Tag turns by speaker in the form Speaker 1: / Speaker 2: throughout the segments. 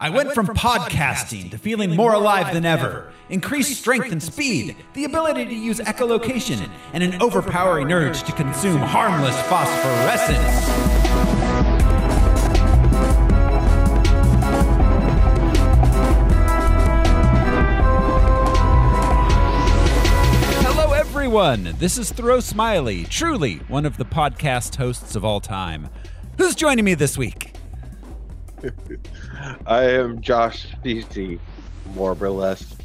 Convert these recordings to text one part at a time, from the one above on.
Speaker 1: I went from podcasting to feeling more alive than ever. Increased strength and speed, the ability to use echolocation, and an overpowering urge to consume harmless phosphorescence. Hello, everyone. This is Thoreau Smiley, truly one of the podcast hosts of all time. Who's joining me this week?
Speaker 2: I am Josh DC, more or less.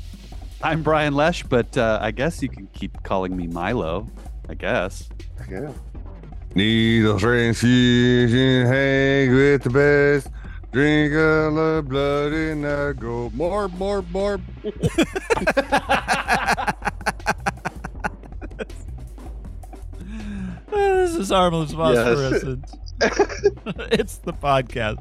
Speaker 3: I'm Brian Lesh, but uh, I guess you can keep calling me Milo. I guess.
Speaker 2: Yeah.
Speaker 4: Need a transfusion, hang with the best. Drink a lot of blood and I go more, more, more.
Speaker 1: this is harmless phosphorescence. it's the podcast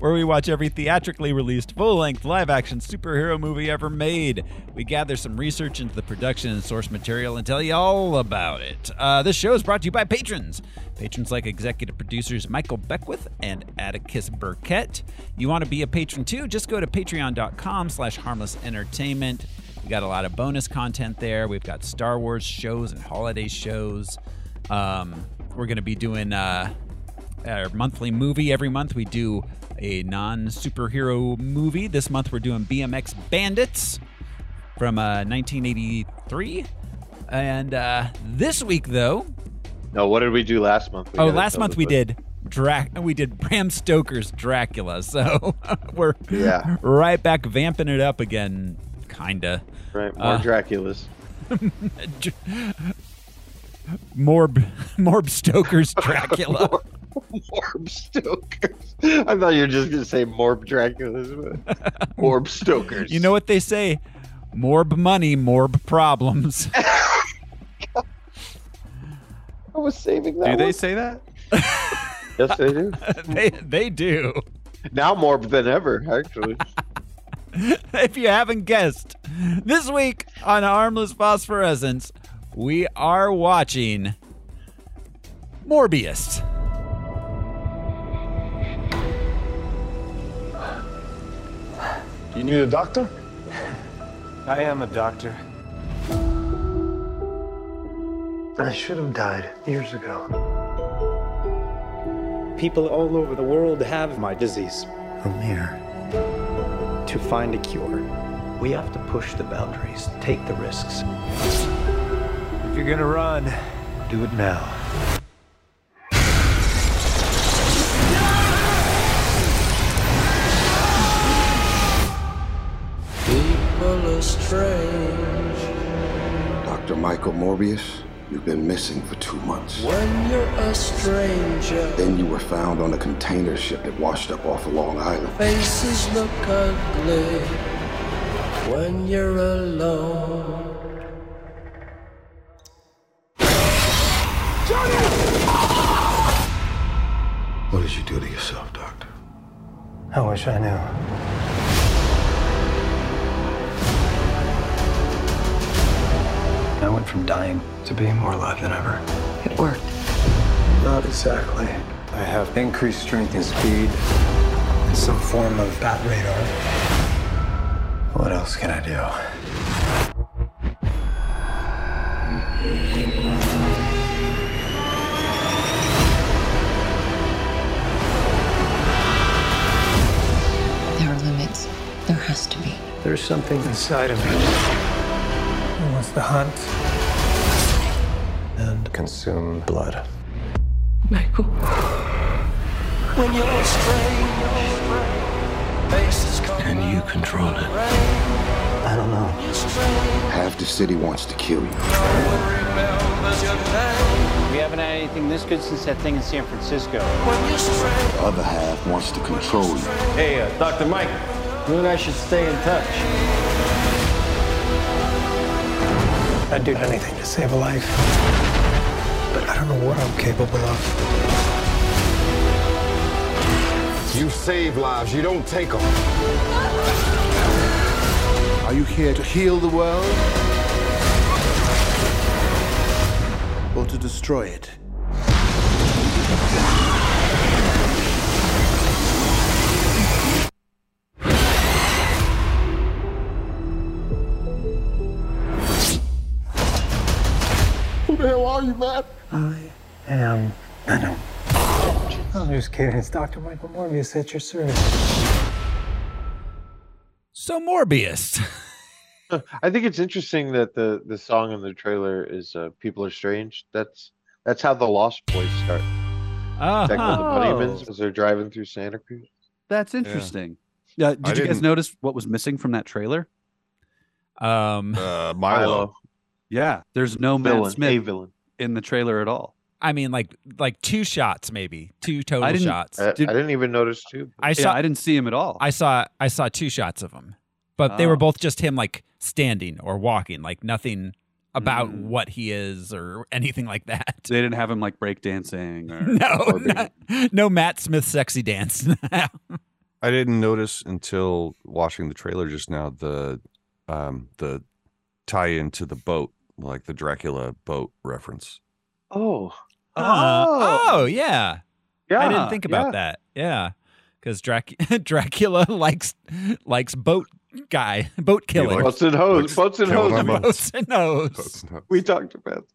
Speaker 1: where we watch every theatrically released full-length live-action superhero movie ever made. We gather some research into the production and source material and tell you all about it. Uh, this show is brought to you by patrons. Patrons like executive producers Michael Beckwith and Atticus Burkett. You want to be a patron too? Just go to patreon.com slash harmless entertainment. We got a lot of bonus content there. We've got Star Wars shows and holiday shows. Um, we're going to be doing uh, our monthly movie. Every month we do a non superhero movie. This month we're doing BMX Bandits from uh, 1983. And uh, this week, though,
Speaker 2: No, what did we do last month? We
Speaker 1: oh,
Speaker 2: gotta
Speaker 1: last
Speaker 2: tell
Speaker 1: month
Speaker 2: the
Speaker 1: we
Speaker 2: folks.
Speaker 1: did Drac. We did Bram Stoker's Dracula. So we're
Speaker 2: Yeah.
Speaker 1: right back vamping it up again, kinda.
Speaker 2: Right, more
Speaker 1: uh,
Speaker 2: Draculas.
Speaker 1: Dr- Morb, Morb Stoker's Dracula.
Speaker 2: Morb Stokers. I thought you were just going to say Morb Draculas, but Morb Stokers.
Speaker 1: You know what they say? Morb money, morb problems.
Speaker 2: I was saving
Speaker 3: Do
Speaker 2: that.
Speaker 3: they
Speaker 2: one.
Speaker 3: say that?
Speaker 2: Yes, they do.
Speaker 1: they they do.
Speaker 2: Now Morb than ever, actually.
Speaker 1: If you haven't guessed, this week on Harmless Phosphorescence, we are watching Morbius.
Speaker 5: You need a doctor?
Speaker 6: I am a doctor.
Speaker 7: I should have died years ago.
Speaker 6: People all over the world have my disease.
Speaker 7: I'm here to find a cure. We have to push the boundaries, take the risks.
Speaker 6: If you're gonna run,
Speaker 7: Do it now.
Speaker 8: Dr. Michael Morbius, you've been missing for two months.
Speaker 9: When you're a stranger,
Speaker 8: Then you were found on a container ship that washed up off of Long Island.
Speaker 9: faces look ugly. When you're alone,
Speaker 8: What did you do to yourself, Doctor?
Speaker 7: I wish I knew. I went from dying to being more alive than ever.
Speaker 9: it worked.
Speaker 7: Not exactly. I have increased strength and speed and some form of bat radar. What else can I do?
Speaker 10: There are limits. There has to be.
Speaker 7: There's something inside of me that wants to hunt and consume blood.
Speaker 10: Michael.
Speaker 9: When you're a stranger, faces come
Speaker 7: Can you control it? I don't know.
Speaker 8: Half the city wants to kill you.
Speaker 11: We haven't had anything this good since that thing in San Francisco.
Speaker 9: When you're strange,
Speaker 8: The other half wants to control you.
Speaker 6: hey, uh, Dr. Mike, you and I should stay in touch.
Speaker 7: I'd do anything to save a life. But I don't know what I'm capable of.
Speaker 4: You save lives, you don't take them.
Speaker 8: Are you here to heal the world? Or to destroy it?
Speaker 5: the hell are you, man?
Speaker 7: I am Venom. I'm just kidding. It's Dr. Michael Morbius at your service.
Speaker 1: So Morbius.
Speaker 2: I think it's interesting that the the song in the trailer is uh, "People Are Strange." That's that's how the Lost Boys start.
Speaker 1: Uh-huh.
Speaker 2: Back when the Bunnymans, as they're driving through Santa Cruz.
Speaker 3: That's interesting. Uh, did
Speaker 2: I
Speaker 3: you guys
Speaker 2: didn't-
Speaker 3: notice what was missing from that trailer?
Speaker 1: Um,
Speaker 4: Uh, Milo.
Speaker 3: Yeah, there's no
Speaker 2: Villain,
Speaker 3: Matt Smith
Speaker 2: a villain.
Speaker 3: in the trailer at all.
Speaker 1: I mean, like like two shots, maybe two total
Speaker 3: I didn't- uh,
Speaker 1: shots.
Speaker 2: Uh, I, I didn't even notice too.
Speaker 1: I saw.
Speaker 3: I didn't see him at all.
Speaker 1: I saw. I saw two shots of him, but they were
Speaker 3: Oh.
Speaker 1: both just him like standing or walking, like nothing about what he is or anything like that.
Speaker 3: Mm. They didn't have him like breakdancing or
Speaker 1: No,
Speaker 3: or being-
Speaker 1: not- no Matt Smith sexy dance.
Speaker 4: I didn't notice until watching the trailer just now the um the tie into the boat, like the Dracula boat reference.
Speaker 2: Oh,
Speaker 1: Uh, oh yeah.
Speaker 2: yeah.
Speaker 1: I didn't think about
Speaker 2: yeah.
Speaker 1: that. Yeah, because Drac- Dracula likes likes boat guy boat killing.
Speaker 2: Boats and hoes. Boats and
Speaker 4: Killing
Speaker 2: hoes.
Speaker 4: them both.
Speaker 1: Boats and hoes.
Speaker 2: We talked about.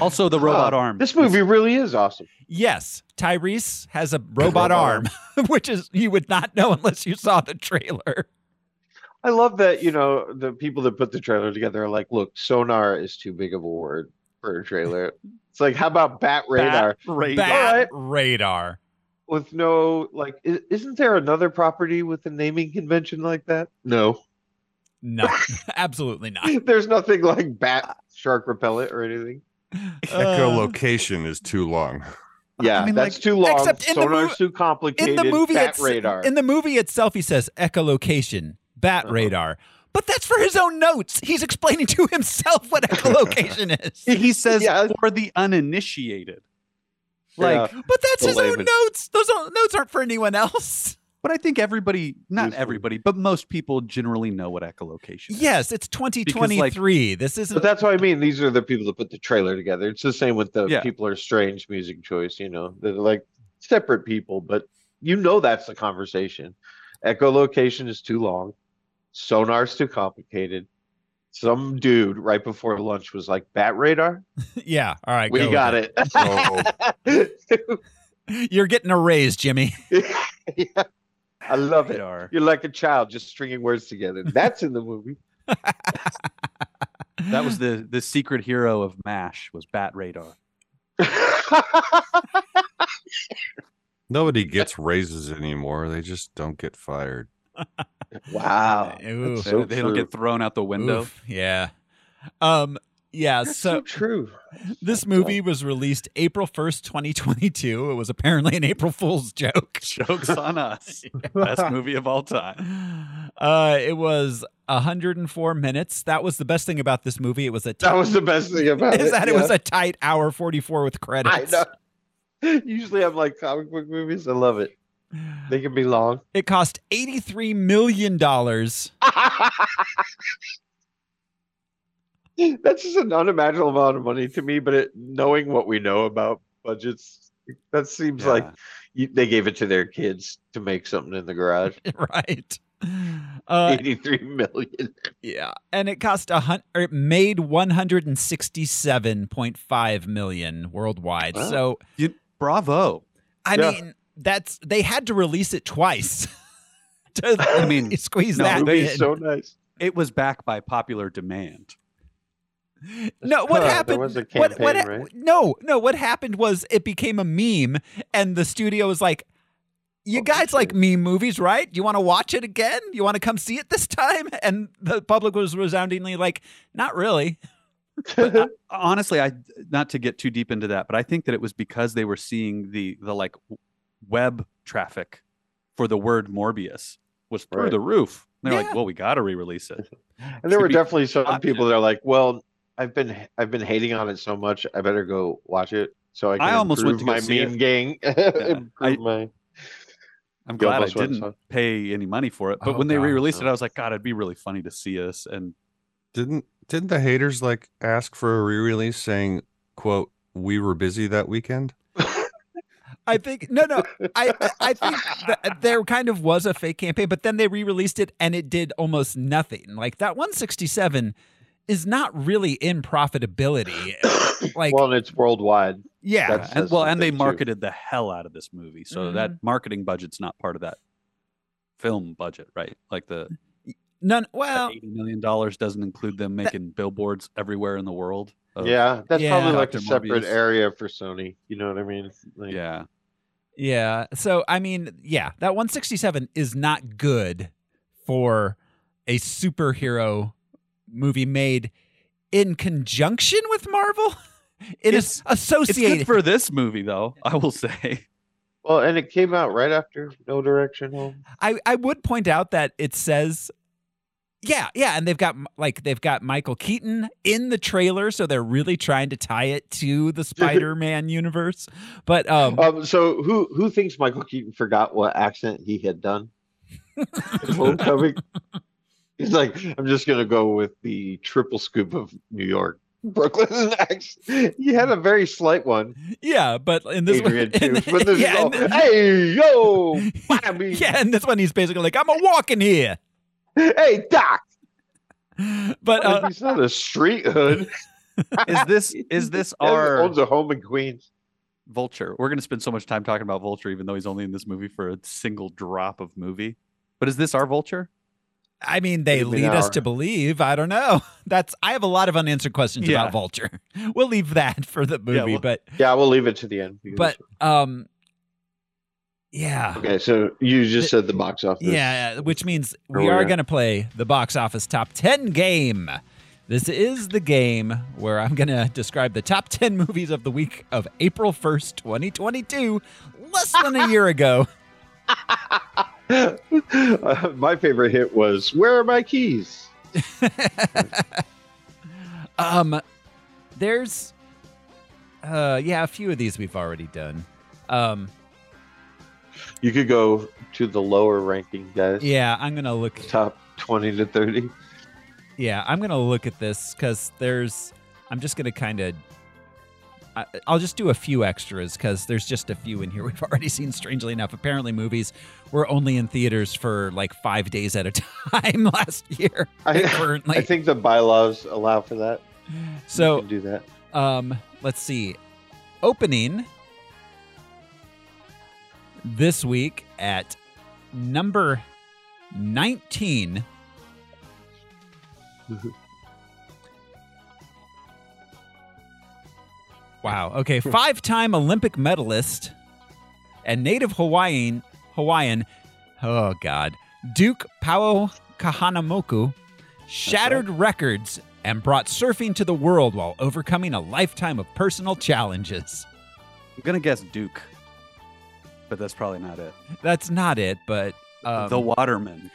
Speaker 3: Also, the robot
Speaker 2: Huh.
Speaker 3: arm.
Speaker 2: This movie really is awesome.
Speaker 1: Yes, Tyrese has a robot arm, which is you would not know unless you saw the trailer.
Speaker 2: I love that you know the people that put the trailer together are like, look, sonar is too big of a word for a trailer. It's like, how about bat radar?
Speaker 3: radar.
Speaker 1: Bat
Speaker 2: All right.
Speaker 1: radar.
Speaker 2: With no like, i- isn't there another property with a naming convention like that? No,
Speaker 1: No, absolutely not.
Speaker 2: there's nothing like bat shark repellent or anything.
Speaker 4: Echolocation is too long.
Speaker 2: Yeah,
Speaker 3: mean,
Speaker 2: that's
Speaker 3: like-
Speaker 2: too long.
Speaker 1: Except in the
Speaker 2: Sonar's
Speaker 1: mov-
Speaker 2: too complicated.
Speaker 1: in the movie
Speaker 2: bat
Speaker 1: it's,
Speaker 2: radar. Uh-huh.
Speaker 1: in the movie itself he says echolocation bat radar but that's for his own notes he's explaining to himself what echolocation is
Speaker 3: He says
Speaker 2: Yeah.
Speaker 3: for the uninitiated.
Speaker 2: Yeah.
Speaker 3: Like,
Speaker 1: but that's
Speaker 2: The
Speaker 1: his own
Speaker 2: layman.
Speaker 1: notes those are, notes aren't for anyone else
Speaker 3: but I think everybody, not
Speaker 2: Useful.
Speaker 3: everybody, but most people generally know what echolocation is.
Speaker 1: yes it's 2023 this
Speaker 2: But
Speaker 1: isn't
Speaker 2: that's what I mean. These are the people that put the trailer together. It's the same with the
Speaker 3: Yeah.
Speaker 2: people are strange music choice. You know, they're like separate people, but you know that's the conversation. Echolocation is too long. Sonar's too complicated. Some dude right before lunch was like, "Bat radar,
Speaker 1: yeah all right
Speaker 2: we
Speaker 1: go
Speaker 2: got
Speaker 1: with
Speaker 2: it."
Speaker 1: it. you're getting a raise jimmy
Speaker 2: Yeah. I love it.
Speaker 3: Radar.
Speaker 2: You're like a child just stringing words together. That's in the movie.
Speaker 3: That was the the secret hero of Mash was Bat Radar.
Speaker 4: Nobody gets raises anymore. They just don't get fired.
Speaker 2: wow.
Speaker 1: Ooh.
Speaker 2: That's
Speaker 3: They,
Speaker 2: so
Speaker 3: they don't
Speaker 2: true.
Speaker 3: get thrown out the window.
Speaker 1: Oof, yeah um yeah
Speaker 2: That's
Speaker 1: so
Speaker 2: so true.
Speaker 1: This movie was released April 1st, 2022. It was apparently an April Fool's joke.
Speaker 3: Jokes on us. Best movie of all time.
Speaker 1: Uh, it was 104 minutes. That was the best thing about this movie. It was a tight,
Speaker 2: That was the best thing about
Speaker 1: is
Speaker 2: it.
Speaker 1: that it
Speaker 2: yeah.
Speaker 1: was a tight hour 44 with
Speaker 2: I
Speaker 1: credits.
Speaker 2: know. Usually I'm like comic book movies. I love it. They can be long.
Speaker 1: It cost 83 million dollars.
Speaker 2: That's just an unimaginable amount of money to me, but it, knowing what we know about budgets, that seems
Speaker 3: Yeah.
Speaker 2: like you, they gave it to their kids to make something in the garage.
Speaker 1: right. Uh,
Speaker 2: 83 million.
Speaker 1: yeah, and it cost a hun- or it made 167.5 million worldwide.
Speaker 2: Wow.
Speaker 1: So
Speaker 3: You, bravo.
Speaker 1: I
Speaker 2: Yeah.
Speaker 1: mean, that's they had to release it twice. to
Speaker 3: I mean,
Speaker 1: squeeze
Speaker 3: no,
Speaker 1: that
Speaker 2: That would be
Speaker 1: in.
Speaker 2: so nice.
Speaker 3: It was backed by popular demand.
Speaker 1: no, what
Speaker 2: Huh, there
Speaker 1: happened?
Speaker 2: was a
Speaker 1: what, what,
Speaker 2: campaign, right?
Speaker 1: No, no. What happened was it became a meme, and the studio was like, "You guys like meme movies, right? You want to watch it again? You want to come see it this time?" And the public was resoundingly like, "Not really."
Speaker 3: honestly i not to get too deep into that but i think that it was because they were seeing the the like w- web traffic for the word morbius was through
Speaker 2: Right.
Speaker 3: the roof And they're
Speaker 1: Yeah.
Speaker 3: like well we got to re-release it
Speaker 2: And there were
Speaker 3: Should be
Speaker 2: definitely some
Speaker 3: not-
Speaker 2: people that are like, "Well, I've been I've been hating on it so much, I better go watch it." So I, can
Speaker 3: almost went
Speaker 2: improve
Speaker 3: to
Speaker 2: my
Speaker 3: go see it.
Speaker 2: meme gang.
Speaker 3: I-
Speaker 2: improve my
Speaker 3: i'm glad i
Speaker 2: almost went,
Speaker 3: didn't
Speaker 2: huh?
Speaker 3: pay any money for it but
Speaker 1: Oh,
Speaker 3: when they
Speaker 1: God.
Speaker 3: re-released it i was like god it'd be really funny to see us and
Speaker 4: Didn't didn't the haters like ask for a re-release saying, quote, we were busy that weekend?
Speaker 1: I think no, no. I I think that there kind of was a fake campaign, but then they re-released it and it did almost nothing. Like that 167 is not really in profitability. like
Speaker 2: well, and it's worldwide.
Speaker 3: Yeah,
Speaker 2: That's-
Speaker 3: and,
Speaker 2: that's
Speaker 3: well,
Speaker 2: the
Speaker 3: and they
Speaker 2: thing, too.
Speaker 3: marketed the hell out of this movie, so that
Speaker 1: Mhm.
Speaker 3: marketing budget's not part of that film budget, right? Like the
Speaker 1: none.
Speaker 3: that
Speaker 1: Well,
Speaker 3: eighty million dollars doesn't include them making billboards everywhere in the world. of-
Speaker 2: yeah, that's
Speaker 1: Oh. Yeah.
Speaker 2: probably like a
Speaker 3: Dr.
Speaker 2: separate
Speaker 3: Morbius.
Speaker 2: area for Sony. You know what I mean? Like,
Speaker 3: yeah.
Speaker 1: Yeah. So I mean, yeah, that 167 is not good for a superhero movie made in conjunction with Marvel. It is
Speaker 3: It's- It's
Speaker 1: associated.
Speaker 3: good for this movie, though. I will say.
Speaker 2: Well, and it came out right after No Direction Home.
Speaker 1: I I would point out that it says. Yeah, yeah, and they've got like they've got Michael Keaton in the trailer, so they're really trying to tie it to the Spider-Man universe. But um,
Speaker 2: Um, so who who thinks Michael Keaton forgot what accent he had done? in Homecoming. He's like, I'm just gonna go with the triple scoop of New York, Brooklyn accent. He had a very slight one,
Speaker 1: yeah, but in this
Speaker 2: Adrian
Speaker 1: one, in
Speaker 2: too.
Speaker 1: the-
Speaker 2: But this
Speaker 1: yeah,
Speaker 2: is all,
Speaker 1: in the-
Speaker 2: hey yo, Bobby.
Speaker 1: yeah, and this one he's basically like, I'm a walking here.
Speaker 2: hey Doc.
Speaker 1: But uh,
Speaker 2: Like, he's not a street hood.
Speaker 3: Is this is this
Speaker 2: He
Speaker 3: our
Speaker 2: owns a home in Queens.
Speaker 3: Vulture? We're going to spend so much time talking about Vulture, even though he's only in this movie for a single drop of movie. But is this our Vulture?
Speaker 1: I mean, they
Speaker 2: Give me
Speaker 1: lead
Speaker 2: an
Speaker 1: us
Speaker 2: hour.
Speaker 1: to believe. I don't know. That's I have a lot of unanswered questions
Speaker 3: Yeah.
Speaker 1: about Vulture. We'll leave that for the movie,
Speaker 3: well-
Speaker 1: but
Speaker 2: Yeah, we'll leave it to the end. because-
Speaker 1: but um, yeah,
Speaker 2: okay, so you just said the box office.
Speaker 1: yeah, which means we
Speaker 2: Earlier.
Speaker 1: are going to play the box office top ten game. This is the game where I'm going to describe the top 10 movies of the week of April 1st, 2022, less than a year ago.
Speaker 2: Uh, my favorite hit was "Where are my keys?"
Speaker 1: Um, there's, uh, yeah, a few of these we've already done. Um,
Speaker 2: You could go to the lower ranking guys,
Speaker 1: yeah, I'm gonna look.
Speaker 2: top twenty to thirty.
Speaker 1: Yeah, I'm gonna look at this because there's. I'm just gonna kind of. I'll just do a few extras because there's just a few in here we've already seen. Strangely enough, apparently movies were only in theaters for like five days at a time last year.
Speaker 2: I-
Speaker 1: currently,
Speaker 2: I think the bylaws allow for that. you
Speaker 1: so
Speaker 2: can do that.
Speaker 1: Um, let's see. Opening this week at number 19. wow. Okay, five-time Olympic medalist and native Hawaiian Hawaiian oh god, Duke Pao Kahanamoku shattered records and brought surfing to the world while overcoming a lifetime of personal challenges.
Speaker 3: I'm going to guess Duke, but that's probably not it.
Speaker 1: That's not it, but um,
Speaker 3: the Waterman.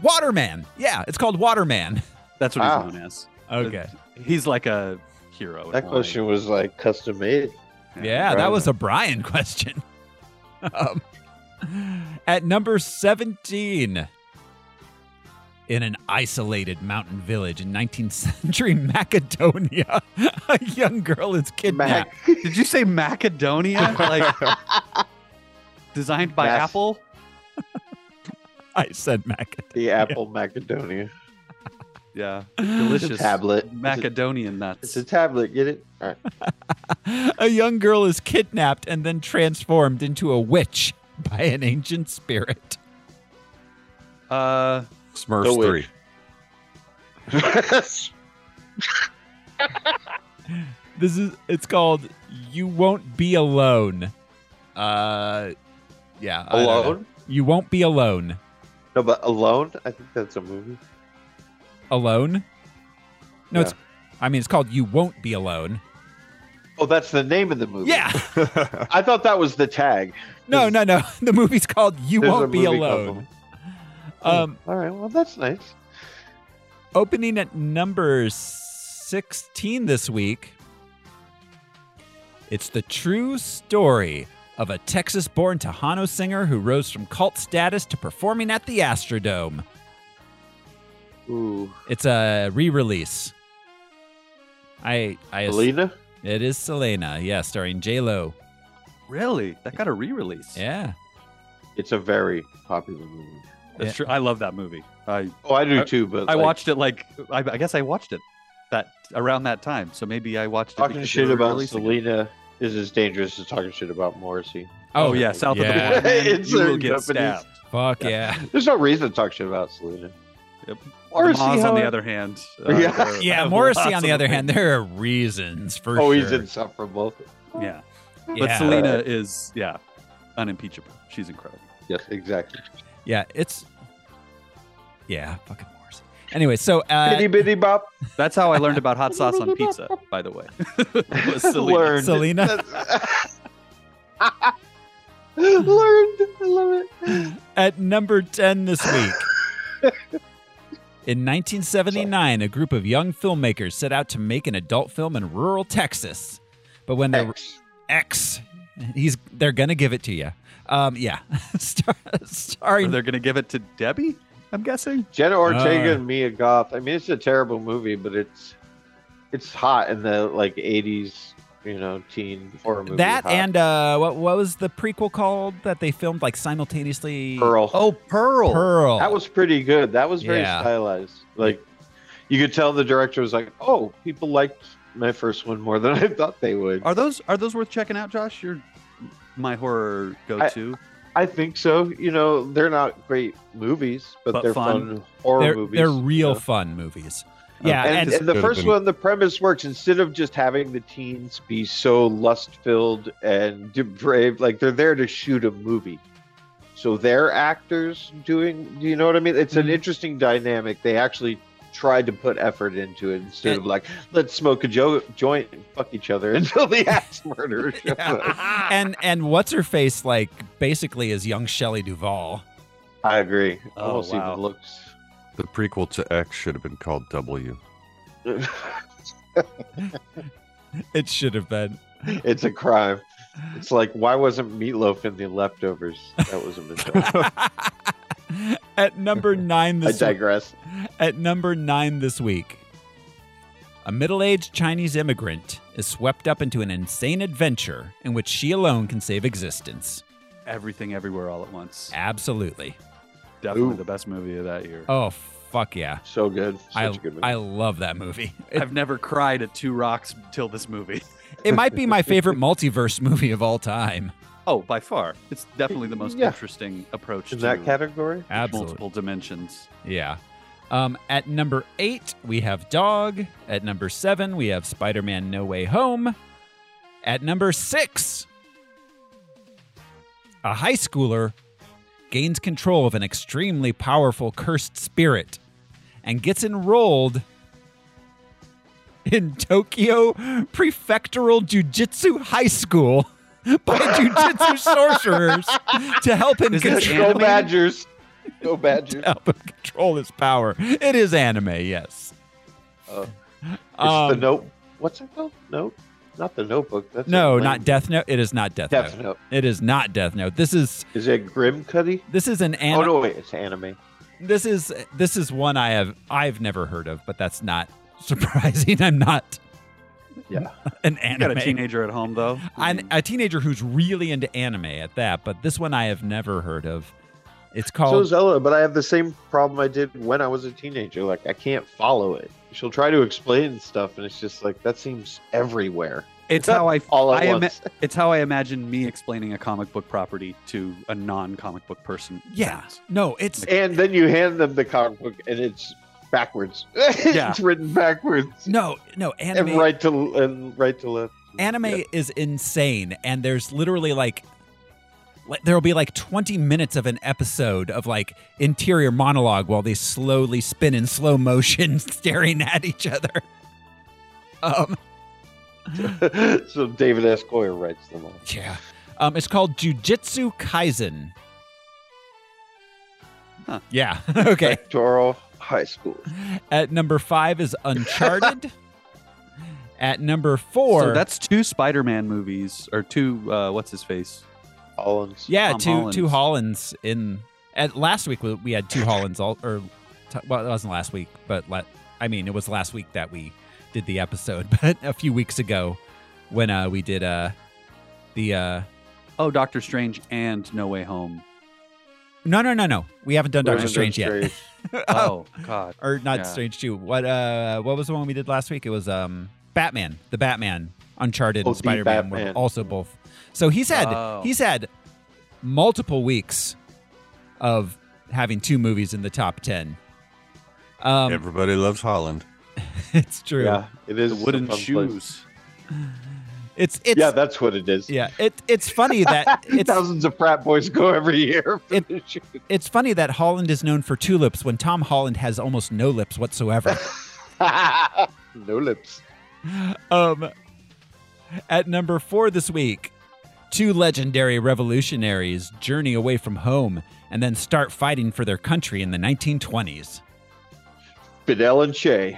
Speaker 1: Waterman. Yeah, it's called Waterman.
Speaker 3: That's what
Speaker 2: Wow.
Speaker 3: he's known as.
Speaker 1: Okay.
Speaker 3: He's like a hero. in
Speaker 2: That
Speaker 3: Hawaii.
Speaker 2: question was like custom made.
Speaker 1: Yeah, that
Speaker 2: Brian.
Speaker 1: was a Brian question. um, at number 17, in an isolated mountain village in 19th century Macedonia, a young girl is kidnapped.
Speaker 2: Mac,
Speaker 3: Did you say Macedonia? Like designed by
Speaker 2: Yes.
Speaker 3: Apple?
Speaker 1: I said Macedonia.
Speaker 2: the Apple Macedonia
Speaker 3: Yeah. Delicious
Speaker 2: tablet.
Speaker 3: Macedonian
Speaker 2: It's
Speaker 3: nuts.
Speaker 2: a tablet. Get it? All right.
Speaker 1: a young girl is kidnapped and then transformed into a witch by an ancient spirit.
Speaker 3: Uh,
Speaker 4: Smurfs
Speaker 2: The Witch.
Speaker 4: three.
Speaker 1: This is it's called You Won't Be Alone. Uh yeah. I don't know.
Speaker 2: alone?
Speaker 1: You won't be alone.
Speaker 2: No, but alone. I think that's a movie.
Speaker 1: Alone? No, it's I mean it's called You Won't Be Alone.
Speaker 2: Oh, that's the name of the movie.
Speaker 1: Yeah.
Speaker 2: I thought that was the tag.
Speaker 1: No, no, no. The movie's called You
Speaker 2: There's a
Speaker 1: Won't Be
Speaker 2: movie
Speaker 1: Alone.
Speaker 2: Oh,
Speaker 1: Um
Speaker 2: all right. Well, that's nice.
Speaker 1: opening at number 16 this week it's the true story of a texas-born tejano singer who rose from cult status to performing at the astrodome
Speaker 2: Ooh,
Speaker 1: it's a re-release i i ass-
Speaker 2: Alina.
Speaker 1: it is selena yeah starring j-lo
Speaker 3: really? That got a re-release.
Speaker 1: yeah
Speaker 2: It's a very popular movie.
Speaker 3: That's
Speaker 1: Yeah.
Speaker 3: true. I love that movie. I
Speaker 2: Oh, I do too. But
Speaker 3: I
Speaker 2: like,
Speaker 3: watched it like I, I guess I watched it that around that time. So maybe I watched it
Speaker 2: Talking
Speaker 3: because they
Speaker 2: shit
Speaker 3: were
Speaker 2: about
Speaker 3: releasing it.
Speaker 2: Selena is as dangerous as talking shit about Morrissey.
Speaker 3: Oh yeah, south
Speaker 1: Yeah.
Speaker 3: of the border,
Speaker 2: In
Speaker 3: you will
Speaker 2: certain
Speaker 3: get
Speaker 2: companies.
Speaker 3: stabbed.
Speaker 1: Fuck yeah.
Speaker 2: There's no reason to talk shit about Selena.
Speaker 3: Yep.
Speaker 2: Morrissey,
Speaker 3: Maz, on the
Speaker 2: however-
Speaker 3: other hand,
Speaker 2: Yeah.
Speaker 3: there-
Speaker 1: Yeah,
Speaker 3: have
Speaker 1: Morrissey,
Speaker 3: lots
Speaker 1: on the
Speaker 3: of
Speaker 1: other hand,
Speaker 3: opinions.
Speaker 1: there are reasons for
Speaker 2: oh,
Speaker 1: sure.
Speaker 2: he's insufferable.
Speaker 3: yeah. But
Speaker 1: yeah.
Speaker 3: Selena is yeah, unimpeachable. She's incredible.
Speaker 2: Yes, exactly.
Speaker 1: yeah, it's. Yeah, fucking Morrissey. Anyway, so. Uh,
Speaker 2: Bitty bitty bop.
Speaker 3: That's how I learned about hot sauce on pizza, by the way. Was Selena.
Speaker 2: Learned.
Speaker 1: Selena.
Speaker 2: Learned. I love it.
Speaker 1: At number 10 this week. In 1979, a group of young filmmakers set out to make an adult film in rural Texas. But when they
Speaker 2: X.
Speaker 1: X, he's they're gonna give it to you. Um, yeah, Star,
Speaker 3: Or
Speaker 1: starring
Speaker 3: they're gonna give it to Debbie, I'm guessing.
Speaker 2: Jenna Ortega
Speaker 1: Ah.
Speaker 2: and Mia Goth. I mean, it's a terrible movie, but it's it's hot in the like '80s, you know, teen horror movie.
Speaker 1: that
Speaker 2: hot.
Speaker 1: and uh, what what was the prequel called that they filmed like simultaneously?
Speaker 2: Pearl.
Speaker 3: Oh, Pearl.
Speaker 1: Pearl.
Speaker 2: That was pretty good. That was very
Speaker 1: Oh. Yeah.
Speaker 2: stylized. Like you could tell the director was like, "Oh, people liked my first one more than I thought they would."
Speaker 3: Are those are those worth checking out, Josh? You're my horror go to.
Speaker 2: I think so. You know, they're not great movies, but,
Speaker 3: But
Speaker 2: they're
Speaker 3: fun.
Speaker 2: fun, horror
Speaker 1: they're,
Speaker 2: movies.
Speaker 1: they're real
Speaker 2: you know?
Speaker 1: fun movies. Yeah,
Speaker 2: And,
Speaker 1: and,
Speaker 2: and the
Speaker 4: Could've
Speaker 2: first
Speaker 4: been-
Speaker 2: one, the premise works. Instead of just having the teens be so lust filled and depraved, like they're there to shoot a movie. So they're actors doing, do you know what I mean? It's an interesting dynamic. They actually tried to put effort into it instead of like, let's smoke a jo- joint and fuck each other until the axe murderer shows up.
Speaker 1: and and what's her face like basically is young Shelley Duvall.
Speaker 2: I agree.
Speaker 3: Oh,
Speaker 2: Almost
Speaker 3: wow.
Speaker 2: even looks.
Speaker 4: The prequel to X should have been called W.
Speaker 1: It should have been.
Speaker 2: it's a crime. It's like, why wasn't Meatloaf in the leftovers? That was a mistake.
Speaker 1: At number nine
Speaker 2: I
Speaker 1: this week,
Speaker 2: digress.
Speaker 1: at number nine this week, a middle-aged Chinese immigrant is swept up into an insane adventure in which she alone can save existence.
Speaker 3: Everything everywhere all at once.
Speaker 1: Absolutely.
Speaker 3: Definitely
Speaker 2: Ooh.
Speaker 3: the best movie of that year.
Speaker 1: Oh fuck yeah!
Speaker 2: So good. Such
Speaker 1: I
Speaker 2: a good movie.
Speaker 1: I love that movie. It,
Speaker 3: I've never cried at two rocks till this movie.
Speaker 1: it might be my favorite multiverse movie of all time.
Speaker 3: Oh, by far. It's definitely the most
Speaker 2: Yeah.
Speaker 3: interesting approach
Speaker 2: In
Speaker 3: to
Speaker 2: that category?
Speaker 1: Absolutely.
Speaker 3: multiple dimensions.
Speaker 1: Yeah. Um, at number eight, we have Dog. At number seven, we have Spider Man No Way Home. At number six, a high schooler gains control of an extremely powerful cursed spirit and gets enrolled in Tokyo Prefectural Jujitsu High School by jujitsu sorcerers to help him
Speaker 3: Is this
Speaker 1: control
Speaker 2: Go
Speaker 3: Animated?
Speaker 2: Badgers. Go
Speaker 1: to
Speaker 2: Badgers.
Speaker 1: help him control his power. It is anime, yes.
Speaker 2: Oh. it's the
Speaker 1: Um,
Speaker 2: note. What's it called? Note? Not the notebook. That's
Speaker 1: no,
Speaker 2: a
Speaker 1: not
Speaker 2: lame-
Speaker 1: Death Note. It is not Death,
Speaker 2: Death
Speaker 1: Note.
Speaker 2: Note.
Speaker 1: It is not Death Note. This is
Speaker 2: Is it Grim Cuddy?
Speaker 1: this is an
Speaker 2: Oh,
Speaker 1: anime.
Speaker 2: no, wait. It's anime.
Speaker 1: This is this is one I have I've never heard of, but that's not surprising. I'm not
Speaker 2: Yeah.
Speaker 1: an
Speaker 3: You got
Speaker 1: anime.
Speaker 3: a teenager at home, though.
Speaker 1: I'm a teenager who's really into anime at that, but this one I have never heard of. It's
Speaker 2: So
Speaker 1: called
Speaker 2: is Ella, but I have the same problem I did when I was a teenager. Like, I can't follow it. She'll try to explain stuff, and it's just like, that seems everywhere.
Speaker 3: It's how I
Speaker 2: All at
Speaker 3: I ima-
Speaker 2: once.
Speaker 3: it's how I imagine me explaining a comic book property to a non-comic book person.
Speaker 1: Yeah.
Speaker 3: sounds.
Speaker 1: No, it's
Speaker 2: And then you hand them the comic book, and it's backwards.
Speaker 3: Yeah.
Speaker 2: it's written backwards.
Speaker 1: no, no, anime
Speaker 2: And right to and right to left.
Speaker 1: anime
Speaker 2: Yeah.
Speaker 1: is insane and there's literally like like, there'll be like 20 minutes of an episode of like interior monologue while they slowly spin in slow motion staring at each other um
Speaker 2: so David S. Goyer writes them all.
Speaker 1: yeah um it's called jujitsu kaisen
Speaker 3: Huh.
Speaker 1: yeah okay
Speaker 2: Toro High School.
Speaker 1: at number five is uncharted at number four
Speaker 3: so that's two Spider-Man movies or two uh, what's his face?
Speaker 2: Hollins.
Speaker 1: Yeah,
Speaker 3: Tom
Speaker 1: two two Hollands
Speaker 3: Hollands.
Speaker 1: in. At last week we, we had two Hollands all or t- well it wasn't last week but la- I mean it was last week that we did the episode but a few weeks ago when uh we did uh the uh
Speaker 3: Oh, Doctor Strange and No Way Home.
Speaker 1: No, no, no, no. We haven't done
Speaker 2: We
Speaker 1: Doctor
Speaker 2: haven't
Speaker 1: Strange
Speaker 2: done
Speaker 1: yet.
Speaker 3: Oh, God.
Speaker 1: or not
Speaker 3: Yeah.
Speaker 1: Strange Two. What uh what was the one we did last week? It was um Batman, the Batman, Uncharted,
Speaker 2: Oh,
Speaker 1: and
Speaker 2: the
Speaker 1: Spider Man were
Speaker 2: Batman.
Speaker 1: also both. So he's had
Speaker 3: Oh.
Speaker 1: he's had multiple weeks of having two movies in the top ten. Um
Speaker 4: Everybody loves Holland.
Speaker 1: it's true.
Speaker 2: Yeah, it is
Speaker 3: The
Speaker 2: a
Speaker 3: wooden
Speaker 2: fun place.
Speaker 3: shoes.
Speaker 1: It's it's
Speaker 2: Yeah, that's what it is.
Speaker 1: yeah, it it's funny that it's
Speaker 2: Thousands of frat boys go every year. For
Speaker 1: It-
Speaker 2: this shit.
Speaker 1: it's funny that Holland is known for two lips when Tom Holland has almost no lips whatsoever.
Speaker 2: no lips.
Speaker 1: um, at number four this week, two legendary revolutionaries journey away from home and then start fighting for their country in the 1920s.
Speaker 2: Fidel and Che,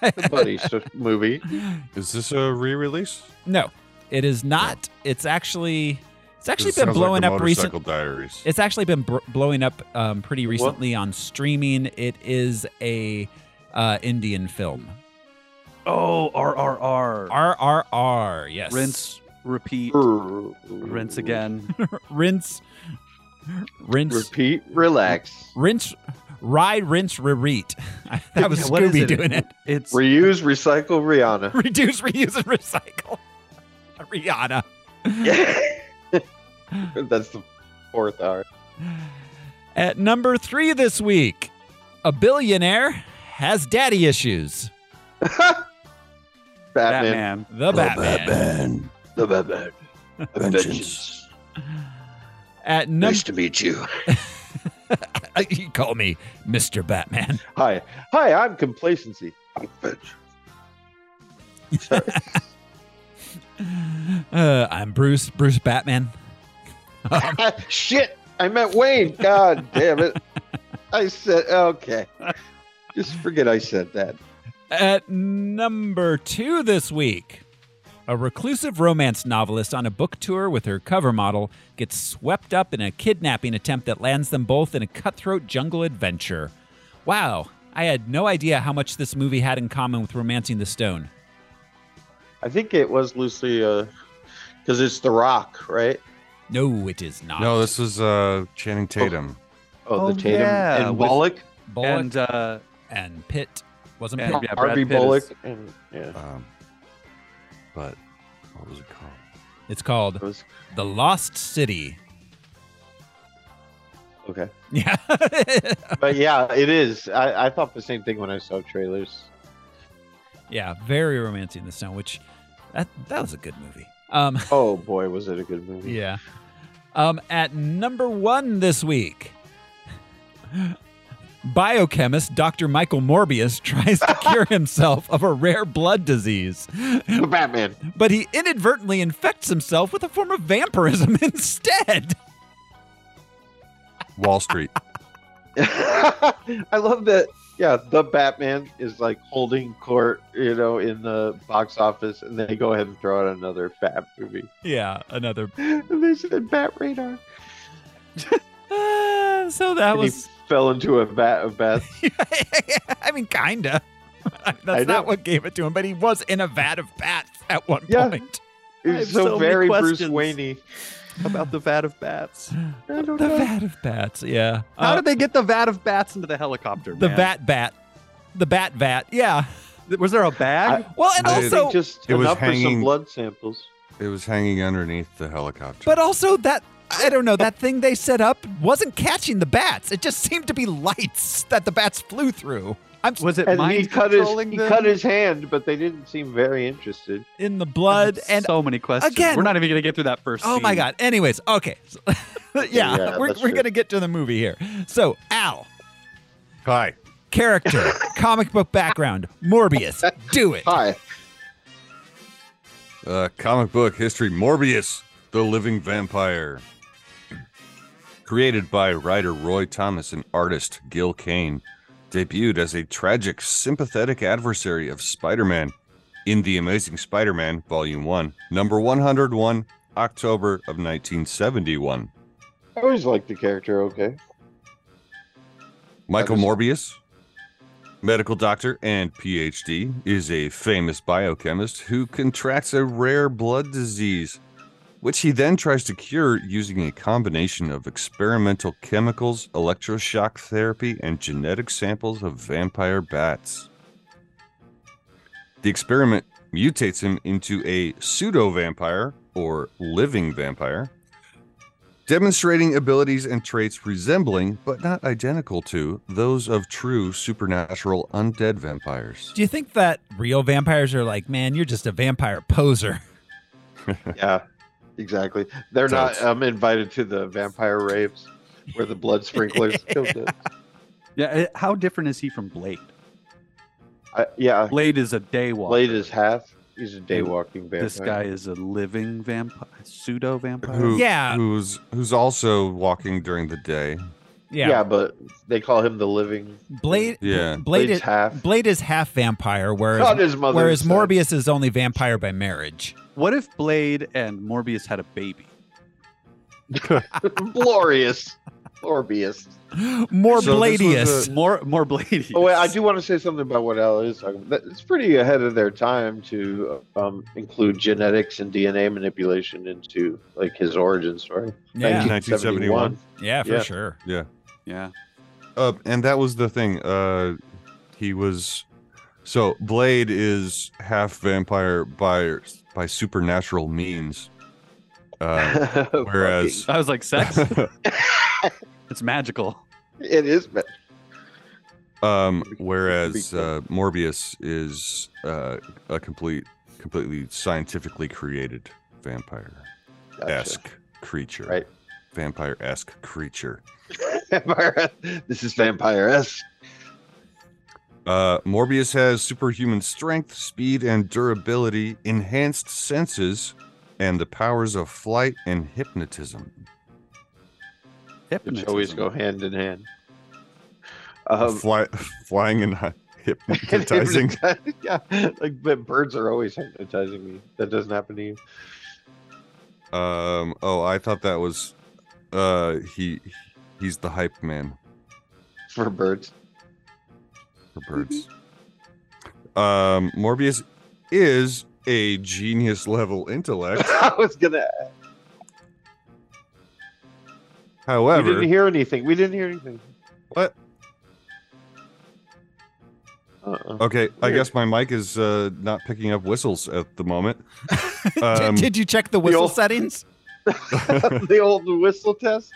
Speaker 2: the buddy s- movie.
Speaker 4: Is this a re-release?
Speaker 1: No, it is not. It's actually it's actually
Speaker 4: It
Speaker 1: been
Speaker 4: sounds
Speaker 1: blowing
Speaker 4: like the
Speaker 1: up
Speaker 4: Motorcycle
Speaker 1: recently.
Speaker 4: Diaries.
Speaker 1: It's actually been br- blowing up um, pretty recently on streaming. It is a uh, Indian film.
Speaker 3: Oh, RRR.
Speaker 1: RRR. Yes.
Speaker 3: Rinse, repeat, rinse
Speaker 2: Rinse
Speaker 3: again.
Speaker 1: Rinse. Rinse.
Speaker 2: Repeat, relax,
Speaker 1: Rinse, ride, rinse, rereat. That was
Speaker 3: Yeah, what is
Speaker 1: Scooby doing it.
Speaker 3: It's
Speaker 2: reuse, recycle, Rihanna.
Speaker 1: Reduce, reuse, and recycle. Rihanna.
Speaker 2: That's the fourth R.
Speaker 1: At number three this week, a billionaire has daddy issues.
Speaker 2: Batman,
Speaker 3: Oh, Batman.
Speaker 1: The Batman.
Speaker 4: Batman.
Speaker 2: the Batman, the
Speaker 4: Vengeance.
Speaker 2: Vengeance.
Speaker 1: At number,
Speaker 2: Nice to meet you.
Speaker 1: you call me Mr. Batman.
Speaker 2: Hi, hi. I'm complacency. I'm Vengeance.
Speaker 1: Uh, I'm Bruce, Bruce Batman.
Speaker 2: Shit, I meant Wayne. God damn it. I said, okay. Just forget I said that.
Speaker 1: At number two this week, a reclusive romance novelist on a book tour with her cover model gets swept up in a kidnapping attempt that lands them both in a cutthroat jungle adventure. Wow, I had no idea how much this movie had in common with Romancing the Stone.
Speaker 2: I think it was loosely because it's The Rock, right?
Speaker 1: No, it is not.
Speaker 4: No, this is uh, Channing Tatum.
Speaker 2: Oh,
Speaker 3: Oh,
Speaker 2: the Tatum
Speaker 3: yeah,
Speaker 2: and
Speaker 3: with-
Speaker 2: Bullock,
Speaker 1: Bullock and,
Speaker 3: and uh,
Speaker 1: Pitt wasn't
Speaker 3: and-
Speaker 1: Pitt.
Speaker 3: yeah, Brad
Speaker 2: Harvey
Speaker 3: Pitt is-
Speaker 2: Bullock, and yeah,
Speaker 4: Um, but what was it called?
Speaker 1: It's called
Speaker 2: it was
Speaker 1: The Lost City.
Speaker 2: okay.
Speaker 1: Yeah,
Speaker 2: But yeah, it is. I, I thought the same thing when I saw trailers.
Speaker 1: yeah, very Romancing the Stone, which that that was a good movie. Um.
Speaker 2: Oh boy, was it a good movie?
Speaker 1: Yeah. Um, at number one this week, biochemist Dr. Michael Morbius tries to cure himself of a rare blood disease,
Speaker 2: The Batman.
Speaker 1: but he inadvertently infects himself with a form of vampirism instead.
Speaker 4: Wall Street.
Speaker 2: I love that. Yeah, the Batman is like holding court, you know, in the box office, and they go ahead and throw out another Fab movie.
Speaker 1: Yeah, another.
Speaker 2: And they said Bat Radar.
Speaker 1: Uh, so that
Speaker 2: and
Speaker 1: was.
Speaker 2: he fell into a vat of bats.
Speaker 1: I mean, kinda. That's
Speaker 2: know.
Speaker 1: not what gave it to him, but he was in a vat of bats at one
Speaker 2: Yeah.
Speaker 1: point.
Speaker 2: It was
Speaker 3: I have
Speaker 2: so,
Speaker 3: so many
Speaker 2: very Bruce
Speaker 3: questions.
Speaker 2: Wayne.
Speaker 3: about the vat of bats.
Speaker 2: I don't
Speaker 1: The
Speaker 2: know.
Speaker 1: vat of bats, yeah.
Speaker 3: How
Speaker 1: Uh,
Speaker 3: did they get the vat of bats into the helicopter?
Speaker 1: the
Speaker 3: man?
Speaker 1: bat bat. The bat vat, yeah.
Speaker 3: Was there a bag?
Speaker 1: Well, and
Speaker 4: I
Speaker 2: I
Speaker 4: think
Speaker 1: also,
Speaker 2: think just
Speaker 4: it was
Speaker 2: enough for
Speaker 4: hanging-
Speaker 2: some blood samples.
Speaker 4: It was hanging underneath the helicopter.
Speaker 1: but uh, also that I don't know that thing they set up wasn't catching the bats. It just seemed to be lights that the bats flew through. I'm
Speaker 3: was it
Speaker 2: And
Speaker 3: mind
Speaker 2: he cut his
Speaker 3: controlling
Speaker 2: he
Speaker 3: them?
Speaker 2: cut his hand, but they didn't seem very interested.
Speaker 1: in the blood
Speaker 3: There's
Speaker 1: and
Speaker 3: so many questions.
Speaker 1: again-
Speaker 3: We're not even gonna get through that first.
Speaker 1: oh my
Speaker 3: scene.
Speaker 1: god. Anyways, okay, So- yeah,
Speaker 2: yeah,
Speaker 1: we're
Speaker 2: that's
Speaker 1: we're
Speaker 2: true.
Speaker 1: gonna get to the movie here. So Al,
Speaker 4: Hi.
Speaker 1: character, comic book background, Morbius, do it.
Speaker 2: Hi.
Speaker 4: Uh, comic book history Morbius, the living vampire. Created by writer Roy Thomas and artist Gil Kane, debuted as a tragic, sympathetic adversary of Spider Man in The Amazing Spider Man, Volume 1, number 101, October of 1971.
Speaker 2: I always liked the character. Okay.
Speaker 4: Michael
Speaker 2: That
Speaker 4: Morbius, medical doctor and PhD, is a famous biochemist who contracts a rare blood disease which he then tries to cure using a combination of experimental chemicals, electroshock therapy, and genetic samples of vampire bats. The experiment mutates him into a pseudo vampire or living vampire, demonstrating abilities and traits resembling, but not identical to, those of true supernatural undead vampires.
Speaker 1: Do you think that real vampires are like, man, you're just a vampire poser?
Speaker 2: yeah, exactly. They're
Speaker 4: Totes.
Speaker 2: not um, invited to the vampire raves where the blood sprinklers come to.
Speaker 3: Yeah, eh, how different is he from Blade?
Speaker 2: I, yeah,
Speaker 3: Blade is a day walker.
Speaker 2: Blade is half. He's a day walking vampire.
Speaker 3: This guy is a living vampire, pseudo vampire.
Speaker 4: Who,
Speaker 1: Yeah.
Speaker 4: Who's who's also walking during the day.
Speaker 2: Yeah. but they call him the living.
Speaker 1: Blade.
Speaker 4: Yeah.
Speaker 1: Blade
Speaker 2: Blade's
Speaker 1: is,
Speaker 2: half.
Speaker 1: Blade is half vampire,
Speaker 2: God,
Speaker 1: whereas
Speaker 2: his mother
Speaker 1: whereas
Speaker 2: said-
Speaker 1: Morbius is only vampire by marriage.
Speaker 3: What if Blade and Morbius had a baby?
Speaker 2: Glorious. Orbius.
Speaker 1: More
Speaker 4: So this was
Speaker 1: Bladius.
Speaker 3: More, more Blade.
Speaker 2: Oh, wait, I do want to say something about what Al is talking about. It's pretty ahead of their time to um, include genetics and DNA manipulation into like his origin story.
Speaker 1: yeah.
Speaker 4: 1971.
Speaker 1: yeah, for
Speaker 2: yeah.
Speaker 1: sure.
Speaker 3: Yeah.
Speaker 4: Uh, and that was the thing. Uh, he was so Blade is half vampire by by supernatural means. Uh,
Speaker 2: Oh,
Speaker 4: Whereas-
Speaker 3: I was like, sex? it's magical.
Speaker 2: Fucking- it is, but
Speaker 4: um, whereas uh, Morbius is uh, a complete, completely scientifically created vampire
Speaker 2: gotcha.
Speaker 4: esque creature.
Speaker 2: Right.
Speaker 4: Vampire esque creature.
Speaker 2: vampire. This is vampire s.
Speaker 4: Uh, Morbius has superhuman strength, speed, and durability, enhanced senses, and the powers of flight and hypnotism.
Speaker 2: which
Speaker 3: Hypnotism.
Speaker 2: always go hand in hand. Um,
Speaker 4: Fly, flying and hy- hypnotizing.
Speaker 2: hypnotize- yeah, like but birds are always hypnotizing me. That doesn't happen to you.
Speaker 4: um, oh, I thought that was uh, he. He's the hype man
Speaker 2: For birds,
Speaker 4: for birds.
Speaker 2: Mm-hmm.
Speaker 4: um, Morbius is a genius level intellect.
Speaker 2: I was gonna. We
Speaker 4: However,
Speaker 2: didn't hear anything. We didn't hear anything.
Speaker 4: What?
Speaker 2: Uh-uh.
Speaker 4: okay, I
Speaker 2: Weird.
Speaker 4: guess my mic is uh, not picking up whistles at the moment. Um,
Speaker 1: did, did you check the whistle
Speaker 2: old-
Speaker 1: settings?
Speaker 2: the old whistle test.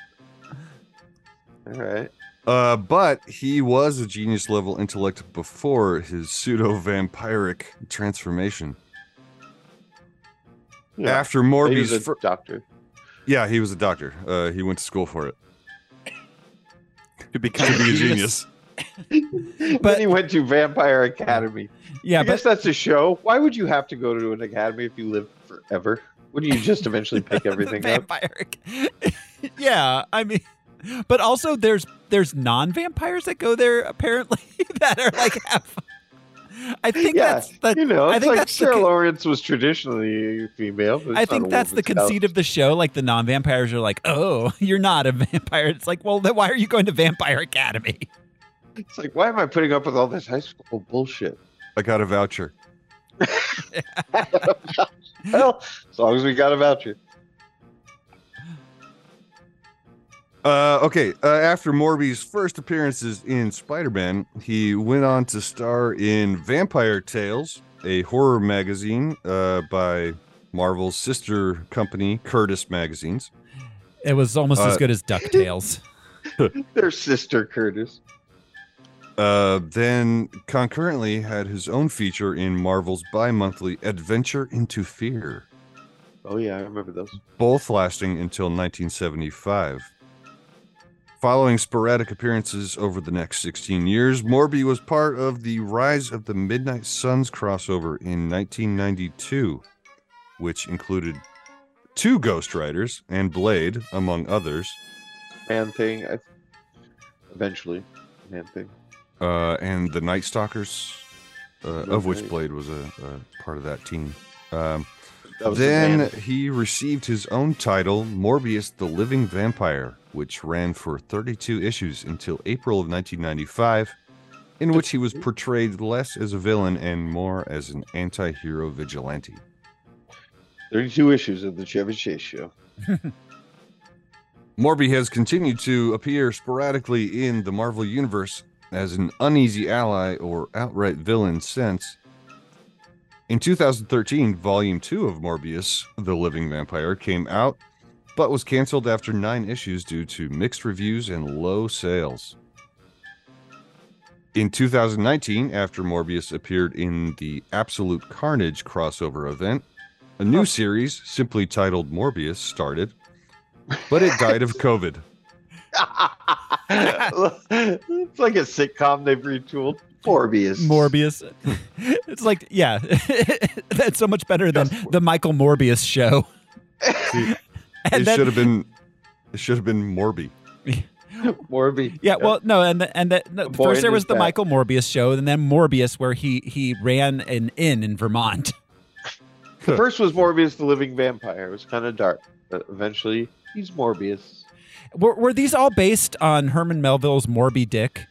Speaker 2: All right.
Speaker 4: Uh, but he was a genius level intellect before his pseudo vampiric transformation.
Speaker 2: Yeah.
Speaker 4: After
Speaker 2: He's a
Speaker 4: Morbius, fir-
Speaker 2: doctor.
Speaker 4: yeah, he was a doctor. Uh, he went to school for it
Speaker 3: To
Speaker 4: to
Speaker 3: become
Speaker 4: be
Speaker 3: a
Speaker 4: a
Speaker 3: genius.
Speaker 4: genius.
Speaker 2: then he went to Vampire Academy.
Speaker 1: Yeah,
Speaker 2: I
Speaker 1: but
Speaker 2: guess that's a show. Why would you have to go to an academy if you live forever? Wouldn't you just eventually pick everything up?
Speaker 1: vampire. yeah, I mean, but also there's there's non vampires that go there apparently that are like half. I think
Speaker 2: Yeah,
Speaker 1: that's the
Speaker 2: you know,
Speaker 1: I
Speaker 2: it's
Speaker 1: think
Speaker 2: like
Speaker 1: that's the
Speaker 2: Sarah
Speaker 1: con-
Speaker 2: Lawrence was traditionally female. But
Speaker 1: I
Speaker 2: it's not
Speaker 1: think
Speaker 2: a
Speaker 1: that's the
Speaker 2: woman's
Speaker 1: conceit of the show. Like the non vampires are like, oh, you're not a vampire. It's like, well, then why are you going to Vampire Academy?
Speaker 2: house. It's like, why am I putting up with all this high school bullshit?
Speaker 4: I got a voucher.
Speaker 2: Well, as long as we got a voucher.
Speaker 4: Uh, okay, uh, after Morbius' first appearances in Spider Man, he went on to star in Vampire Tales, a horror magazine uh, by Marvel's sister company, Curtis Magazines.
Speaker 1: It was almost as
Speaker 4: Uh,
Speaker 1: good as Ducktales.
Speaker 2: Their sister Curtis.
Speaker 4: Uh, then concurrently had his own feature in Marvel's bi-monthly Adventure into Fear,
Speaker 2: Oh yeah, I remember those.
Speaker 4: both lasting until 1975. Following sporadic appearances over the next 16 years, Morby was part of the Rise of the Midnight Suns crossover in 1992, which included two Ghost Riders and Blade, among others.
Speaker 2: Man thing. I, eventually, man thing.
Speaker 4: uh, and the Night Stalkers, uh, of which
Speaker 2: Okay.
Speaker 4: Blade was a, a part of that team. Um,
Speaker 2: That was the
Speaker 4: then
Speaker 2: man-
Speaker 4: he received his own title, Morbius the Living Vampire, which ran for 32 issues until April of 1995, in which he was portrayed less as a villain and more as an anti hero vigilante.
Speaker 2: 32 issues of the Chevy Chase Show.
Speaker 4: Morby has continued to appear sporadically in the Marvel Universe as an uneasy ally or outright villain since. In 2013, Volume 2 of Morbius, The Living Vampire, came out, but was canceled after nine issues due to mixed reviews and low sales. In 2019, after Morbius appeared in the Absolute Carnage crossover event, a new series, simply titled Morbius, started, but it died of COVID.
Speaker 2: it's like a sitcom they've retooled. Morbius.
Speaker 1: Morbius. It's like, yeah, that's so much better than the Michael Morbius show.
Speaker 4: See,
Speaker 1: And
Speaker 4: it
Speaker 1: then-
Speaker 4: should have been it should have been Morby.
Speaker 2: Morby.
Speaker 1: Yeah, well, no, and the, and the, no,
Speaker 2: boy
Speaker 1: first
Speaker 2: in
Speaker 1: there
Speaker 2: his
Speaker 1: was the
Speaker 2: back.
Speaker 1: Michael Morbius show, and then Morbius, where he he ran an inn in Vermont.
Speaker 2: The first was Morbius the Living Vampire. It was kind of dark, but eventually he's Morbius.
Speaker 1: Were, were these all based on Herman Melville's Morby Dick?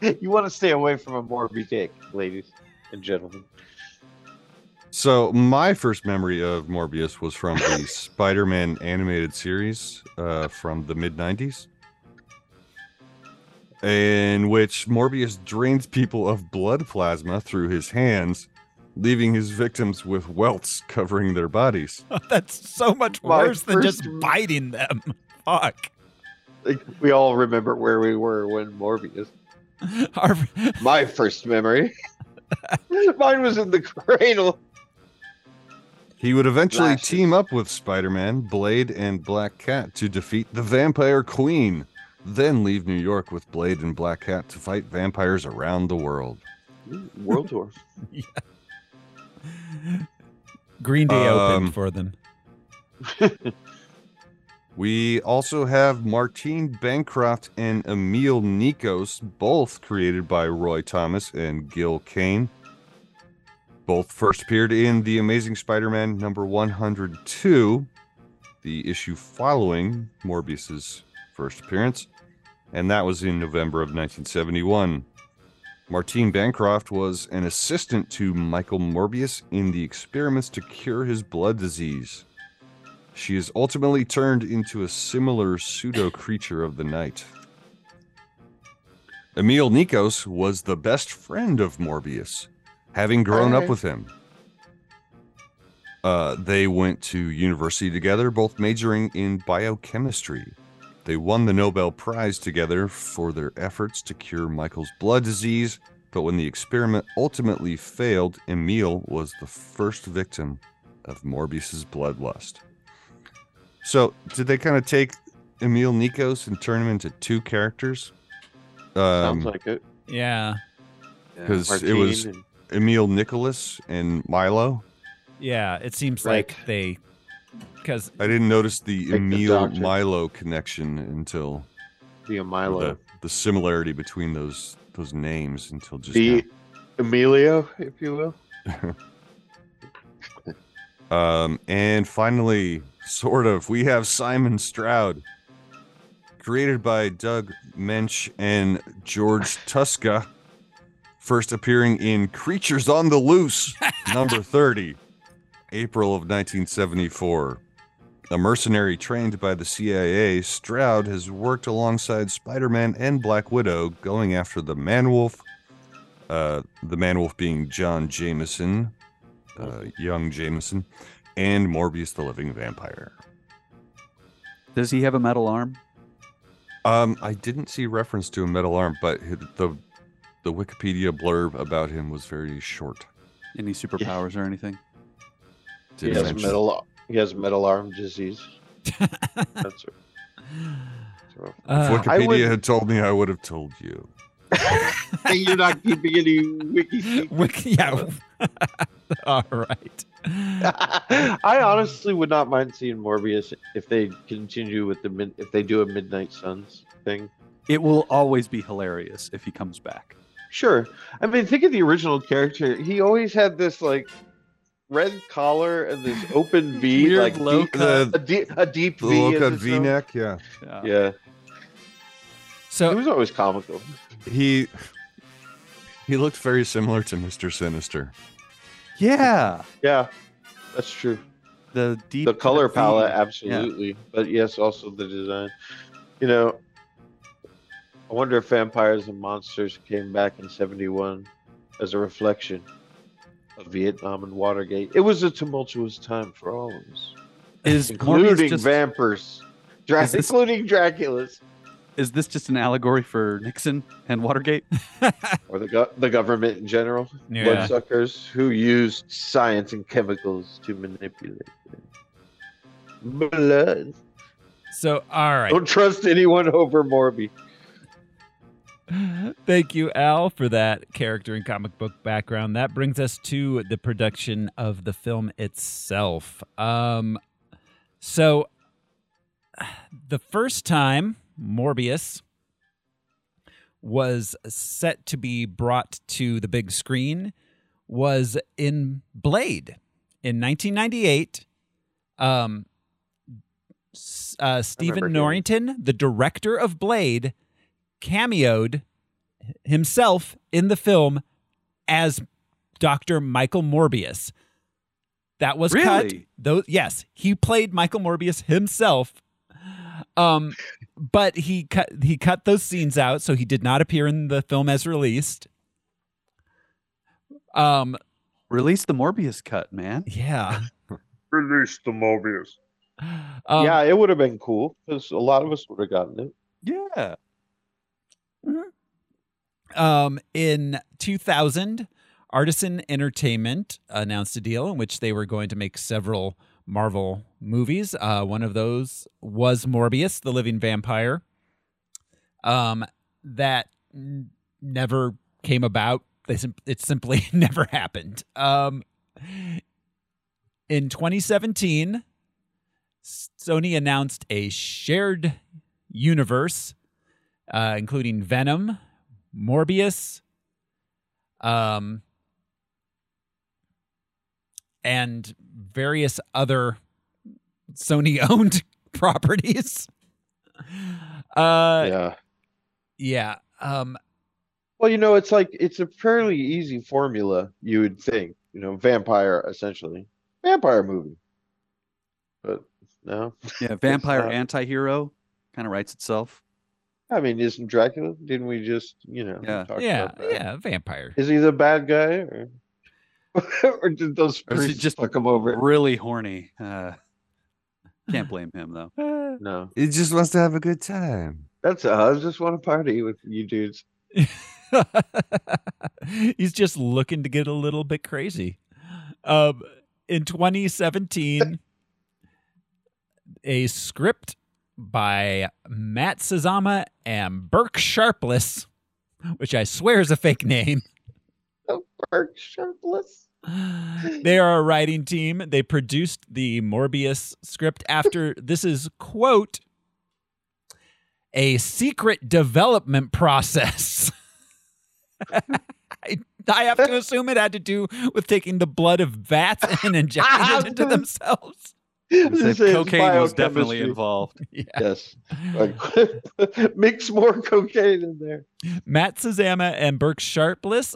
Speaker 2: You want to stay away from a Morby dick, ladies and gentlemen.
Speaker 4: So my first memory of Morbius was from the Spider-Man animated series uh, from the mid '90s, in which Morbius drains people of blood plasma through his hands, leaving his victims with welts covering their bodies.
Speaker 1: That's so much
Speaker 2: My
Speaker 1: worse than just
Speaker 2: first-
Speaker 1: biting them. Fuck.
Speaker 2: Like, we all remember where we were when Morbius.
Speaker 1: Our-
Speaker 2: My first memory. Mine was in the cradle.
Speaker 4: He would eventually
Speaker 2: Lashes.
Speaker 4: team up with Spider-Man, Blade, and Black Cat to defeat the Vampire Queen, then leave New York with Blade and Black Cat to fight vampires around the world.
Speaker 2: Ooh, World Tour.
Speaker 1: Green Day
Speaker 4: Um,
Speaker 1: opened for them.
Speaker 4: We also have Martine Bancroft and Emil Nikos, both created by Roy Thomas and Gil Kane. Both first appeared in The Amazing Spider Man number 102, the issue following Morbius's first appearance, and that was in November of 1971. Martine Bancroft was an assistant to Michael Morbius in the experiments to cure his blood disease. She is ultimately turned into a similar pseudo creature of the night. Emil Nikos was the best friend of Morbius, having grown up
Speaker 2: Alright.
Speaker 4: with him. Uh, they went to university together, both majoring in biochemistry. They won the Nobel Prize together for their efforts to cure Michael's blood disease, but when the experiment ultimately failed, Emil was the first victim of Morbius's bloodlust. So, did they kind of take Emil Nikos and turn him into two characters?
Speaker 2: Sounds
Speaker 4: Um,
Speaker 2: like it.
Speaker 1: Yeah,
Speaker 4: because it was
Speaker 2: Martine
Speaker 4: Emil Nicholas and Milo.
Speaker 1: yeah. It seems
Speaker 2: Right.
Speaker 1: like they because
Speaker 4: I didn't notice the
Speaker 2: the
Speaker 4: Emil
Speaker 2: doctor.
Speaker 4: Milo connection until
Speaker 2: and Via
Speaker 4: or
Speaker 2: Milo.
Speaker 4: the, the similarity between those those names until just
Speaker 2: The Emilio, if you will.
Speaker 4: now. Um, and finally, sort of, we have Simon Stroud, created by Doug Mensch and George Tuska, first appearing in Creatures on the Loose, number 30, April of 1974. A mercenary trained by the CIA, Stroud has worked alongside Spider Man and Black Widow going after the Man Wolf, uh, the Man Wolf being John Jameson, uh, young Jameson, and Morbius the Living Vampire.
Speaker 3: Does he have a metal arm?
Speaker 4: Um, I didn't see reference to a metal arm, but hi- the the Wikipedia blurb about him was very short.
Speaker 3: Any superpowers or anything?
Speaker 2: He
Speaker 4: Didn't
Speaker 2: has
Speaker 4: mention-
Speaker 2: metal. He has metal arm disease. That's right. That's rough.
Speaker 4: If
Speaker 1: uh,
Speaker 2: I
Speaker 4: Wikipedia
Speaker 2: would-
Speaker 4: had told me, I would have told you.
Speaker 2: Hey, You're not keeping any wiki secrets.
Speaker 1: Wick- yeah. All right.
Speaker 2: I honestly would not mind seeing Morbius if they continue with the mid, if they do a Midnight Suns thing.
Speaker 3: It will always be hilarious if he comes back.
Speaker 2: Sure. I mean, think of the original character. He always had this like red collar and this open V,
Speaker 3: Weird
Speaker 2: like
Speaker 3: low
Speaker 2: deep-
Speaker 4: cut.
Speaker 2: a deep, a deep
Speaker 4: The
Speaker 2: V.
Speaker 4: low
Speaker 2: as
Speaker 4: cut
Speaker 2: it's
Speaker 4: V
Speaker 2: known.
Speaker 4: neck, yeah.
Speaker 3: Yeah.
Speaker 2: Yeah, it
Speaker 1: So
Speaker 2: was always comical.
Speaker 4: He he looked very similar to Mister Sinister.
Speaker 3: Yeah.
Speaker 2: Yeah, that's true.
Speaker 3: The deep
Speaker 2: the color
Speaker 3: theme.
Speaker 2: palette,
Speaker 3: Yeah.
Speaker 2: absolutely. But yes, also the design. You know, I wonder if vampires and monsters came back in '71 as a reflection of Vietnam and Watergate. It was a tumultuous time for all of us,
Speaker 3: Is Morbius
Speaker 2: including
Speaker 3: just,
Speaker 2: vampires, Dra-
Speaker 3: Is this-
Speaker 2: including Dracula's,
Speaker 3: is this just an allegory for Nixon and Watergate?
Speaker 2: or the go- the government in general,
Speaker 1: Yeah.
Speaker 2: bloodsuckers who used science and chemicals to manipulate. them. Blood.
Speaker 1: So, all right.
Speaker 2: Don't trust anyone over Morby.
Speaker 1: Thank you, Al, for that character and comic book background. That brings us to the production of the film itself. Um, so, the first time Morbius was set to be brought to the big screen was in Blade in 1998. Um, s- uh, Stephen
Speaker 2: hearing-
Speaker 1: Norrington, the director of Blade, cameoed himself in the film as Dr. Michael Morbius. That was cut.
Speaker 3: Really?
Speaker 1: Those yes, he played Michael Morbius himself. Um but he cut he cut those scenes out so he did not appear in the film as released. Um
Speaker 3: Release the Morbius cut, man.
Speaker 1: yeah.
Speaker 2: Release the Morbius.
Speaker 1: Um,
Speaker 2: yeah, it would have been cool because a lot of us would have gotten it.
Speaker 3: Yeah.
Speaker 1: Um, in 2000, Artisan Entertainment announced a deal in which they were going to make several Marvel movies. Uh, one of those was Morbius, the living vampire. Um, that n- never came about. They sim- it simply never happened. Um, in 2017, Sony announced a shared universe, uh, including Venom, Morbius, um, and various other Sony owned properties. Uh,
Speaker 2: yeah.
Speaker 1: yeah. Um,
Speaker 2: Well, you know, it's like it's a fairly easy formula, you would think. You know, vampire essentially, vampire movie. But no,
Speaker 3: Yeah. Vampire
Speaker 2: not.
Speaker 3: anti hero kind of writes itself.
Speaker 2: I mean, isn't Dracula? Didn't we just you know
Speaker 3: Yeah.
Speaker 2: talk
Speaker 1: yeah.
Speaker 2: about that?
Speaker 1: Yeah. Vampire.
Speaker 2: Is he the bad guy or? or did those
Speaker 3: Or is he
Speaker 2: priests
Speaker 3: just-
Speaker 2: just fuck him over?
Speaker 3: Really horny. Uh, can't blame him, though.
Speaker 2: No,
Speaker 4: It just wants to have a good time.
Speaker 2: that's uh, I just want to party with you dudes.
Speaker 1: He's just looking to get a little bit crazy. Um, in 2017, a script by Matt Sazama and Burke Sharpless, which I swear is a fake name.
Speaker 2: Mark Sharpless.
Speaker 1: They are a writing team. They produced the Morbius script after this is, quote, a secret development process. I, I have to assume it had to do with taking the blood of bats and injecting it into themselves.
Speaker 3: Say
Speaker 2: This is
Speaker 3: cocaine was
Speaker 2: biochemistry.
Speaker 3: definitely involved.
Speaker 2: Yes. Like, mix more cocaine in there.
Speaker 1: Matt Sazama and Burke Sharpless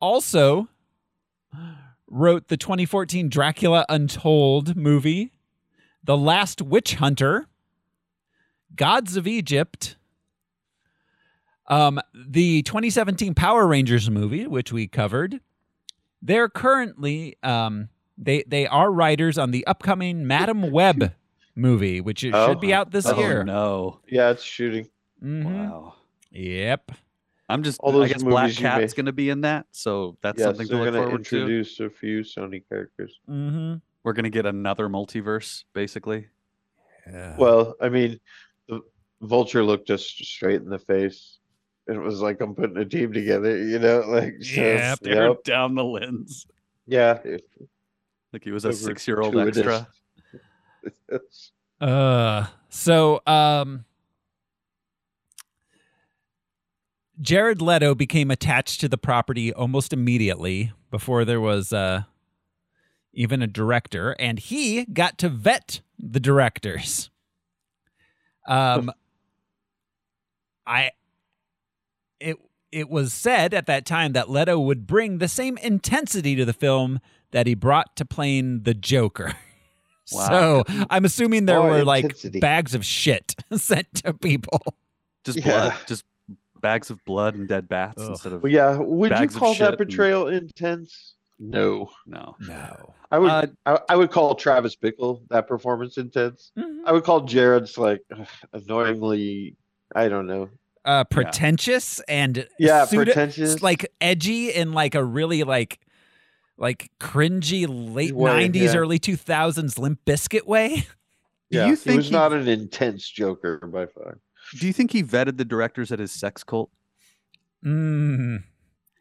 Speaker 1: also wrote the 2014 Dracula Untold movie, The Last Witch Hunter, Gods of Egypt, um, the 2017 Power Rangers movie, which we covered. They're currently um, they they are writers on the upcoming Madam Web movie, which it
Speaker 2: Oh.
Speaker 1: should be out this
Speaker 3: oh,
Speaker 1: year.
Speaker 3: no.
Speaker 2: Yeah, it's shooting.
Speaker 1: Mhm.
Speaker 3: Wow.
Speaker 1: Yep.
Speaker 3: I'm just,
Speaker 2: All those
Speaker 3: I guess Black
Speaker 2: movies you
Speaker 3: Cat's
Speaker 2: made.
Speaker 3: going to be in that. So that's
Speaker 2: yes,
Speaker 3: something to
Speaker 2: they're
Speaker 3: look
Speaker 2: going to
Speaker 3: forward to.
Speaker 2: introduce a few Sony characters.
Speaker 1: Mm-hmm.
Speaker 3: We're going to get another multiverse, basically.
Speaker 2: Well, I mean, the Vulture looked us straight in the face. It was like I'm putting a team together, you know, like so,
Speaker 1: Yep,
Speaker 3: Stare
Speaker 2: yep,
Speaker 3: down the lens.
Speaker 2: yeah. it-
Speaker 3: Like he was a
Speaker 2: over
Speaker 3: six year old
Speaker 2: gratuitous.
Speaker 3: extra.
Speaker 2: It's-
Speaker 1: Uh, so um, Jared Leto became attached to the property almost immediately before there was uh, even a director, and he got to vet the directors. Um, I it it was said at that time that Leto would bring the same intensity to the film that he brought to playing the Joker.
Speaker 3: Wow.
Speaker 1: So I'm assuming there
Speaker 3: More
Speaker 1: were
Speaker 3: intensity.
Speaker 1: like bags of shit sent to people.
Speaker 3: Just
Speaker 1: Yeah.
Speaker 3: blood, just bags of blood and dead bats instead of
Speaker 2: Well, yeah, would you
Speaker 3: bags of
Speaker 2: call
Speaker 3: shit
Speaker 2: that
Speaker 3: and-
Speaker 2: portrayal intense? No,
Speaker 3: no, Uh,
Speaker 1: no.
Speaker 2: I would. I, I would call Travis Bickle that performance intense.
Speaker 1: Mm-hmm.
Speaker 2: I would call Jared's like annoyingly. I don't know.
Speaker 1: Uh, pretentious and
Speaker 2: Yeah,
Speaker 1: pseudo-
Speaker 2: pretentious.
Speaker 1: like edgy and like a really like like cringy late
Speaker 2: Way,
Speaker 1: 90s,
Speaker 2: yeah.
Speaker 1: early 2000s Limp Biscuit way.
Speaker 2: Yeah,
Speaker 3: you
Speaker 2: he
Speaker 3: think
Speaker 2: was
Speaker 3: he-
Speaker 2: not an intense Joker by far.
Speaker 3: Do you think he vetted the directors at his sex cult?
Speaker 1: Mm.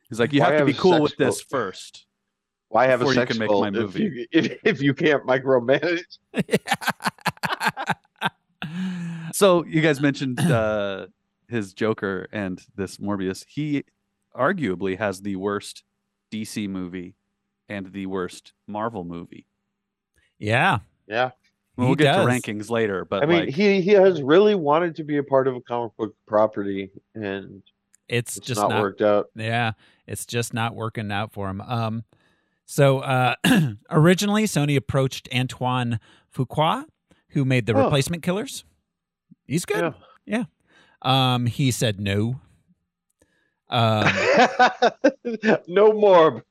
Speaker 3: He's like, you
Speaker 2: Why
Speaker 3: have to be
Speaker 2: a
Speaker 3: cool
Speaker 2: sex
Speaker 3: with this
Speaker 2: cult?
Speaker 3: first.
Speaker 2: Why have
Speaker 3: before
Speaker 2: a
Speaker 3: you
Speaker 2: sex
Speaker 3: can make
Speaker 2: cult
Speaker 3: my
Speaker 2: if
Speaker 3: movie.
Speaker 2: you, if, if you can't micromanage?
Speaker 3: So you guys mentioned uh, his Joker and this Morbius. He arguably has the worst DC movie and the worst Marvel movie.
Speaker 1: Yeah.
Speaker 2: Yeah.
Speaker 3: We'll
Speaker 2: He
Speaker 3: get
Speaker 2: does.
Speaker 3: to rankings later, but
Speaker 2: I mean,
Speaker 3: like,
Speaker 2: he he has really wanted to be a part of a comic book property, and
Speaker 1: it's, just
Speaker 2: not,
Speaker 1: not-
Speaker 2: worked out.
Speaker 1: Yeah, it's just not working out for him. Um, so uh, originally Sony approached Antoine Fuqua, who made the
Speaker 2: Oh.
Speaker 1: Replacement Killers. He's good. Yeah. Um, he said no. Um,
Speaker 2: no morb.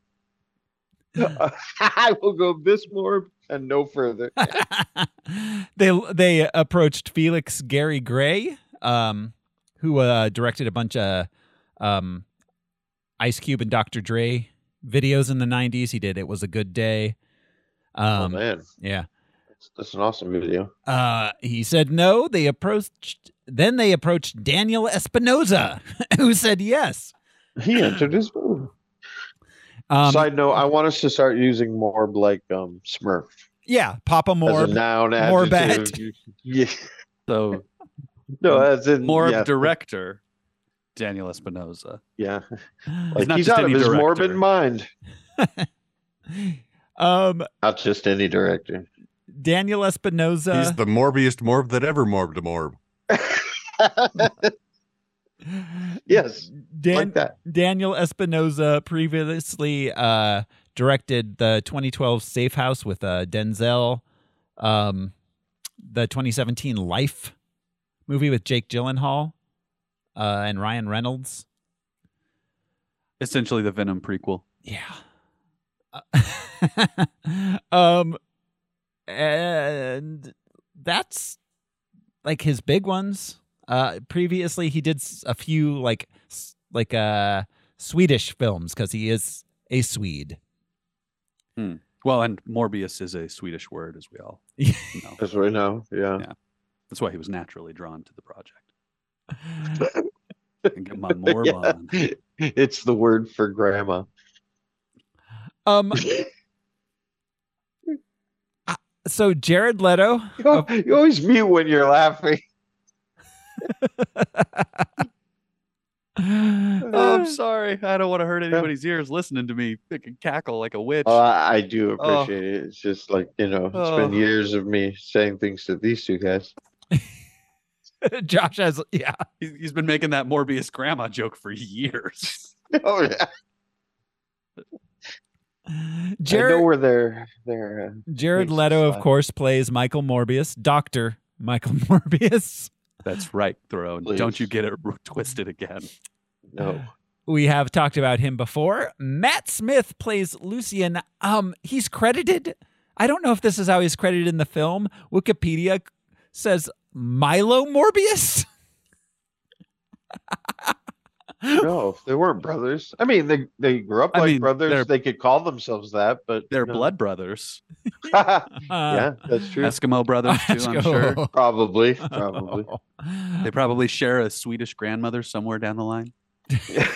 Speaker 2: I will go this morb and no further.
Speaker 1: they they approached Felix Gary Gray, um, who uh, directed a bunch of um, Ice Cube and Dr. Dre videos in the '90s. He did "It Was a Good Day." Um,
Speaker 2: oh man,
Speaker 1: yeah.
Speaker 2: That's- that's an awesome video.
Speaker 1: Uh, he said no. They approached. Then they approached Daniel Espinosa, who said yes.
Speaker 2: He entered his move.
Speaker 1: Um,
Speaker 2: Side note: I want us to start using morb like um Smurf
Speaker 1: Yeah, Papa
Speaker 2: as
Speaker 1: Moore.
Speaker 2: a noun,
Speaker 1: Morbette.
Speaker 2: adjective. Yeah.
Speaker 3: so
Speaker 2: No, as in
Speaker 3: Morb
Speaker 2: yeah,
Speaker 3: director Daniel Espinosa.
Speaker 2: Yeah,
Speaker 3: He's
Speaker 2: like
Speaker 3: not
Speaker 2: he's
Speaker 3: just
Speaker 2: out of
Speaker 3: any
Speaker 2: his
Speaker 3: director.
Speaker 2: morbid mind.
Speaker 1: Um,
Speaker 2: Not just any director.
Speaker 1: Daniel Espinosa.
Speaker 4: He's the morbiest morb that ever morbed a morb.
Speaker 2: Yes,
Speaker 1: Dan-
Speaker 2: like that.
Speaker 1: Daniel Espinosa previously uh, directed the 2012 Safe House with uh, Denzel, um, the 2017 Life movie with Jake Gyllenhaal uh, and Ryan Reynolds.
Speaker 3: Essentially the Venom prequel.
Speaker 1: Yeah. Uh, um, and that's like his big ones. Uh, previously he did s- a few like s- like uh Swedish films because he is a Swede.
Speaker 3: Hmm. Well, and Morbius is a Swedish word, as we all know.
Speaker 2: That's what I know. Yeah.
Speaker 3: Yeah. That's why he was naturally drawn to the project. and get my morb
Speaker 2: Yeah.
Speaker 3: on.
Speaker 2: It's the word for grandma.
Speaker 1: Um, uh, so Jared Leto.
Speaker 2: You, al- you always mute when you're laughing.
Speaker 3: Oh,
Speaker 1: Ah. Um,
Speaker 3: I'm sorry. I don't want to hurt anybody's ears listening to me freaking cackle like a witch.
Speaker 1: Uh,
Speaker 2: Oh, I, I do
Speaker 3: Oh.
Speaker 2: appreciate it. It's just like, you know, it's been
Speaker 3: Oh.
Speaker 2: years of me saying things to these two guys.
Speaker 1: Josh has yeah.
Speaker 3: He's- he's been making that Morbius grandma joke for years.
Speaker 2: Oh, yeah. I know
Speaker 1: Jared
Speaker 2: where they're. they're uh,
Speaker 1: Jared
Speaker 2: things
Speaker 1: Leto, of
Speaker 2: slide.
Speaker 1: course, plays Michael Morbius, Doctor Michael Morbius.
Speaker 3: That's right, Throne. Don't you get it r- twisted again.
Speaker 2: No.
Speaker 1: We have talked about him before. Matt Smith plays Lucian. Um, he's credited. I don't know if this is how he's credited in the film. Wikipedia says Milo Morbius.
Speaker 2: No, if they weren't brothers. I mean, they, they grew up
Speaker 3: I
Speaker 2: like
Speaker 3: mean, they're-
Speaker 2: brothers. They could call themselves that, but.
Speaker 3: They're
Speaker 2: no.
Speaker 3: blood brothers.
Speaker 2: yeah, that's true.
Speaker 3: Eskimo brothers, too, I'm sure.
Speaker 1: Eskimo.
Speaker 2: Probably. Probably.
Speaker 3: They probably share a Swedish grandmother somewhere down the line.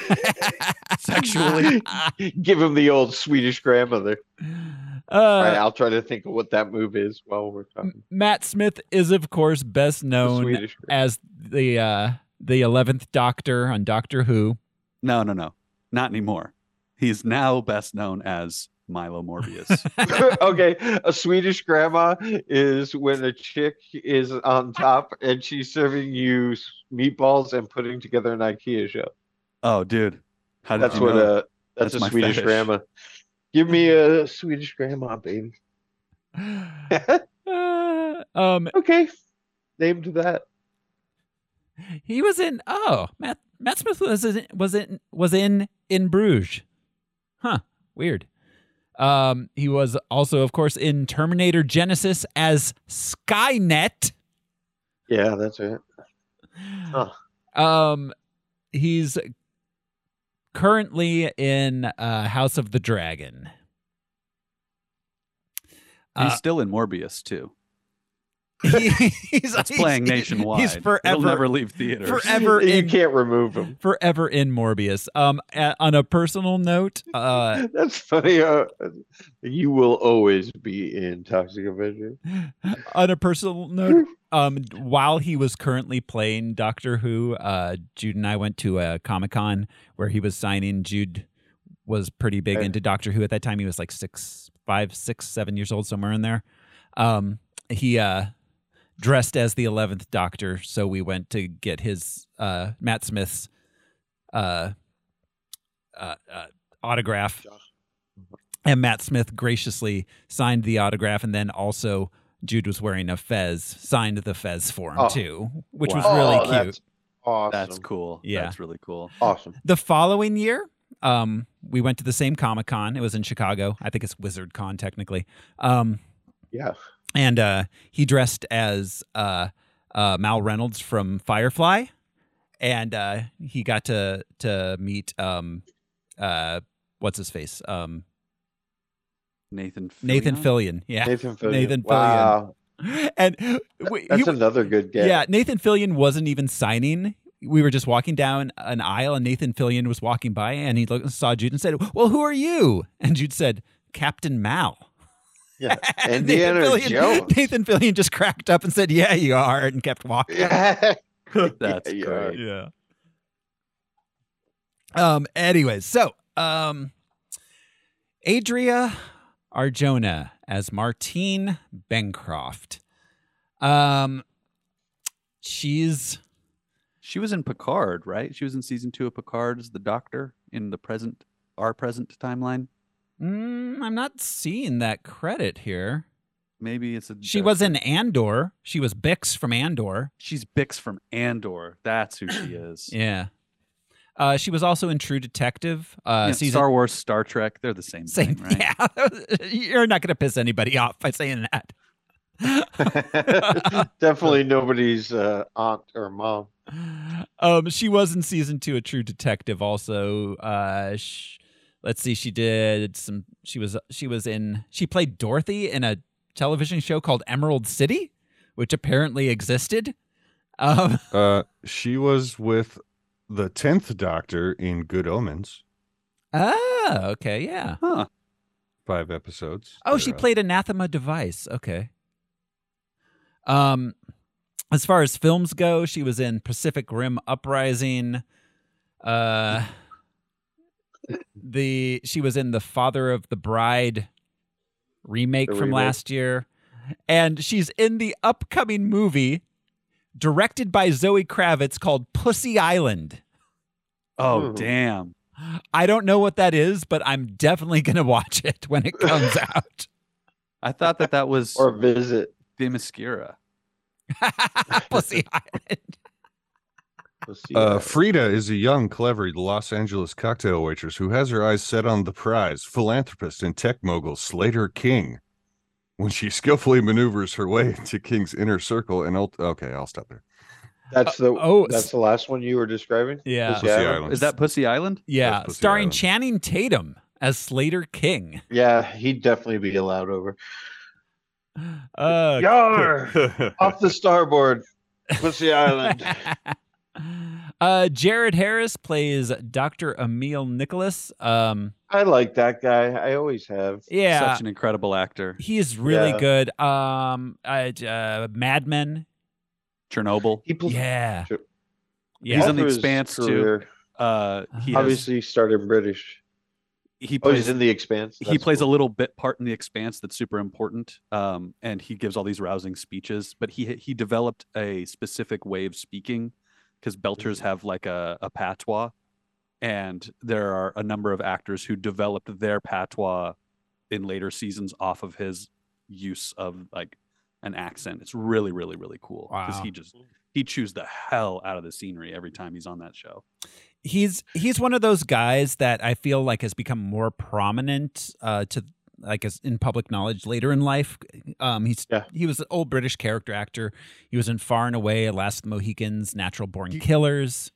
Speaker 3: Sexually.
Speaker 2: Give him the old Swedish grandmother. All right,
Speaker 1: Uh,
Speaker 2: I'll try to think of what that move is while we're talking.
Speaker 1: Matt Smith is, of course, best known
Speaker 2: Swedish.
Speaker 1: as the uh, the eleventh Doctor on Doctor Who.
Speaker 3: No, no, no. Not anymore. He's now best known as Milo Morbius.
Speaker 2: okay, a Swedish grandma is when a chick is on top and she's serving you s- meatballs and putting together an IKEA show.
Speaker 3: Oh, dude. How did
Speaker 2: that's
Speaker 3: you
Speaker 2: what
Speaker 3: know?
Speaker 2: uh that's,
Speaker 3: That's
Speaker 2: a
Speaker 3: my
Speaker 2: Swedish
Speaker 3: fetish.
Speaker 2: grandma. Give me a Swedish grandma, baby.
Speaker 1: um,
Speaker 2: okay. Named that.
Speaker 1: He was in. Oh, Matt. Matt Smith was in, was in was in in Bruges. Huh. Weird. Um, he was also, of course, in Terminator Genesis as Skynet.
Speaker 2: Yeah, that's it. Huh.
Speaker 1: Um, he's currently in uh, House of the Dragon. uh,
Speaker 3: He's still in Morbius too.
Speaker 1: He- he's,
Speaker 3: That's
Speaker 1: he's-
Speaker 3: playing nationwide.
Speaker 1: He's forever
Speaker 3: It'll never leave theaters.
Speaker 1: Forever
Speaker 2: you
Speaker 1: in
Speaker 2: can't remove them.
Speaker 1: forever in Morbius. Um, a- on a personal note, uh,
Speaker 2: That's funny. Uh, you will always be in Toxic Avenger.
Speaker 1: on a personal note, um, while he was currently playing Doctor Who, uh, Jude and I went to a Comic Con where he was signing. Jude was pretty big
Speaker 2: Okay.
Speaker 1: into Doctor Who at that time. He was like six, five, six, seven years old, somewhere in there. Um, he uh, dressed as the eleventh Doctor, so we went to get his uh, Matt Smith's uh, uh, uh, autograph. And Matt Smith graciously signed the autograph, and then also Jude was wearing a fez, signed the fez for him
Speaker 2: Oh.
Speaker 1: too, which
Speaker 3: Wow.
Speaker 1: was
Speaker 2: Oh,
Speaker 1: really cute.
Speaker 2: That's awesome.
Speaker 3: That's cool.
Speaker 1: Yeah.
Speaker 3: That's really cool.
Speaker 2: awesome.
Speaker 1: The following year, um, we went to the same Comic Con. It was in Chicago. I think it's Wizard Con technically. Um,
Speaker 2: Yeah.
Speaker 1: and uh, he dressed as uh, uh, Mal Reynolds from Firefly, and uh, he got to to meet um, uh, what's his face, um,
Speaker 3: Nathan Fillion?
Speaker 1: Nathan Fillion. Yeah,
Speaker 2: Nathan Fillion.
Speaker 1: Nathan Fillion.
Speaker 2: Wow.
Speaker 1: and we,
Speaker 2: That's
Speaker 1: he-
Speaker 2: another good
Speaker 1: yeah.
Speaker 2: get.
Speaker 1: Nathan Fillion wasn't even signing. We were just walking down an aisle, and Nathan Fillion was walking by, and he looked, saw Jude and said, "Well, who are you?" And Jude said, "Captain Mal."
Speaker 2: Yeah.
Speaker 1: And
Speaker 2: Indiana
Speaker 1: Nathan Fillion,
Speaker 2: Jones.
Speaker 1: Nathan Fillion just cracked up and said, "Yeah, you are," and kept walking.
Speaker 2: Yeah.
Speaker 3: That's
Speaker 2: Yeah.
Speaker 3: great.
Speaker 1: Yeah. Um. Anyways, so um, Adria Arjona as Martine Bancroft. Um, she's
Speaker 3: She was in Picard, right? She was in season two of Picard as the Doctor in the present, our present timeline.
Speaker 1: mm, I'm not seeing that credit here.
Speaker 3: Maybe it's a.
Speaker 1: She
Speaker 3: a-
Speaker 1: was in Andor. She was Bix from Andor.
Speaker 3: She's Bix from Andor. That's who she is.
Speaker 1: Yeah. Uh, she was also in True Detective. Uh,
Speaker 3: Yeah,
Speaker 1: season
Speaker 3: Star Wars, Star Trek, they're the same,
Speaker 1: Same,
Speaker 3: thing, right?
Speaker 1: yeah. You're not going to piss anybody off by saying that.
Speaker 2: Definitely nobody's uh, aunt or mom.
Speaker 1: um, she was in season two of True Detective. Also, uh, sh- let's see, she did some. She was she was in. She played Dorothy in a television show called Emerald City, which apparently existed. Um,
Speaker 4: Uh, she was with the tenth Doctor in Good Omens,
Speaker 1: oh, okay, yeah.
Speaker 3: Huh.
Speaker 4: five episodes.
Speaker 1: Oh, she
Speaker 4: They're, uh,
Speaker 1: played Anathema Device. Okay. Um, as far as films go, she was in Pacific Rim Uprising. Uh, the she was in the Father of the Bride remake
Speaker 2: The
Speaker 1: from
Speaker 2: remake.
Speaker 1: last year, and she's in the upcoming movie directed by Zoe Kravitz called Pussy Island.
Speaker 3: Oh,
Speaker 2: Hmm.
Speaker 3: damn.
Speaker 1: I don't know what that is, but I'm definitely gonna watch it when it comes out.
Speaker 3: I thought that that was
Speaker 2: Or visit.
Speaker 3: Themyscira.
Speaker 1: Pussy Island.
Speaker 2: We'll see
Speaker 4: Uh,
Speaker 2: that.
Speaker 4: Frida is a young, clever Los Angeles cocktail waitress who has her eyes set on the prize, philanthropist and tech mogul Slater King. When she skillfully maneuvers her way into King's inner circle, and ult- okay, I'll stop there.
Speaker 2: that's the
Speaker 1: oh,
Speaker 2: oh,
Speaker 1: s-
Speaker 2: that's the last one you were describing.
Speaker 1: Yeah.
Speaker 2: Pussy
Speaker 4: Pussy
Speaker 2: Island?
Speaker 4: Island.
Speaker 3: Is that Pussy Island?
Speaker 1: Yeah,
Speaker 4: That's Pussy
Speaker 1: starring
Speaker 4: Island.
Speaker 1: Channing Tatum as Slater King.
Speaker 2: Yeah, he'd definitely be allowed over.
Speaker 1: Uh,
Speaker 2: Yar! Off the starboard, Pussy Island.
Speaker 1: uh, Jared Harris plays Dr. Emil Nicholas. Um,
Speaker 2: I like that guy. I always have.
Speaker 1: yeah,
Speaker 3: Such an incredible actor.
Speaker 1: he is really
Speaker 2: Yeah.
Speaker 1: good. Um, uh, uh, Mad Men.
Speaker 3: Chernobyl.
Speaker 2: He pl-
Speaker 1: Yeah,
Speaker 2: Sure.
Speaker 1: yeah.
Speaker 3: He's on The
Speaker 2: All through his
Speaker 3: Expanse, too.
Speaker 2: career.
Speaker 3: Uh, he has,
Speaker 2: Obviously, he started British.
Speaker 3: he
Speaker 2: Oh,
Speaker 3: plays
Speaker 2: he's in The Expanse.
Speaker 3: he
Speaker 2: That's
Speaker 3: plays
Speaker 2: cool.
Speaker 3: a little bit part in the expanse that's super important um, and he gives all these rousing speeches but he he developed
Speaker 2: Mm-hmm.
Speaker 3: a specific way of speaking because belchers have like a, a patois and there are a number of actors who developed their patois in later seasons off of his use of like an accent. It's really, really, really cool because
Speaker 1: Wow.
Speaker 3: he just he chews the hell out of the scenery every time he's on that show.
Speaker 1: he's he's one of those guys that I feel like has become more prominent uh, to like as in public knowledge later in life. Um, he's he was an old British character actor. He was in Far and Away, Last of the Mohicans, Natural Born Killers.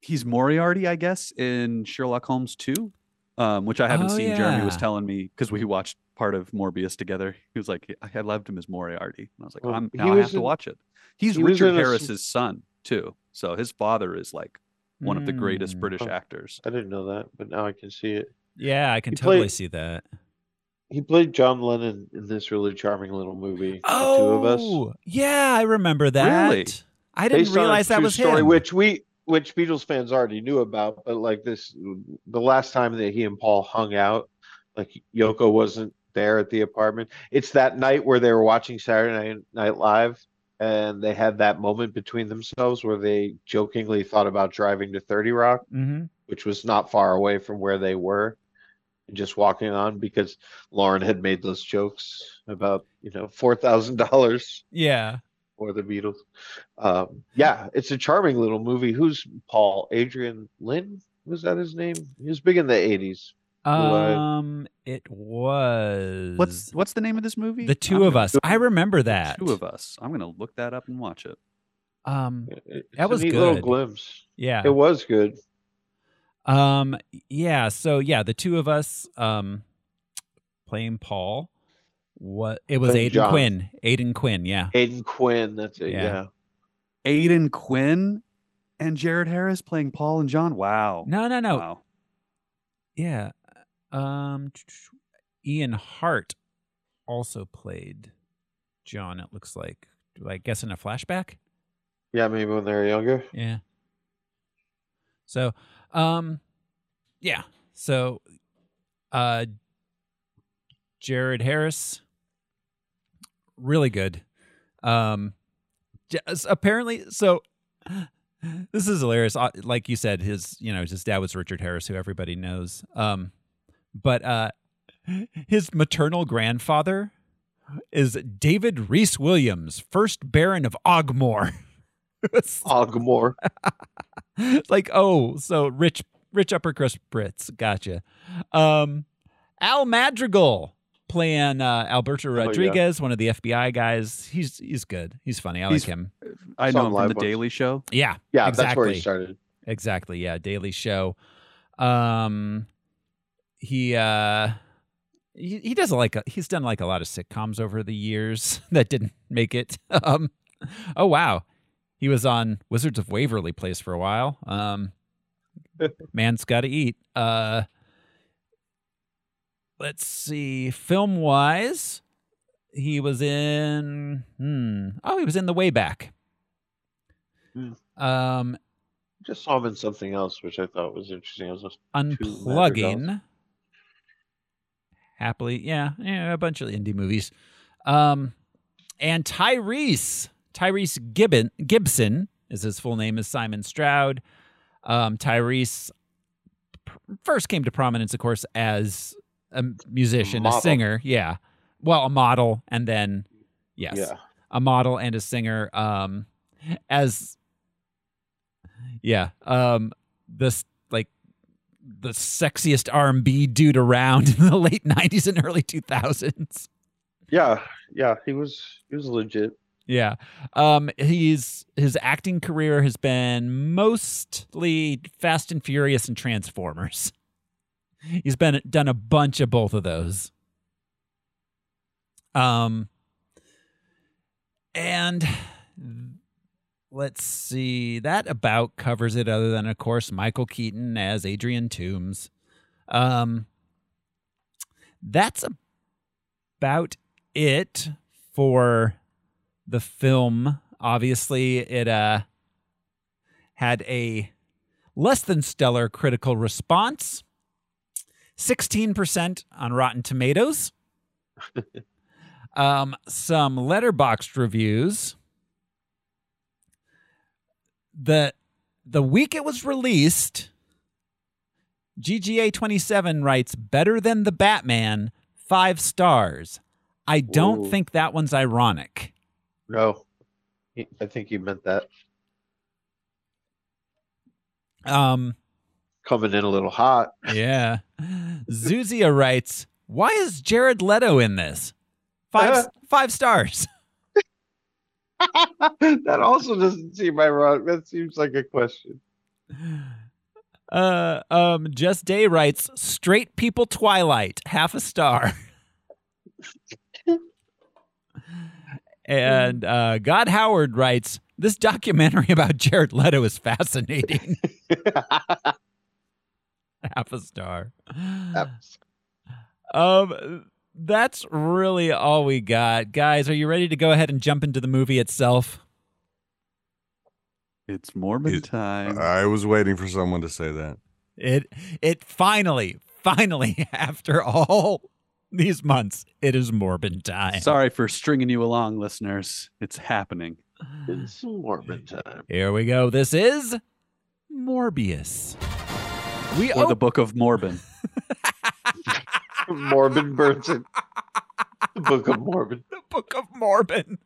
Speaker 3: He's Moriarty, I guess, in Sherlock Holmes 2, um, which I haven't
Speaker 1: Oh,
Speaker 3: seen. Jeremy was
Speaker 1: yeah.
Speaker 3: telling me because we watched part of Morbius together. He was like, I I loved him as Moriarty. And I was like,
Speaker 2: Well,
Speaker 3: I'm,
Speaker 2: he
Speaker 3: now I
Speaker 2: was
Speaker 3: have to
Speaker 2: in-
Speaker 3: watch it. He's
Speaker 2: he was
Speaker 3: Richard
Speaker 2: in a s-
Speaker 3: Harris's son, too. So his father is like one of the
Speaker 1: Hmm.
Speaker 3: greatest British actors.
Speaker 2: I didn't know that, but now I can see it.
Speaker 1: Yeah, I can
Speaker 2: He
Speaker 1: totally
Speaker 2: played-
Speaker 1: see that.
Speaker 2: He played John Lennon in this really charming little movie. The two of us.
Speaker 1: Oh, yeah, I remember that.
Speaker 2: Really?
Speaker 1: I didn't
Speaker 2: Based on a
Speaker 1: realize that
Speaker 2: true
Speaker 1: was
Speaker 2: story,
Speaker 1: him.
Speaker 2: Which we, which Beatles fans already knew about, but like this, the last time that he and Paul hung out, like Yoko wasn't there at the apartment. It's that night where they were watching Saturday Night- Night Live, and they had that moment between themselves where they jokingly thought about driving to Thirty Rock,
Speaker 1: Mm-hmm.
Speaker 2: which was not far away from where they were, and just walking on because Lauren had made those jokes about you know four thousand dollars
Speaker 1: Yeah.
Speaker 2: or the Beatles. Um, yeah, it's a charming little movie. Who's Paul? Adrian Lynn? Was that his name? He was big in the 80s.
Speaker 1: Um, it was
Speaker 3: What's what's the name of this movie?
Speaker 1: the two
Speaker 3: I'm
Speaker 1: of
Speaker 3: gonna-
Speaker 1: us. I remember that.
Speaker 3: Two of us. I'm gonna look that up and watch it.
Speaker 1: Um,
Speaker 2: It's
Speaker 1: that
Speaker 2: a
Speaker 1: was
Speaker 2: neat
Speaker 1: good.
Speaker 2: little glimpse.
Speaker 1: Yeah.
Speaker 2: It was good.
Speaker 1: Um yeah, so yeah, the two of us um playing Paul. What it was
Speaker 2: Playing
Speaker 1: Aiden
Speaker 2: John.
Speaker 1: Quinn. Aiden Quinn, yeah.
Speaker 2: Aiden Quinn, that's it.
Speaker 1: Yeah.
Speaker 2: Yeah.
Speaker 3: Aiden Quinn and Jared Harris playing Paul and John. Wow.
Speaker 1: No, no, no.
Speaker 3: Wow.
Speaker 1: Yeah. Um Ian Hart also played John, it looks like. Do I guess in a flashback?
Speaker 2: Yeah, maybe when they were younger.
Speaker 1: Yeah. So, um, yeah. So, uh, Jared Harris, really good. Um, just apparently, so this is hilarious. Uh, Like you said, his you know his dad was Richard Harris, who everybody knows. Um, but uh, his maternal grandfather is David Reese Williams, first Baron of Ogmore. It's
Speaker 2: Ogmore.
Speaker 1: like oh so rich rich upper crust brits gotcha um al madrigal playing uh alberto
Speaker 2: yeah.
Speaker 1: rodriguez one of the fbi guys he's he's good he's funny i
Speaker 3: He's-
Speaker 1: like him
Speaker 3: I
Speaker 2: Some
Speaker 3: know him from
Speaker 2: live
Speaker 3: the
Speaker 2: ones.
Speaker 3: Daily Show.
Speaker 1: yeah
Speaker 2: Yeah,
Speaker 1: exactly
Speaker 2: that's where he started.
Speaker 1: exactly yeah daily show um he uh he, he does like a, he's done like a lot of sitcoms over the years that didn't make it um oh wow he was on wizards of waverly place for a while um man's gotta eat uh let's see film wise he was in hmm oh he was in the way back
Speaker 2: Hmm.
Speaker 1: um
Speaker 2: Just saw him in something else, which I thought was interesting. I was just
Speaker 1: unplugging happily yeah yeah a bunch of indie movies um and tyrese tyrese gibbon gibson is his full name is simon stroud um tyrese pr- first came to prominence of course as a musician a
Speaker 2: Model.
Speaker 1: singer yeah well a model and then yes
Speaker 2: Yeah.
Speaker 1: a model and a singer um as yeah um this like the sexiest r&b dude around in the late 90s and early 2000s
Speaker 2: Yeah, yeah, he was he was legit.
Speaker 1: yeah um he's his acting career has been mostly fast and furious and transformers he's been done a bunch of both of those um and let's see that about covers it other than of course michael keaton as adrian toombs um that's about it for the film obviously it uh had a less than stellar critical response 16% on rotten tomatoes um some letterboxed reviews the the week it was released GGA27 writes, better than the Batman, five stars. I don't
Speaker 2: Ooh.
Speaker 1: think that one's ironic.
Speaker 2: No, He- I think he meant that
Speaker 1: Um,
Speaker 2: coming in a little hot.
Speaker 1: yeah. Zuzia writes, why is Jared Leto in this? Five, five stars.
Speaker 2: that also doesn't seem ironic. That seems like a question.
Speaker 1: Uh, um, Just Day writes, straight people Twilight, half a star. and uh, God Howard writes, this documentary about Jared Leto is fascinating. half a star. Um, that's really all we got, guys. Are you ready to go ahead and jump into the movie itself?
Speaker 3: It's Mormon time.
Speaker 4: I was waiting for someone to say that.
Speaker 1: It it finally, finally, after all these months, it is Morbin time.
Speaker 3: Sorry for stringing you along, listeners. It's happening.
Speaker 2: It's Mormon time.
Speaker 1: Here we go. This is Morbius. We
Speaker 3: Or
Speaker 1: op-
Speaker 3: the Book of Morbin.
Speaker 2: Morbin Burton. The Book of Morbin.
Speaker 1: the Book of Morbin,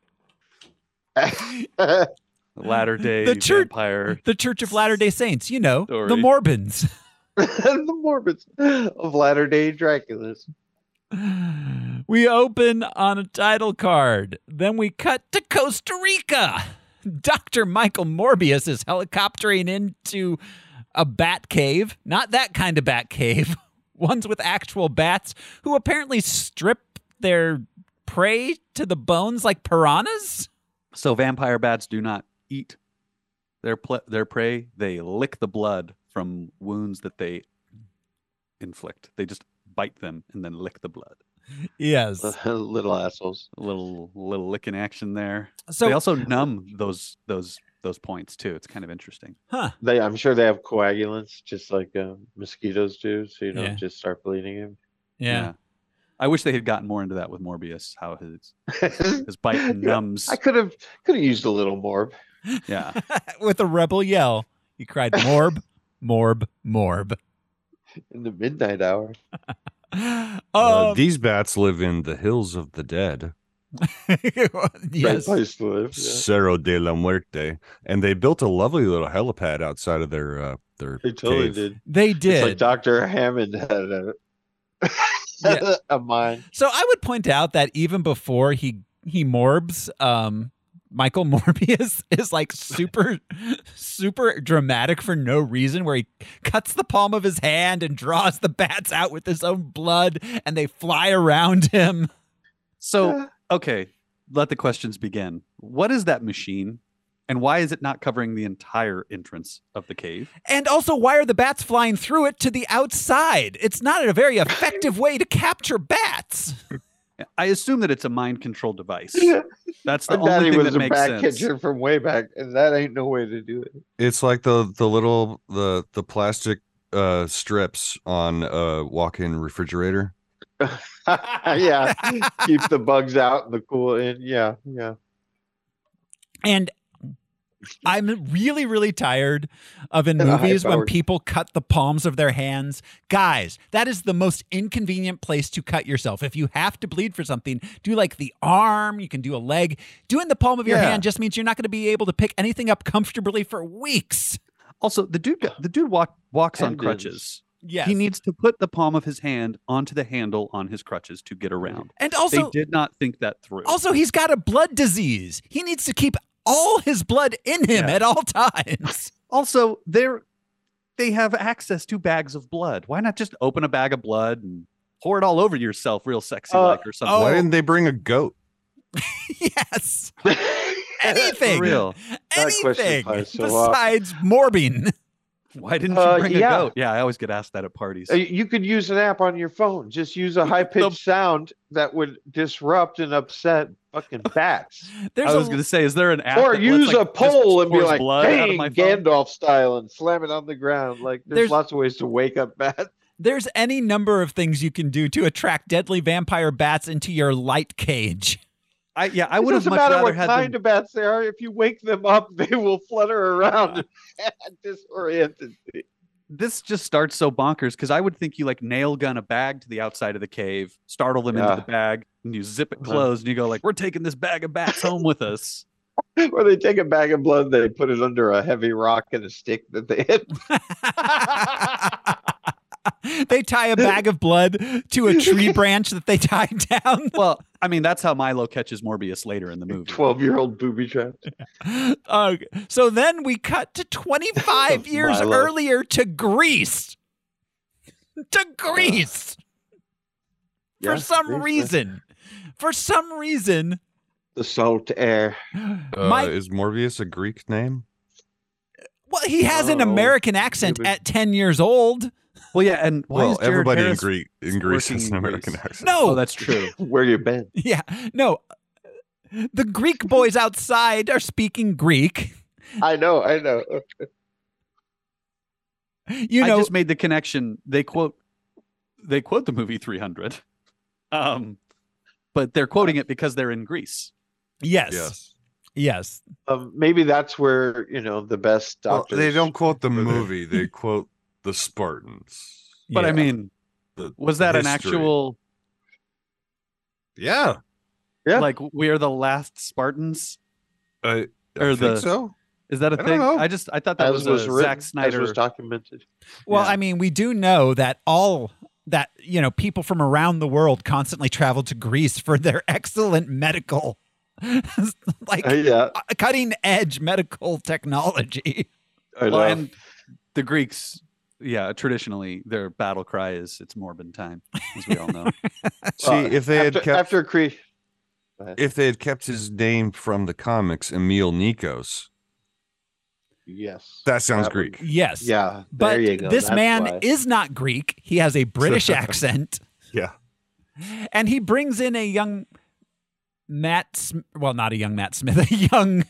Speaker 3: Latter day
Speaker 1: The church-
Speaker 3: vampire.
Speaker 1: the Church of Latter Day Saints. You know, the
Speaker 3: Sorry.
Speaker 1: Morbins.
Speaker 2: the Morbins of latter day Draculas.
Speaker 1: We open on a title card. Then we cut to Costa Rica. Dr. Michael Morbius is helicoptering into a bat cave. Not that kind of bat cave. Ones with actual bats who apparently strip their prey to the bones like piranhas.
Speaker 3: So vampire bats do not eat their ple- their prey. They lick the blood from wounds that they inflict. They just bite them and then lick the blood.
Speaker 1: Yes.
Speaker 2: Little assholes.
Speaker 3: A little little licking action there.
Speaker 1: So-
Speaker 3: they also numb those those those points too. It's kind of interesting.
Speaker 1: Huh.
Speaker 2: They, I'm sure they have coagulants, just like uh, mosquitoes do. So you don't
Speaker 1: Yeah.
Speaker 2: just start bleeding him.
Speaker 1: Yeah.
Speaker 3: I wish they had gotten more into that with Morbius, how his his bite numbs.
Speaker 2: I could have could have used a little morb.
Speaker 3: Yeah.
Speaker 1: with a rebel yell, he cried, Morb, Morb, Morb.
Speaker 2: in the midnight hour.
Speaker 4: Uh,
Speaker 1: Um,
Speaker 4: these bats live in the hills of the dead,
Speaker 1: yes.
Speaker 2: Great place to live. yeah.
Speaker 4: Cerro de la Muerte, and they built a lovely little helipad outside of their uh, their
Speaker 2: They totally
Speaker 4: cave.
Speaker 2: did.
Speaker 1: They
Speaker 2: It's
Speaker 1: did.
Speaker 2: like Doctor Hammond had a,
Speaker 1: Yeah.
Speaker 2: a mind.
Speaker 1: So I would point out that even before he he morbs, um, Michael Morbius is like super super dramatic for no reason, where he cuts the palm of his hand and draws the bats out with his own blood, and they fly around him.
Speaker 3: So okay, let the questions begin. What is that machine? And why is it not covering the entire entrance of the cave?
Speaker 1: And also, why are the bats flying through it to the outside? It's not a very effective way to capture bats.
Speaker 3: I assume that it's a mind control device. That's the
Speaker 2: My
Speaker 3: only
Speaker 2: daddy
Speaker 3: thing
Speaker 2: was
Speaker 3: that
Speaker 2: a
Speaker 3: makes
Speaker 2: back
Speaker 3: sense.
Speaker 2: kitchen from way back, and that ain't no way to do it.
Speaker 4: It's like the the little the the plastic uh strips on a walk-in refrigerator.
Speaker 2: yeah, keep the bugs out and the cool in. Yeah, yeah.
Speaker 1: And I'm really, really tired of in
Speaker 2: And a high
Speaker 1: movies when
Speaker 2: powered-
Speaker 1: people cut the palms of their hands. Guys, that is the most inconvenient place to cut yourself. If you have to bleed for something, do like the arm, you can do a leg. Doing the palm of your
Speaker 4: Yeah.
Speaker 1: hand just means you're not going to be able to pick anything up comfortably for weeks.
Speaker 3: Also, the dude got- the dude walk, walks on
Speaker 2: Tendons.
Speaker 3: crutches.
Speaker 1: Yes.
Speaker 3: He needs to put the palm of his hand onto the handle on his crutches to get around.
Speaker 1: and also,
Speaker 3: they did not think that through.
Speaker 1: also he's got a blood disease. He needs to keep all his blood in him
Speaker 3: Yeah.
Speaker 1: at all times.
Speaker 3: also, they're they have access to bags of blood. Why not just open a bag of blood and pour it all over yourself, real sexy
Speaker 2: Uh,
Speaker 3: like or something?
Speaker 1: Oh.
Speaker 4: Why didn't they bring a goat?
Speaker 1: yes.
Speaker 2: Uh,
Speaker 1: Anything.
Speaker 3: For real.
Speaker 2: That question
Speaker 1: anything
Speaker 2: applies so often.
Speaker 1: besides morbing.
Speaker 3: Why didn't
Speaker 2: Uh,
Speaker 3: you bring
Speaker 2: yeah.
Speaker 3: a goat? Yeah, I always get asked that at parties.
Speaker 2: Uh, You could use an app on your phone. Just use a high pitched sound that would disrupt and upset fucking bats.
Speaker 1: There's
Speaker 3: I was
Speaker 1: a,
Speaker 3: going to say, is there an app?
Speaker 2: or
Speaker 3: that lets,
Speaker 2: use
Speaker 3: like,
Speaker 2: a
Speaker 3: just
Speaker 2: pole and be
Speaker 3: pours
Speaker 2: like,
Speaker 3: blood out of
Speaker 2: "Dang,
Speaker 3: my phone?"
Speaker 2: Gandalf style," and slam it on the ground. Like there's,
Speaker 1: There's-
Speaker 2: lots of ways to wake up bats.
Speaker 1: there's any number of things you can do to attract deadly vampire bats into your light cage.
Speaker 3: I, yeah, I
Speaker 2: It
Speaker 3: would have
Speaker 2: doesn't
Speaker 3: much
Speaker 2: matter
Speaker 3: rather
Speaker 2: what
Speaker 3: had
Speaker 2: kind
Speaker 3: them.
Speaker 2: of bats they
Speaker 3: Uh.
Speaker 2: are. If you wake them up, they will flutter around and disoriented.
Speaker 3: this just starts so bonkers because I would think you like nail gun a bag to the outside of the cave, startle them
Speaker 2: Yeah. Uh-huh.
Speaker 3: into the bag, and you zip it closed, and you go like, "We're taking this bag of bats home with us."
Speaker 2: Where they take a bag of blood, they put it under a heavy rock and a stick that they hit.
Speaker 1: they tie a bag of blood to a tree branch that they tied down.
Speaker 3: Well, I mean, that's how Milo catches Morbius later in the movie.
Speaker 2: Twelve-year-old booby trap.
Speaker 1: Uh, so then we cut to 25 years
Speaker 3: Milo.
Speaker 1: earlier to Greece. To Greece.
Speaker 2: Yeah,
Speaker 1: For some
Speaker 2: Greece, yeah.
Speaker 1: reason. For some reason,
Speaker 2: The salt air.
Speaker 4: Uh,
Speaker 1: Mike-
Speaker 4: Is Morbius a Greek name?
Speaker 1: well, he has an
Speaker 2: Oh,
Speaker 1: American accent
Speaker 2: maybe.
Speaker 1: at 10 years old.
Speaker 3: Well, yeah, and why
Speaker 4: well,
Speaker 3: is Jared
Speaker 4: everybody
Speaker 3: Harris-
Speaker 4: in Greek in Greece
Speaker 3: working
Speaker 4: has an
Speaker 3: in
Speaker 4: American
Speaker 3: Greece.
Speaker 4: accent.
Speaker 1: No.
Speaker 3: Oh, that's true.
Speaker 2: Where you been?
Speaker 1: Yeah. No. The Greek boys outside are speaking Greek.
Speaker 2: I know, I know.
Speaker 1: You
Speaker 3: I
Speaker 1: know,
Speaker 3: just made the connection. They quote they quote the movie 300. Um but they're quoting it because they're in Greece.
Speaker 1: yes. Yes.
Speaker 4: Yes.
Speaker 2: Um, maybe that's where you know the best
Speaker 4: Well,
Speaker 2: doctors.
Speaker 4: they don't quote the
Speaker 2: Were there-
Speaker 4: movie. They quote the Spartans.
Speaker 3: But I
Speaker 1: Yeah.
Speaker 3: mean,
Speaker 4: The
Speaker 3: was that an
Speaker 4: history.
Speaker 3: actual
Speaker 4: Yeah.
Speaker 2: Yeah.
Speaker 3: like we are the last Spartans?
Speaker 4: I, I
Speaker 3: Or
Speaker 4: think
Speaker 3: the-
Speaker 4: so.
Speaker 3: Is that a
Speaker 4: I don't
Speaker 3: thing?
Speaker 4: know.
Speaker 3: I just I thought that
Speaker 2: As
Speaker 3: was,
Speaker 2: was,
Speaker 3: a
Speaker 2: written,
Speaker 3: Zack Snyder.
Speaker 2: as was documented.
Speaker 1: Well,
Speaker 3: Yeah.
Speaker 1: I mean, we do know that all that you know people from around the world constantly travel to Greece for their excellent medical, like
Speaker 2: Uh, yeah,
Speaker 1: cutting edge medical technology.
Speaker 2: I know.
Speaker 3: well, and the Greeks, yeah, traditionally their battle cry is it's Morbin time, as we all know.
Speaker 4: See,
Speaker 2: Well,
Speaker 4: if they had
Speaker 2: Uh, after,
Speaker 4: kept
Speaker 2: after Cree,
Speaker 4: if they had kept his name from the comics, Emil Nikos,
Speaker 2: yes,
Speaker 4: that sounds
Speaker 2: That would-
Speaker 4: Greek.
Speaker 1: Yes.
Speaker 2: yeah.
Speaker 1: But
Speaker 2: there you go.
Speaker 1: this
Speaker 2: that's
Speaker 1: man
Speaker 2: why.
Speaker 1: is not Greek. He has a British accent,
Speaker 4: Yeah.
Speaker 1: and he brings in a young Matt. Sm- well, not a young Matt Smith. A young.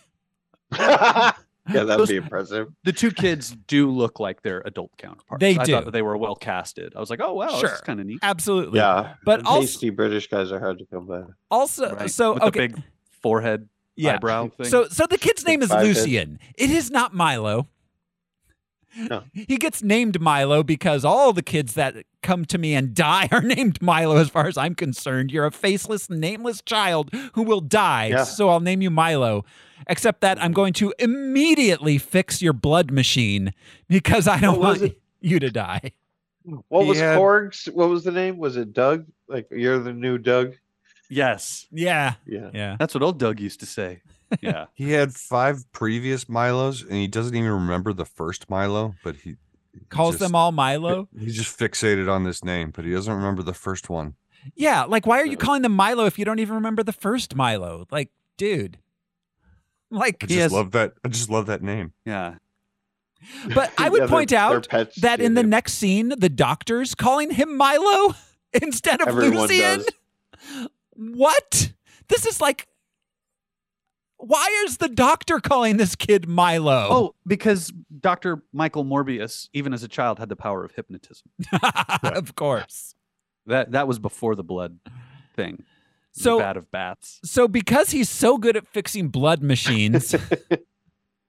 Speaker 2: yeah, that'd
Speaker 3: Those-
Speaker 2: be impressive.
Speaker 3: the two kids do look like their adult counterparts.
Speaker 1: They
Speaker 3: I
Speaker 1: do.
Speaker 3: thought that they were well casted. I was like, oh wow,
Speaker 1: Sure.
Speaker 3: this is kind of neat.
Speaker 1: Absolutely.
Speaker 2: Yeah,
Speaker 1: But also-
Speaker 2: tasty British guys are hard to come by.
Speaker 1: Also,
Speaker 3: Right?
Speaker 1: so
Speaker 3: With
Speaker 1: okay.
Speaker 3: the big forehead
Speaker 1: yeah.
Speaker 3: eyebrow thing.
Speaker 1: So, so the kid's name is
Speaker 2: Five heads.
Speaker 1: Lucian. It is not Milo.
Speaker 2: No.
Speaker 1: He gets named Milo because all the kids that come to me and die are named Milo. As far as I'm concerned, you're a faceless, nameless child who will die.
Speaker 2: Yeah.
Speaker 1: So I'll name you Milo. Except that I'm going to immediately fix your blood machine because I don't
Speaker 2: What was
Speaker 1: want you to die.
Speaker 2: What
Speaker 4: He
Speaker 2: was
Speaker 4: had-
Speaker 2: Korg's? What was the name? Was it Doug? Like you're the new Doug?
Speaker 3: yes,
Speaker 1: Yeah,
Speaker 2: Yeah.
Speaker 1: yeah.
Speaker 3: that's what old Doug used to say. Yeah,
Speaker 4: He had five previous Milos, and he doesn't even remember the first Milo, but he
Speaker 1: Calls
Speaker 4: just-
Speaker 1: them all
Speaker 3: Oh.
Speaker 1: Milo.
Speaker 4: He's just fixated on this name, but he doesn't remember the first one.
Speaker 1: Yeah, like why are you
Speaker 2: Yeah.
Speaker 1: calling them Milo if you don't even remember the first Milo? Like, dude. Like
Speaker 4: I
Speaker 3: He
Speaker 4: just
Speaker 3: has-
Speaker 4: love that. I just love that name.
Speaker 3: yeah.
Speaker 1: But I would
Speaker 2: Yeah, they're-
Speaker 1: point
Speaker 2: they're
Speaker 1: out
Speaker 2: pets
Speaker 1: that
Speaker 2: do
Speaker 1: in the
Speaker 2: that.
Speaker 1: next scene, the doctor's calling him Milo instead of
Speaker 2: Everyone
Speaker 1: Lucian.
Speaker 2: does.
Speaker 1: What? This is like why is the doctor calling this kid Milo?
Speaker 3: Oh, because Dr. Michael Morbius, even as a child, had the power of hypnotism.
Speaker 1: of course.
Speaker 3: That that was before the blood thing.
Speaker 1: So-
Speaker 3: the bat of bats.
Speaker 1: So because he's so good at fixing blood machines,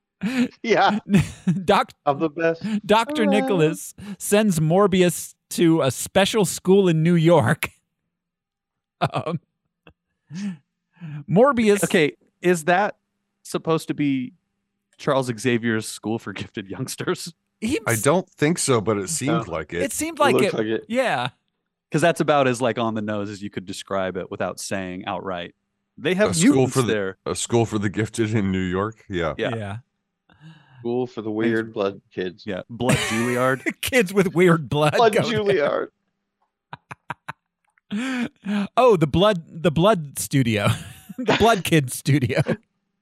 Speaker 2: Yeah,
Speaker 1: Doc
Speaker 2: I'm the best.
Speaker 1: Dr.
Speaker 2: Hello.
Speaker 1: Nicholas sends Morbius to a special school in New York. Um, Morbius.
Speaker 3: Okay, is that supposed to be Charles Xavier's School for Gifted Youngsters?
Speaker 1: He,
Speaker 4: I don't think so, but it seemed like
Speaker 1: It
Speaker 4: it.
Speaker 1: seemed
Speaker 2: It
Speaker 1: like
Speaker 2: looks
Speaker 1: it.
Speaker 2: like it.
Speaker 1: yeah.
Speaker 3: because that's about as like on the nose as you could describe it without saying outright. They
Speaker 4: A
Speaker 3: have
Speaker 4: school
Speaker 3: mutants
Speaker 4: for the-
Speaker 3: there.
Speaker 4: A school for the gifted in New York. Yeah.
Speaker 3: Yeah.
Speaker 2: School for the weird blood kids.
Speaker 3: Yeah, blood Juilliard.
Speaker 1: Kids with weird blood.
Speaker 2: Blood
Speaker 1: go
Speaker 2: Juilliard.
Speaker 1: there. Oh, the blood. The blood studio. the blood kid studio.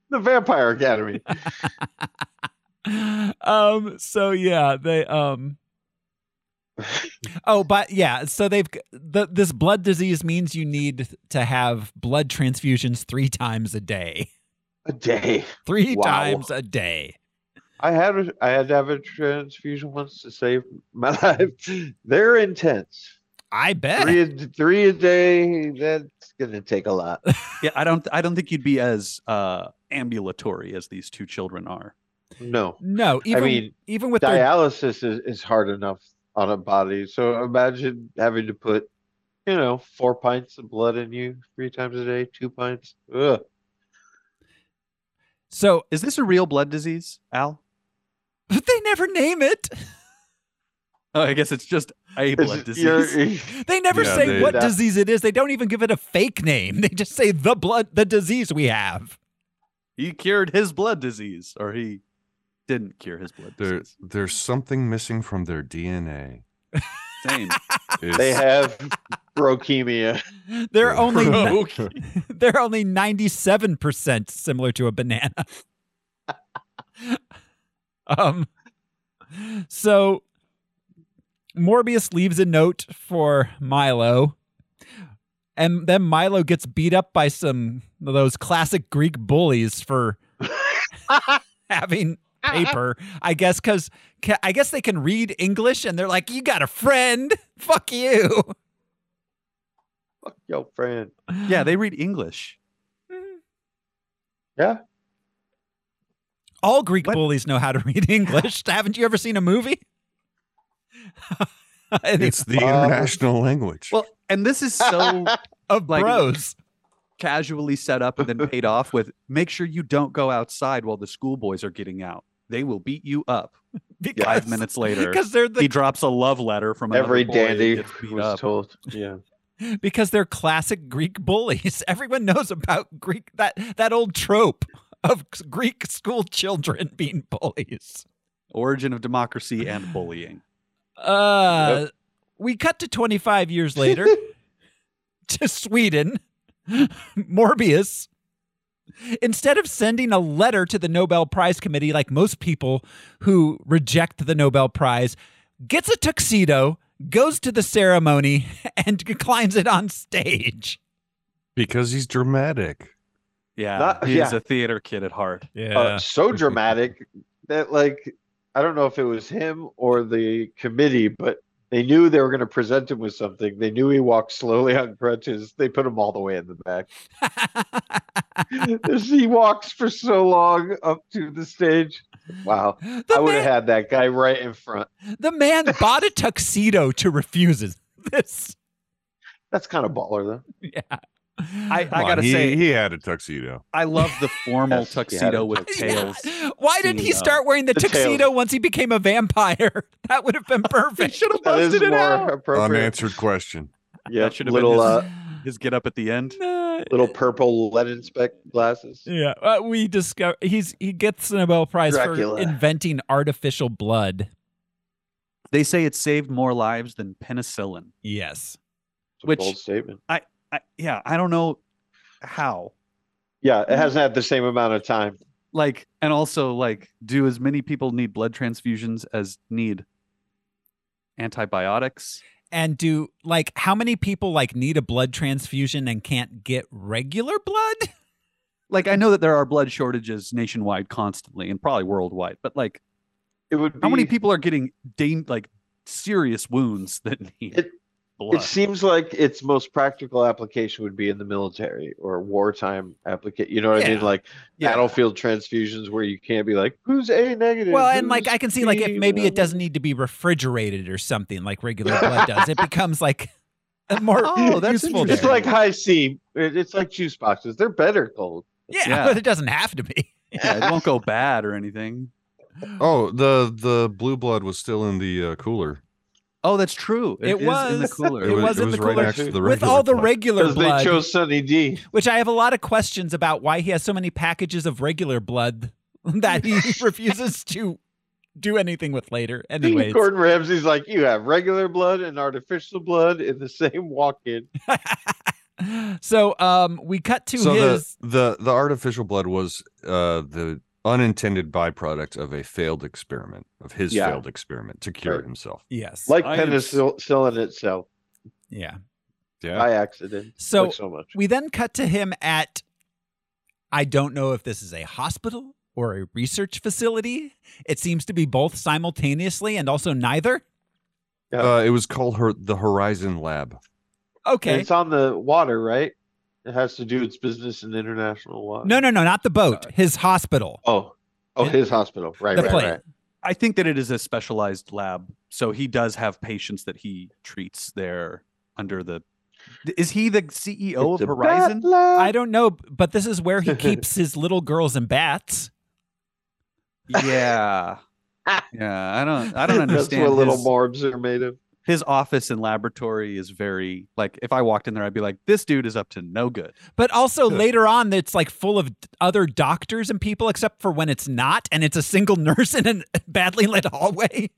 Speaker 2: The Vampire Academy.
Speaker 1: um so yeah they um oh but yeah so they've the, this blood disease means you need to have blood transfusions three times a day
Speaker 2: A day.
Speaker 1: three
Speaker 2: Wow.
Speaker 1: times a day
Speaker 2: I had a, I had to have a transfusion once to save my life. They're intense.
Speaker 1: i bet
Speaker 2: Three a, three a day. That's gonna take a lot.
Speaker 3: yeah, I don't I don't think you'd be as uh ambulatory as these two children are.
Speaker 2: no.
Speaker 1: No, even
Speaker 2: I mean,
Speaker 1: even with their
Speaker 2: dialysis is, is hard enough on a body. So imagine having to put, you know, four pints of blood in you three times a day, two pints. Ugh.
Speaker 1: so
Speaker 3: Is this a real blood disease, Al?
Speaker 1: they never name it.
Speaker 3: Oh, I guess it's just a blood
Speaker 2: It's- you're-
Speaker 3: disease.
Speaker 1: They never
Speaker 4: Yeah,
Speaker 1: say
Speaker 4: they-
Speaker 1: what
Speaker 2: That-
Speaker 1: disease it is. They don't even give it a fake name. They just say the blood, the disease we have.
Speaker 3: He cured his blood disease, or he didn't cure his blood
Speaker 4: There,
Speaker 3: disease.
Speaker 4: there's something missing from their DNA.
Speaker 3: Same.
Speaker 4: It's-
Speaker 2: they have brochemia.
Speaker 1: They're only
Speaker 3: Okay.
Speaker 1: they're only ninety seven percent similar to a banana. um, so Morbius leaves a note for Milo, and then Milo gets beat up by some of those classic Greek bullies for having paper. I guess because I guess they can read English, and they're like, "You got a friend? Fuck you."
Speaker 2: Fuck your friend.
Speaker 3: yeah, they read English.
Speaker 2: Yeah.
Speaker 1: All Greek
Speaker 3: What?
Speaker 1: bullies know how to read English. Haven't you ever seen a movie? And
Speaker 4: it's the
Speaker 2: Uh,
Speaker 4: international language.
Speaker 3: Well, and this is so
Speaker 1: of
Speaker 3: like-
Speaker 1: bros.
Speaker 3: casually set up and then paid off with make sure you don't go outside while the schoolboys are getting out. They will beat you up.
Speaker 1: Because,
Speaker 3: Five minutes later,
Speaker 1: because they're the
Speaker 3: he drops a love letter from another
Speaker 2: Every
Speaker 3: boy and
Speaker 2: dandy
Speaker 3: gets beat
Speaker 2: was
Speaker 3: up.
Speaker 2: told. Yeah.
Speaker 1: because they're classic Greek bullies. Everyone knows about Greek that that old trope of Greek school children being bullies.
Speaker 3: Origin of democracy and bullying.
Speaker 1: Uh, we cut to 25 years later to Sweden. Morbius, instead of sending a letter to the Nobel Prize Committee, like most people who reject the Nobel Prize, gets a tuxedo, goes to the ceremony, and climbs it on stage.
Speaker 4: because he's dramatic.
Speaker 3: Yeah,
Speaker 2: Not-
Speaker 3: he's
Speaker 2: yeah.
Speaker 3: a theater kid at heart.
Speaker 1: Yeah.
Speaker 2: Uh, so dramatic that like I don't know if it was him or the committee, but they knew they were going to present him with something. They knew he walked slowly on crutches. They put him all the way in the back. he walks for so long up to the stage. Wow. I
Speaker 1: the,
Speaker 2: would
Speaker 1: man,
Speaker 2: have had that guy right in front.
Speaker 1: the man bought a tuxedo to refuse it. this.
Speaker 2: That's kind of baller though.
Speaker 1: Yeah.
Speaker 3: I, I
Speaker 4: Come on,
Speaker 3: gotta
Speaker 4: he-
Speaker 3: say,
Speaker 4: he had a tuxedo.
Speaker 3: I love the formal
Speaker 2: Yes, he had a
Speaker 3: tuxedo with
Speaker 1: Yeah.
Speaker 3: tails.
Speaker 1: Why didn't he
Speaker 3: Tuxedo.
Speaker 1: start wearing the,
Speaker 2: The tails.
Speaker 1: tuxedo once he became a vampire? That would have been
Speaker 3: They
Speaker 1: perfect.
Speaker 3: should have
Speaker 2: That is
Speaker 3: busted it
Speaker 2: more
Speaker 3: out.
Speaker 2: appropriate.
Speaker 4: Unanswered question.
Speaker 2: Yeah,
Speaker 3: That should have been
Speaker 2: little
Speaker 3: his-
Speaker 2: uh,
Speaker 3: His get up at the end.
Speaker 1: Uh,
Speaker 2: little purple lead inspect glasses.
Speaker 1: yeah, uh, we discover he's he gets the Nobel Prize for
Speaker 2: Dracula.
Speaker 1: inventing artificial blood.
Speaker 3: They say it saved more lives than penicillin.
Speaker 1: Yes,
Speaker 2: It's a
Speaker 3: Which-
Speaker 2: bold statement.
Speaker 3: I, yeah, I don't know how.
Speaker 2: Yeah, it hasn't had the same amount of time.
Speaker 3: Like, and also, like, do as many people need blood transfusions as need antibiotics?
Speaker 1: and do like how many people like need a blood transfusion and can't get regular blood?
Speaker 3: Like, I know that there are blood shortages nationwide constantly and probably worldwide, but like,
Speaker 2: It would be
Speaker 3: how many people are getting dan- like serious wounds that need
Speaker 2: It-
Speaker 3: blood?
Speaker 2: It seems like its most practical application would be in the military or wartime application. You know what I mean?
Speaker 1: Yeah.
Speaker 2: Like
Speaker 3: Yeah.
Speaker 2: battlefield transfusions where you can't be like, who's A negative?
Speaker 1: Well, and like
Speaker 2: Who's
Speaker 1: I can see like if
Speaker 2: B?"
Speaker 1: maybe it doesn't need to be refrigerated or something like regular blood does. It becomes like a more
Speaker 3: Oh, that's
Speaker 1: useful.
Speaker 2: It's
Speaker 1: there.
Speaker 2: like high C. It- It's like juice boxes. They're better cold.
Speaker 1: yeah,
Speaker 3: Yeah.
Speaker 1: but it doesn't have to be.
Speaker 3: yeah, it won't go bad or anything.
Speaker 4: Oh, the the blue blood was still in the uh, cooler.
Speaker 3: Oh, that's true.
Speaker 1: It
Speaker 3: is in the
Speaker 1: was.
Speaker 3: cooler.
Speaker 1: It was in the
Speaker 4: right
Speaker 1: cooler
Speaker 4: next to the
Speaker 1: With
Speaker 4: regular
Speaker 1: all the
Speaker 4: blood.
Speaker 1: regular
Speaker 2: Because they
Speaker 1: blood,
Speaker 2: chose Sunny D.
Speaker 1: which I have a lot of questions about why he has so many packages of regular blood that he refuses to do anything with later. Anyways,
Speaker 2: Gordon Ramsay's like, you have regular blood and artificial blood in the same walk-in.
Speaker 1: so um, we cut to
Speaker 4: so
Speaker 1: his.
Speaker 4: the, the the artificial blood was uh the unintended byproduct of a failed experiment of his
Speaker 2: Yeah.
Speaker 4: failed experiment to cure
Speaker 2: Right.
Speaker 4: himself.
Speaker 1: yes.
Speaker 2: Like
Speaker 3: I am s-
Speaker 2: penicillin itself
Speaker 1: yeah.
Speaker 4: Yeah.
Speaker 2: by accident.
Speaker 1: So
Speaker 2: Like so much.
Speaker 1: We then cut to him at. I don't know if this is a hospital or a research facility. It seems to be both simultaneously and also neither.
Speaker 4: Uh, it was called her the Horizon Lab.
Speaker 1: Okay.
Speaker 2: It's on the water, right? It has to do its business in international water.
Speaker 1: No, no, no, not the boat. His hospital.
Speaker 2: Oh, Oh, his hospital. Right,
Speaker 1: The
Speaker 2: right,
Speaker 1: plane.
Speaker 2: right.
Speaker 3: I think that it is a specialized lab, so he does have patients that he treats there under the. Is he the CEO
Speaker 2: It's
Speaker 3: of
Speaker 2: a
Speaker 3: Horizon?
Speaker 1: I don't know, but this is where he keeps his little girls and bats.
Speaker 3: Yeah, yeah. I don't. I don't
Speaker 2: That's
Speaker 3: understand.
Speaker 2: what little
Speaker 3: his-
Speaker 2: barbs are made of.
Speaker 3: his office and laboratory is very like if I walked in there, I'd be like, this dude is up to no good.
Speaker 1: But also later on, it's like full of other doctors and people, except for when it's not, and it's a single nurse in a badly lit hallway.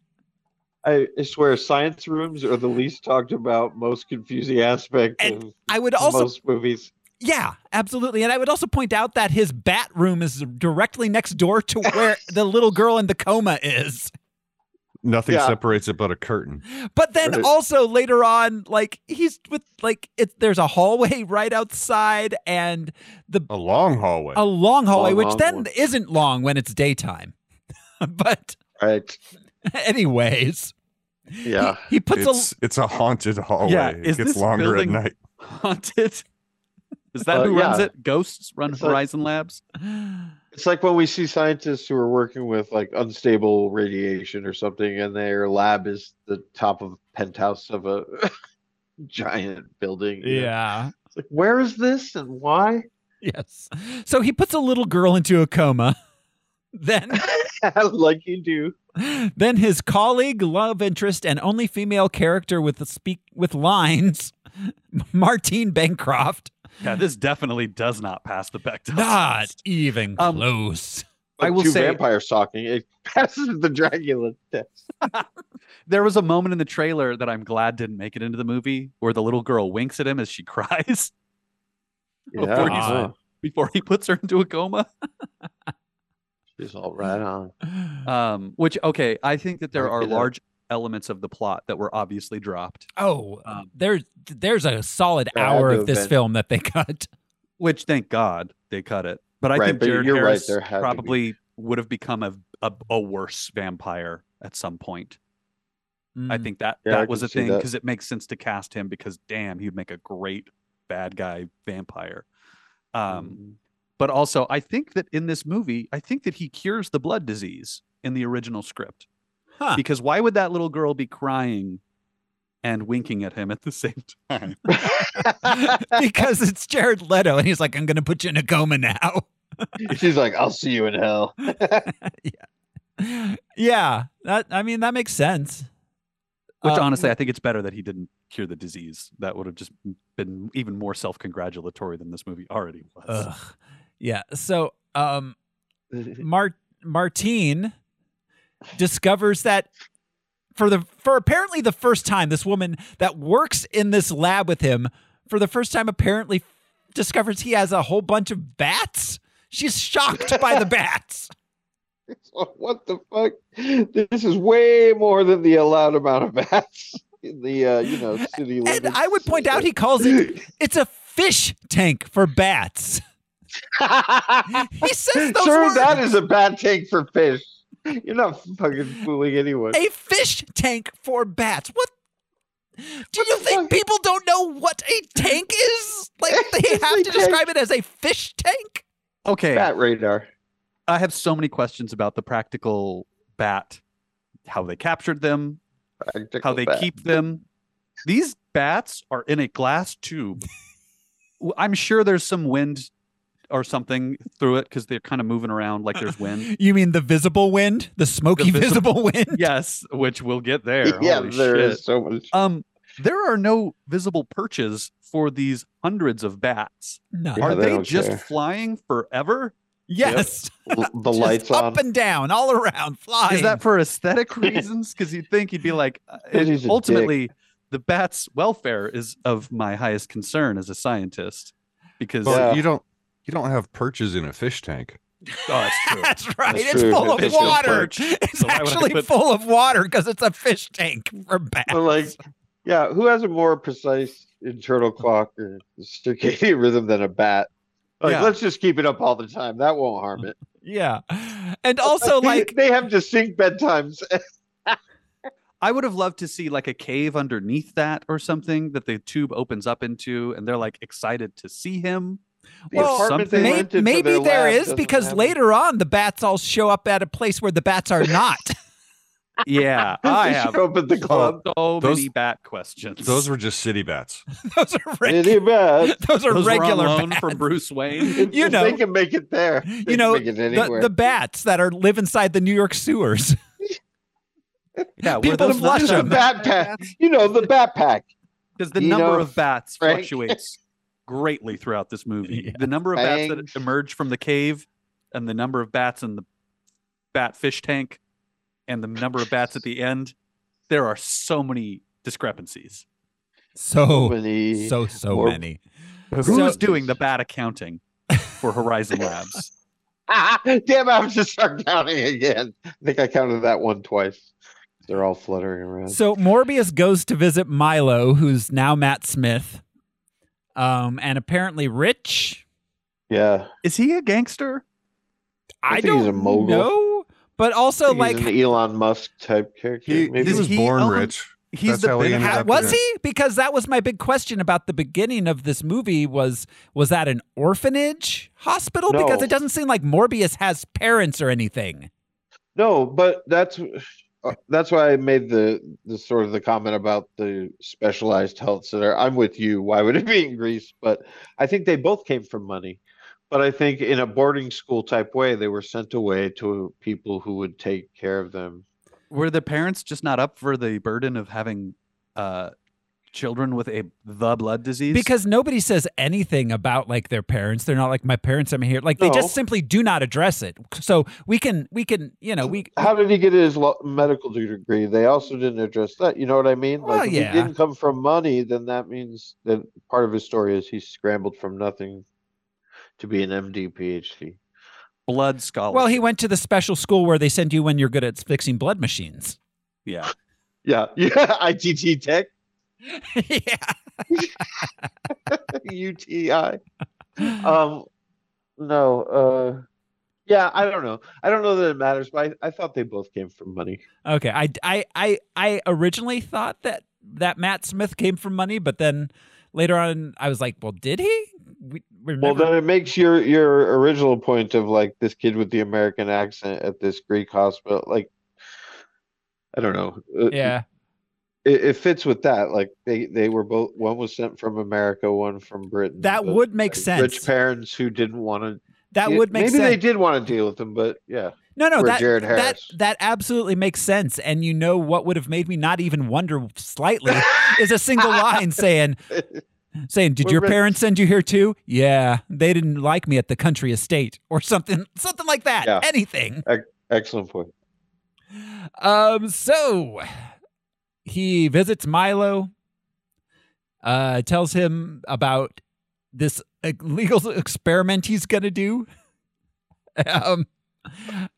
Speaker 2: I I swear, science rooms are the least talked about, most confusing aspect of
Speaker 1: I would also,
Speaker 2: most movies.
Speaker 1: yeah, absolutely. And I would also point out that his bat room is directly next door to where the little girl in the coma is.
Speaker 4: Nothing
Speaker 2: Yeah.
Speaker 4: separates it but a curtain.
Speaker 1: But then
Speaker 2: Right.
Speaker 1: also later on, like he's with like it. There's a hallway right outside and the
Speaker 4: A long hallway.
Speaker 1: a long hallway,
Speaker 2: Long,
Speaker 1: which
Speaker 2: long
Speaker 1: then
Speaker 2: one.
Speaker 1: isn't long when it's daytime. but
Speaker 2: Right.
Speaker 1: anyways, he-
Speaker 2: Yeah.
Speaker 1: he, puts
Speaker 4: it's,
Speaker 1: a
Speaker 4: it's a haunted hallway.
Speaker 3: Yeah,
Speaker 4: it
Speaker 3: is
Speaker 4: gets
Speaker 3: this
Speaker 4: longer
Speaker 3: building-
Speaker 4: at night.
Speaker 3: Haunted. Is that
Speaker 2: Uh,
Speaker 3: who runs
Speaker 2: yeah.
Speaker 3: it? Ghosts run
Speaker 2: It's like-
Speaker 3: Horizon Labs.
Speaker 2: It's like when we see scientists who are working with like unstable radiation or something, and their lab is the top of penthouse of a giant building. you know?
Speaker 1: yeah.
Speaker 2: It's like, where is this and why?
Speaker 1: Yes. So he puts a little girl into a coma. Then
Speaker 2: like you do.
Speaker 1: then his colleague, love interest, and only female character with the speak with lines, Martine Bancroft.
Speaker 3: Yeah, this definitely does not pass the Bechdel
Speaker 1: Not
Speaker 3: test.
Speaker 1: even
Speaker 3: Um,
Speaker 1: close.
Speaker 3: I
Speaker 2: Like
Speaker 3: will
Speaker 2: two
Speaker 3: say-
Speaker 2: vampire stalking. It passes the Dracula test.
Speaker 3: There was a moment in the trailer that I'm glad didn't make it into the movie where the little girl winks at him as she cries
Speaker 2: Yeah.
Speaker 3: Before he's-
Speaker 2: uh,
Speaker 3: before he puts her into a coma.
Speaker 2: She's all right on.
Speaker 3: Um, which okay, I think that there
Speaker 2: Look
Speaker 3: are
Speaker 2: it up.
Speaker 3: large elements of the plot that were obviously dropped.
Speaker 1: Oh,
Speaker 3: um,
Speaker 1: there's there's a solid
Speaker 2: There had
Speaker 1: hour
Speaker 2: to
Speaker 1: of
Speaker 2: have
Speaker 1: this
Speaker 2: been.
Speaker 1: film that they cut.
Speaker 3: which thank God they cut it. But I
Speaker 2: Right,
Speaker 3: think
Speaker 2: but
Speaker 3: Jared
Speaker 2: you're right,
Speaker 3: Harris
Speaker 2: there had to be.
Speaker 3: probably would have become a, a a worse vampire at some point. I
Speaker 1: Mm.
Speaker 3: think that
Speaker 2: Yeah, I
Speaker 3: that was
Speaker 2: can
Speaker 3: a
Speaker 2: see
Speaker 3: thing
Speaker 2: that.
Speaker 3: because it makes sense to cast him because damn, he'd make a great bad guy vampire. Um,
Speaker 1: Mm-hmm.
Speaker 3: But also, I think that in this movie, I think that he cures the blood disease in the original script
Speaker 1: Huh.
Speaker 3: because why would that little girl be crying and winking at him at the same time?
Speaker 1: because it's Jared Leto and he's like, I'm gonna put you in a coma now.
Speaker 2: She's like, I'll see you in hell.
Speaker 1: yeah. That I mean that makes sense.
Speaker 3: Which
Speaker 1: Uh,
Speaker 3: honestly, I think it's better that he didn't cure the disease. That would have just been even more self-congratulatory than this movie already was.
Speaker 1: Ugh. Yeah. So um Mar- Martine discovers that for the for apparently the first time this woman that works in this lab with him for the first time apparently discovers he has a whole bunch of bats. She's shocked by the bats.
Speaker 2: what the fuck? This is way more than the allowed amount of bats in the uh, you know city
Speaker 1: And
Speaker 2: limits.
Speaker 1: I would point out he calls it it's a fish tank for bats. He says those
Speaker 2: sure,
Speaker 1: words.
Speaker 2: that is a bad take for fish. You're not fucking fooling anyone.
Speaker 1: a fish tank for bats. What? Do you think people don't know what a tank is? Like they
Speaker 2: It's
Speaker 1: have
Speaker 2: a
Speaker 1: to describe it as a fish tank?
Speaker 3: Okay,
Speaker 2: Bat radar.
Speaker 3: I have so many questions about the practical bat, how they captured them, how
Speaker 2: Practical
Speaker 3: they
Speaker 2: bat.
Speaker 3: keep them. These bats are in a glass tube. W- I'm sure there's some wind or something through it because they're kind of moving around like there's wind.
Speaker 1: You mean the visible wind, the smoky
Speaker 3: The visi-
Speaker 1: visible wind?
Speaker 3: yes, which we'll get there.
Speaker 2: Yeah, there
Speaker 3: Holy
Speaker 2: is
Speaker 3: shit.
Speaker 2: so much.
Speaker 3: Um, there are no visible perches for these hundreds of bats.
Speaker 1: No.
Speaker 2: Yeah,
Speaker 3: are
Speaker 2: they
Speaker 3: they,
Speaker 2: don't
Speaker 3: just
Speaker 2: care.
Speaker 3: flying forever?
Speaker 1: Yes.
Speaker 2: the
Speaker 1: Uh, Just
Speaker 2: lights
Speaker 1: up
Speaker 2: on.
Speaker 1: and down, all around, flying.
Speaker 3: Is that for aesthetic reasons? Because you'd think you'd be like, uh,
Speaker 2: Because
Speaker 3: it-
Speaker 2: he's a dick.
Speaker 3: ultimately, the bat's welfare is of my highest concern as a scientist. Because
Speaker 2: Well,
Speaker 3: yeah.
Speaker 4: But
Speaker 2: Yeah.
Speaker 4: you don't you don't have perches in a fish tank.
Speaker 3: oh, it's true.
Speaker 1: That's right.
Speaker 2: That's
Speaker 1: it's
Speaker 2: true.
Speaker 1: full of
Speaker 2: It's
Speaker 3: just
Speaker 1: water.
Speaker 3: perch.
Speaker 1: It's
Speaker 3: So why would I
Speaker 1: actually
Speaker 3: put-
Speaker 1: full of water because it's a fish tank for bats.
Speaker 2: But like, yeah, who has a more precise internal clock or circadian rhythm than a bat? Like,
Speaker 3: Yeah.
Speaker 2: let's just keep it up all the time. That won't harm it.
Speaker 1: yeah. And also, like,
Speaker 2: they have distinct bedtimes.
Speaker 3: I would have loved to see like a cave underneath that or something that the tube opens up into, and they're like excited to see him.
Speaker 2: The apartment they
Speaker 1: may-
Speaker 2: rented for
Speaker 1: maybe
Speaker 2: their
Speaker 1: there
Speaker 2: lab
Speaker 1: is
Speaker 2: doesn't
Speaker 1: because
Speaker 2: have it.
Speaker 1: later on the bats all show up at a place where the bats are not.
Speaker 3: Yeah, I
Speaker 2: They
Speaker 3: have
Speaker 2: show up at the club.
Speaker 3: so
Speaker 4: Those-
Speaker 3: many bat questions.
Speaker 4: Those were just city bats.
Speaker 1: those are
Speaker 2: It
Speaker 1: regular.
Speaker 2: ain't bad.
Speaker 1: Those are
Speaker 3: Those were on
Speaker 1: regular.
Speaker 3: loan
Speaker 1: bats.
Speaker 3: from Bruce Wayne.
Speaker 1: You
Speaker 2: If they
Speaker 1: know,
Speaker 2: can make it there. They
Speaker 1: you know
Speaker 2: can make it
Speaker 1: the,
Speaker 2: anywhere.
Speaker 1: the bats that are live inside the New York sewers.
Speaker 3: Yeah, were
Speaker 1: People
Speaker 3: those
Speaker 1: flush
Speaker 3: the
Speaker 2: the
Speaker 1: them.
Speaker 2: bat pack. You know the bat pack.
Speaker 3: because the
Speaker 2: You
Speaker 3: number
Speaker 2: know,
Speaker 3: of bats
Speaker 2: Frank.
Speaker 3: fluctuates greatly throughout this movie.
Speaker 1: Yeah.
Speaker 3: The number of
Speaker 2: Thanks.
Speaker 3: bats that emerge from the cave, and the number of bats in the bat fish tank, and the number of bats at the end. There are so many discrepancies.
Speaker 1: So
Speaker 2: Many-
Speaker 1: Oh, so so
Speaker 2: Or-
Speaker 1: many.
Speaker 3: Who's
Speaker 1: So-
Speaker 3: doing the bat accounting for Horizon Labs?
Speaker 2: Ah, damn, I was just start counting again. I think I counted that one twice. They're all fluttering around.
Speaker 1: So Morbius goes to visit Milo, who's now Matt Smith, um, and apparently rich.
Speaker 2: yeah,
Speaker 3: Is he a gangster?
Speaker 1: I,
Speaker 2: I think
Speaker 1: don't
Speaker 2: he's a mogul.
Speaker 1: know, but
Speaker 2: I
Speaker 1: also
Speaker 2: think
Speaker 1: like,
Speaker 2: he's an Elon Musk type character.
Speaker 4: He,
Speaker 2: maybe.
Speaker 4: he was
Speaker 3: He
Speaker 4: born
Speaker 3: owned-
Speaker 4: rich.
Speaker 3: He's
Speaker 4: That's
Speaker 3: the
Speaker 4: how he
Speaker 3: big
Speaker 4: ended
Speaker 1: ha-
Speaker 4: up
Speaker 1: was
Speaker 4: in it.
Speaker 1: he? Because that was my big question about the beginning of this movie. Was was that an orphanage hospital?
Speaker 2: No.
Speaker 1: Because it doesn't seem like Morbius has parents or anything.
Speaker 2: No, but that's uh, that's why I made the the sort of the comment about the specialized health center. I'm with you. Why would it be in Greece? But I think they both came from money. But I think in a boarding school type way, they were sent away to people who would take care of them.
Speaker 3: were the parents just not up for the burden of having uh children with a the blood disease
Speaker 1: Because nobody says anything about like their parents. They're not like my parents. I'm here. Like they
Speaker 2: No.
Speaker 1: just simply do not address it. So we can we can you know we
Speaker 2: How did he get his lo- medical degree? They also didn't address that. You know what I mean?
Speaker 1: Well,
Speaker 2: Like if
Speaker 1: yeah.
Speaker 2: he didn't come from money, then that means that part of his story is he scrambled from nothing to be an MD PhD.
Speaker 3: blood scholar
Speaker 1: well he went to the special school where they send you when you're good at fixing blood machines.
Speaker 3: yeah
Speaker 2: Yeah, yeah, ITT Tech.
Speaker 1: yeah.
Speaker 2: UTI. Um, no, uh, yeah, I don't know. I don't know that it matters, but I, I thought they both came from money.
Speaker 1: Okay, I, I, I, I originally thought that that Matt Smith came from money, but then later on, I was like, well, did he? We, we're
Speaker 2: Well,
Speaker 1: never-
Speaker 2: then it makes your your original point of like this kid with the American accent at this Greek hospital, like I don't know. It-
Speaker 1: yeah,
Speaker 2: it, it fits with that. Like they they were both one was sent from America, one from Britain.
Speaker 1: that
Speaker 2: but,
Speaker 1: would make
Speaker 2: like,
Speaker 1: sense.
Speaker 2: Rich parents who didn't want to.
Speaker 1: that would make
Speaker 2: maybe
Speaker 1: sense.
Speaker 2: they did want to deal with them, but yeah.
Speaker 1: no, no,
Speaker 2: were
Speaker 1: that
Speaker 2: Jared
Speaker 1: that
Speaker 2: Harris.
Speaker 1: that absolutely makes sense. And you know what would have made me not even wonder slightly is a single line saying. Saying, did
Speaker 2: We're
Speaker 1: your
Speaker 2: rich."
Speaker 1: parents send you here too? Yeah, they didn't like me at the country estate or something, something like that.
Speaker 2: Yeah.
Speaker 1: Anything.
Speaker 2: Excellent point.
Speaker 1: Um, so he visits Milo, uh, tells him about this legal experiment he's gonna do. Um,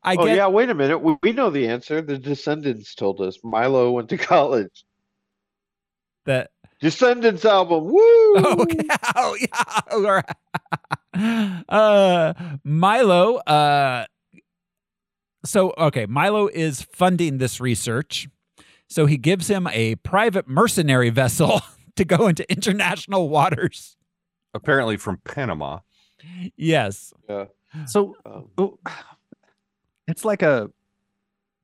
Speaker 1: I
Speaker 2: oh
Speaker 1: guess
Speaker 2: yeah, wait a minute. We, we know the answer. The Descendants told us Milo went to college.
Speaker 1: that.
Speaker 2: Descendants album. Woo!
Speaker 1: Oh, okay. Oh, yeah. All right. Uh, Milo. Uh, so okay, Milo is funding this research. So he gives him a private mercenary vessel to go into international waters.
Speaker 4: Apparently from Panama.
Speaker 1: Yes.
Speaker 2: Yeah.
Speaker 3: so
Speaker 2: Um,
Speaker 3: oh, it's like a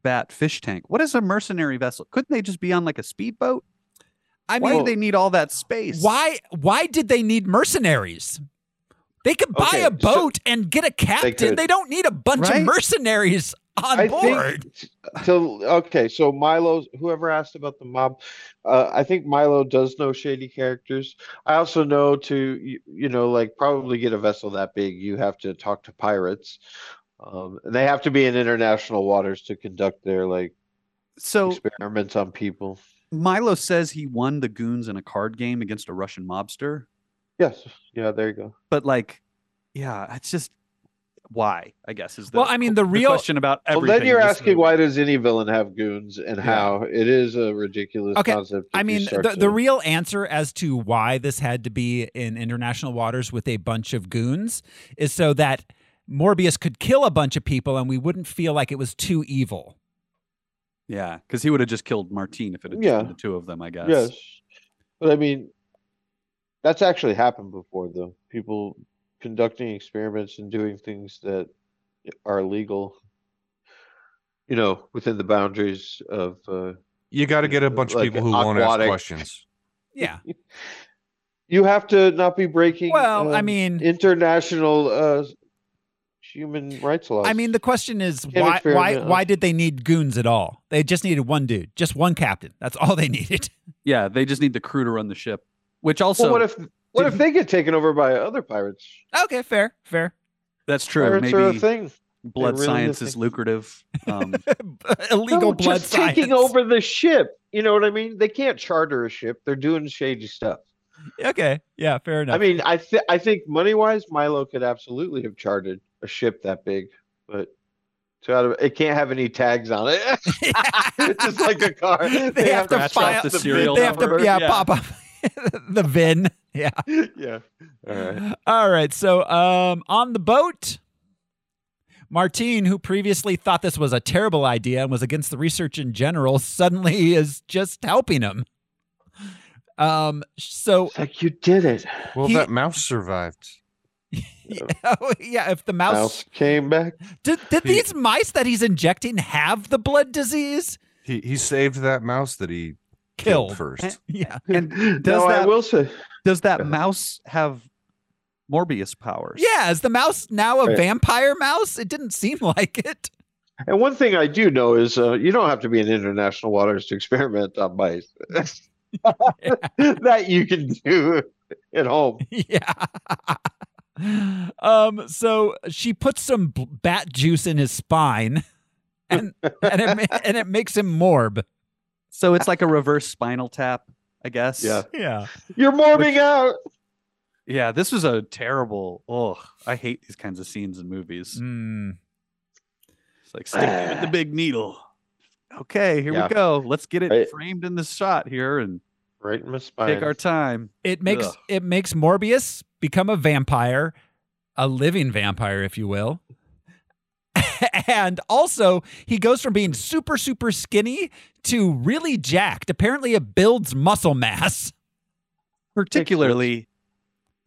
Speaker 3: bat fish tank what is a mercenary vessel couldn't they just be on like a speedboat
Speaker 1: I
Speaker 3: why
Speaker 1: mean,
Speaker 3: do they need all that space
Speaker 1: why why did they need mercenaries? They could buy
Speaker 2: Okay,
Speaker 1: a
Speaker 2: so-
Speaker 1: boat and get a captain.
Speaker 2: could.
Speaker 1: They don't need a bunch
Speaker 3: Right?
Speaker 1: of mercenaries on
Speaker 2: I
Speaker 1: board.
Speaker 2: think till okay. So Milo's whoever asked about the mob, uh, I think Milo does know shady characters. I also know to you, you know like probably get a vessel that big, you have to talk to pirates, um, and they have to be in international waters to conduct their like
Speaker 3: so
Speaker 2: experiments on people.
Speaker 3: milo says he won the goons in a card game against a russian mobster
Speaker 2: Yes. Yeah. There you go.
Speaker 3: but like yeah it's just why i guess is the
Speaker 1: Well, I mean, the real-
Speaker 3: question about
Speaker 2: Well,
Speaker 3: everything
Speaker 2: then you're
Speaker 3: in this
Speaker 2: asking
Speaker 3: movie.
Speaker 2: why does any villain have goons and how it is a ridiculous
Speaker 1: Okay,
Speaker 2: concept. if
Speaker 1: I
Speaker 2: you
Speaker 1: mean,
Speaker 2: start
Speaker 1: the,
Speaker 2: to-
Speaker 1: the real answer as to why this had to be in international waters with a bunch of goons is so that Morbius could kill a bunch of people and we wouldn't feel like it was too evil.
Speaker 3: Yeah, because he would have just killed Martine if it had just
Speaker 2: Yeah.
Speaker 3: been the two of them, I guess.
Speaker 2: yes, but I mean, that's actually happened before, though. People conducting experiments and doing things that are legal, you know, within the boundaries of. Uh,
Speaker 4: You got to get a bunch of
Speaker 2: Like
Speaker 4: people who won't ask
Speaker 2: aquatic-
Speaker 4: questions.
Speaker 1: Yeah.
Speaker 2: you have to not be breaking.
Speaker 1: Well, I
Speaker 2: um,
Speaker 1: mean-
Speaker 2: international uh, human rights laws.
Speaker 1: I mean, the question is
Speaker 2: Can't
Speaker 1: why why
Speaker 2: experiment on-
Speaker 1: why did they need goons at all? They just needed one dude, just one captain. That's all they needed.
Speaker 3: Yeah, they just need the crew to run the ship. Which also,
Speaker 2: well, what if what if they get taken over by other pirates?
Speaker 1: okay, fair, fair.
Speaker 3: that's true.
Speaker 2: Pirates
Speaker 3: Maybe
Speaker 2: are a thing.
Speaker 3: blood
Speaker 2: They're really
Speaker 3: science
Speaker 2: the
Speaker 3: is
Speaker 2: thing.
Speaker 3: lucrative. Um,
Speaker 1: Illegal
Speaker 2: No,
Speaker 1: blood
Speaker 2: just taking
Speaker 1: science.
Speaker 2: over the ship. You know what I mean? They can't charter a ship. They're doing shady stuff.
Speaker 1: Okay, yeah, fair enough.
Speaker 2: I mean, I th- I think money wise, Milo could absolutely have chartered a ship that big, but it's gotta- it can't have any tags on it. it's just like a car.
Speaker 1: they, have, to
Speaker 3: scratch
Speaker 1: file
Speaker 3: off the serial
Speaker 1: They have to,
Speaker 3: number.
Speaker 1: yeah,
Speaker 3: Yeah.
Speaker 1: pop up the VIN. Yeah.
Speaker 2: yeah. All right.
Speaker 1: All right. So, um, on the boat, Martine, who previously thought this was a terrible idea and was against the research in general, suddenly is just helping him. Um, so
Speaker 2: It's like you did it.
Speaker 4: Well,
Speaker 1: He-
Speaker 4: that mouse survived.
Speaker 1: yeah, if the mouse,
Speaker 2: Mouse came back.
Speaker 1: did, did
Speaker 4: He-
Speaker 1: these mice that he's injecting have the blood disease?
Speaker 4: He he saved that mouse that he
Speaker 1: Killed.
Speaker 4: killed
Speaker 3: Eh.
Speaker 4: first.
Speaker 1: Yeah.
Speaker 3: and does
Speaker 2: No, I
Speaker 3: that
Speaker 2: will say.
Speaker 3: does that
Speaker 2: Go ahead.
Speaker 3: mouse have Morbius powers?
Speaker 1: Yeah. Is the mouse now a
Speaker 2: Right.
Speaker 1: vampire mouse? It didn't seem like it.
Speaker 2: And one thing I do know is uh, you don't have to be in international waters to experiment on mice. that you can do at home.
Speaker 1: yeah. um. So she puts some b- bat juice in his spine, and and it ma- and it makes him morb.
Speaker 3: So it's like a reverse spinal tap, I guess.
Speaker 2: Yeah.
Speaker 1: Yeah.
Speaker 2: You're morphing out.
Speaker 3: Yeah, this was a terrible. Oh, I hate these kinds of scenes in movies.
Speaker 1: Mm.
Speaker 3: It's like stick me with the big needle. Okay, here
Speaker 2: Yeah.
Speaker 3: we go. Let's get it
Speaker 2: Right.
Speaker 3: framed in the shot here and
Speaker 2: Right in my
Speaker 3: take
Speaker 2: spine.
Speaker 3: our time.
Speaker 1: It makes
Speaker 3: Ugh.
Speaker 1: it makes Morbius become a vampire, a living vampire, if you will. And also, he goes from being super, super skinny to really jacked. Apparently, it builds muscle mass.
Speaker 3: Particularly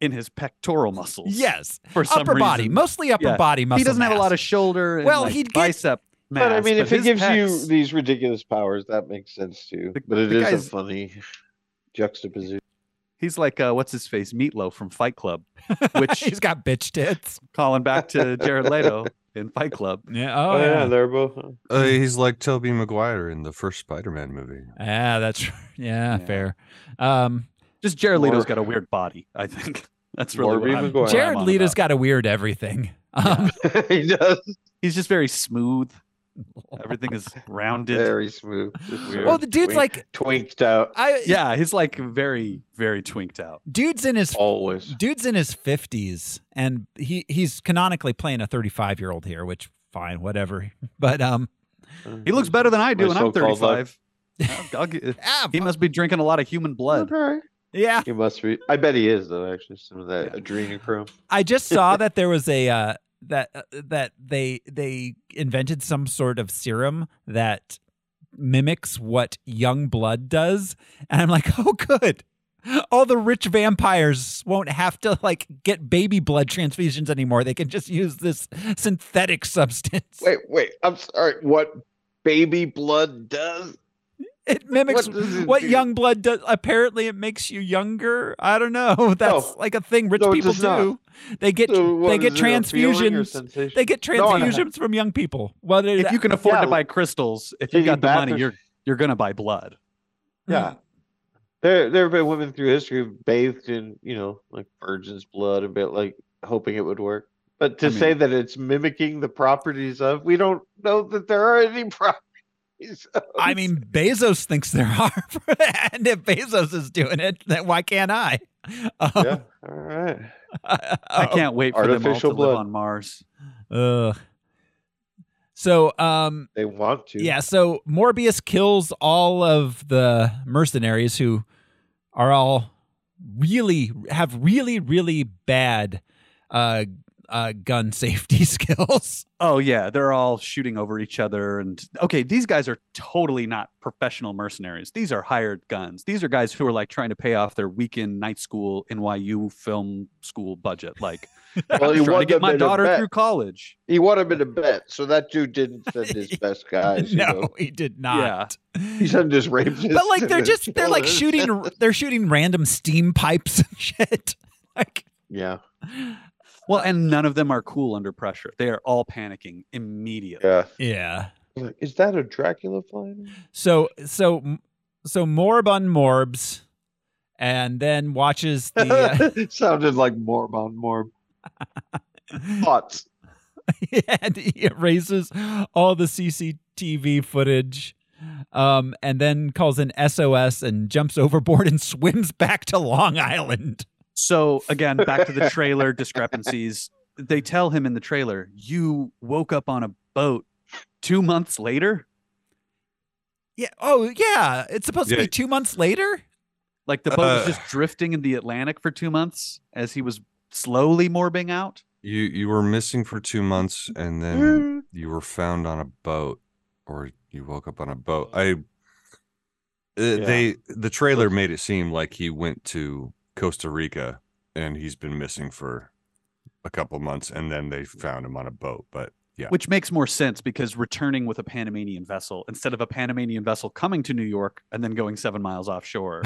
Speaker 3: in his pectoral muscles.
Speaker 1: Yes,
Speaker 3: For some
Speaker 1: upper body,
Speaker 3: reason.
Speaker 1: mostly upper
Speaker 3: Yeah.
Speaker 1: body muscle.
Speaker 3: he doesn't have a
Speaker 1: mass.
Speaker 3: lot of shoulder and
Speaker 1: Well,
Speaker 3: like,
Speaker 1: he'd get-
Speaker 3: bicep mass.
Speaker 2: but I mean, if it
Speaker 3: his
Speaker 2: gives you
Speaker 3: pecs-
Speaker 2: these ridiculous powers, that makes sense too.
Speaker 3: The-
Speaker 2: but it
Speaker 3: the
Speaker 2: is
Speaker 3: guy's-
Speaker 2: a funny juxtaposition.
Speaker 3: he's like uh, what's his face? Meatloaf from Fight Club. Which
Speaker 1: He's got bitch tits.
Speaker 3: calling back to Jared Leto in Fight Club.
Speaker 1: Yeah. Oh,
Speaker 2: Oh, yeah.
Speaker 1: yeah.
Speaker 2: they're both.
Speaker 4: Uh, he's like Toby Maguire in the first Spider-Man movie.
Speaker 1: Yeah, that's yeah,
Speaker 3: Yeah.
Speaker 1: fair. Um,
Speaker 3: Just Jared Leto's
Speaker 2: Mor-
Speaker 3: got a weird body, I think. That's really what
Speaker 2: Morbi
Speaker 3: I'm-
Speaker 2: Maguire.
Speaker 3: what I'm
Speaker 1: Jared
Speaker 3: on
Speaker 1: Leto's
Speaker 3: about.
Speaker 1: got a weird everything. Um,
Speaker 2: he does
Speaker 3: He's just very smooth. Everything is rounded.
Speaker 2: very smooth. Just
Speaker 3: Weird.
Speaker 1: well, the dude's
Speaker 2: twink-
Speaker 1: like
Speaker 2: twinked out
Speaker 1: I
Speaker 3: Yeah, he's like very, very twinked out.
Speaker 1: Dude's in his
Speaker 2: always.
Speaker 1: dude's in his fifties, and he he's canonically playing a thirty five year old here, which fine, whatever. But um,
Speaker 3: He looks better than I do,
Speaker 2: My
Speaker 3: and I'm
Speaker 2: so-called luck.
Speaker 3: 35. I'll- I'll gi-
Speaker 1: ah,
Speaker 3: he must be drinking a lot of human blood.
Speaker 2: Okay.
Speaker 1: yeah.
Speaker 2: He must be. I bet he is though. Actually, some of that adrenochrome.
Speaker 1: I just saw that there was a uh, that uh, that they they invented some sort of serum that mimics what young blood does, and I'm like, oh, good. All the rich vampires won't have to like get baby blood transfusions anymore. They can just use this synthetic substance.
Speaker 2: Wait, wait. I'm sorry. What baby blood does?
Speaker 1: it mimics
Speaker 2: what does
Speaker 1: what,
Speaker 2: it do?
Speaker 1: young blood does. Apparently, it makes you younger. I don't know. That's
Speaker 2: No.
Speaker 1: like a thing rich
Speaker 2: Oh. No, it
Speaker 1: people
Speaker 2: does not.
Speaker 1: do. They get
Speaker 2: So what
Speaker 1: they get
Speaker 2: is it, a feeling or
Speaker 1: transfusions.
Speaker 2: sensation?
Speaker 1: They get
Speaker 2: No, I know.
Speaker 1: transfusions from young people. Whether
Speaker 3: If
Speaker 1: that-
Speaker 3: you can afford
Speaker 2: Yeah,
Speaker 3: to buy crystals, if you
Speaker 2: Jimmy
Speaker 3: got the money,
Speaker 2: Bathurst-
Speaker 3: you're you're gonna buy blood.
Speaker 1: Mm.
Speaker 2: Yeah. There, there have been women through history who've bathed in, you know, like virgin's blood a bit, like hoping it would work. But to
Speaker 3: I
Speaker 2: say that it's mimicking the properties of, we don't know that there are any properties. Of.
Speaker 1: I mean, Bezos thinks there are, and if Bezos is doing it, then why can't I? Um,
Speaker 2: yeah. All right.
Speaker 3: I
Speaker 1: Uh,
Speaker 3: can't wait for them all to
Speaker 2: Artificial
Speaker 3: live
Speaker 2: blood.
Speaker 3: on Mars.
Speaker 1: Ugh. So, um,
Speaker 2: They want to.
Speaker 1: Yeah, so Morbius kills all of the mercenaries who are all really have really really bad uh uh, gun safety skills.
Speaker 3: Oh yeah, they're all shooting over each other and okay, these guys are totally not professional mercenaries. These are hired guns. These are guys who are like trying to pay off their weekend night school NYU film school budget. Like
Speaker 2: Well,
Speaker 3: I'm
Speaker 2: he
Speaker 3: trying to
Speaker 2: won
Speaker 3: get
Speaker 2: them
Speaker 3: my
Speaker 2: in a
Speaker 3: daughter
Speaker 2: bet.
Speaker 3: through college.
Speaker 2: He won him in a bet, so that dude didn't send his best guys. you
Speaker 1: no,
Speaker 2: know?
Speaker 1: he did not.
Speaker 2: he sent his rapists.
Speaker 1: But like they're
Speaker 2: and
Speaker 1: just they're like
Speaker 2: killers.
Speaker 1: shooting they're shooting random steam pipes and shit. Like
Speaker 2: Yeah,
Speaker 3: Well, and none of them are cool under pressure. They are all panicking immediately.
Speaker 2: yeah.
Speaker 1: yeah.
Speaker 2: Like, Is that a Dracula flying?
Speaker 1: So so so Morb on Morbs, and then watches the
Speaker 2: Sounded like Morb on Morb. Thoughts.
Speaker 1: uh, and he erases all the CCTV footage, um, and then calls an SOS and jumps overboard and swims back to Long Island.
Speaker 3: So again, back to the trailer discrepancies. They tell him in the trailer, "You woke up on a boat two months later."
Speaker 1: Yeah. Oh yeah. It's supposed to
Speaker 4: Yeah.
Speaker 1: be two months later.
Speaker 3: Like the boat
Speaker 4: Uh.
Speaker 3: was just drifting in the Atlantic for two months as he was slowly morbing out.
Speaker 4: You you were missing for two months,
Speaker 3: Mm.
Speaker 4: and then you were found on a boat, or you woke up on a boat. I uh, they the trailer made it seem like he went to Costa Rica and he's been missing for a couple months, and then they found him on a boat. But yeah,
Speaker 3: Which makes more sense because returning with a Panamanian vessel instead of a Panamanian vessel coming to New York and then going seven miles offshore.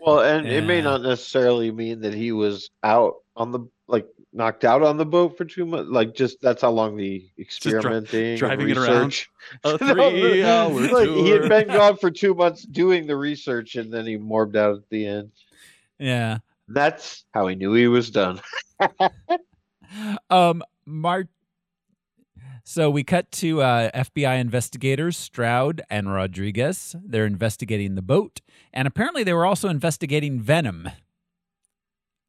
Speaker 2: Well, and it may
Speaker 1: Yeah.
Speaker 2: not necessarily mean that he was out on the like knocked out on the boat for two months. Like just that's how long the
Speaker 3: dri-
Speaker 2: experimenting, and
Speaker 3: driving it around.
Speaker 2: research.
Speaker 3: A
Speaker 2: No,
Speaker 3: three-hour
Speaker 2: like, he
Speaker 3: tour.
Speaker 2: had been gone for two months doing the research, and then he morbed out at the end.
Speaker 1: Yeah.
Speaker 2: That's how he knew he was done.
Speaker 1: um Mar- so we cut to uh, FBI investigators Stroud and Rodriguez. They're investigating the boat, and apparently they were also investigating venom.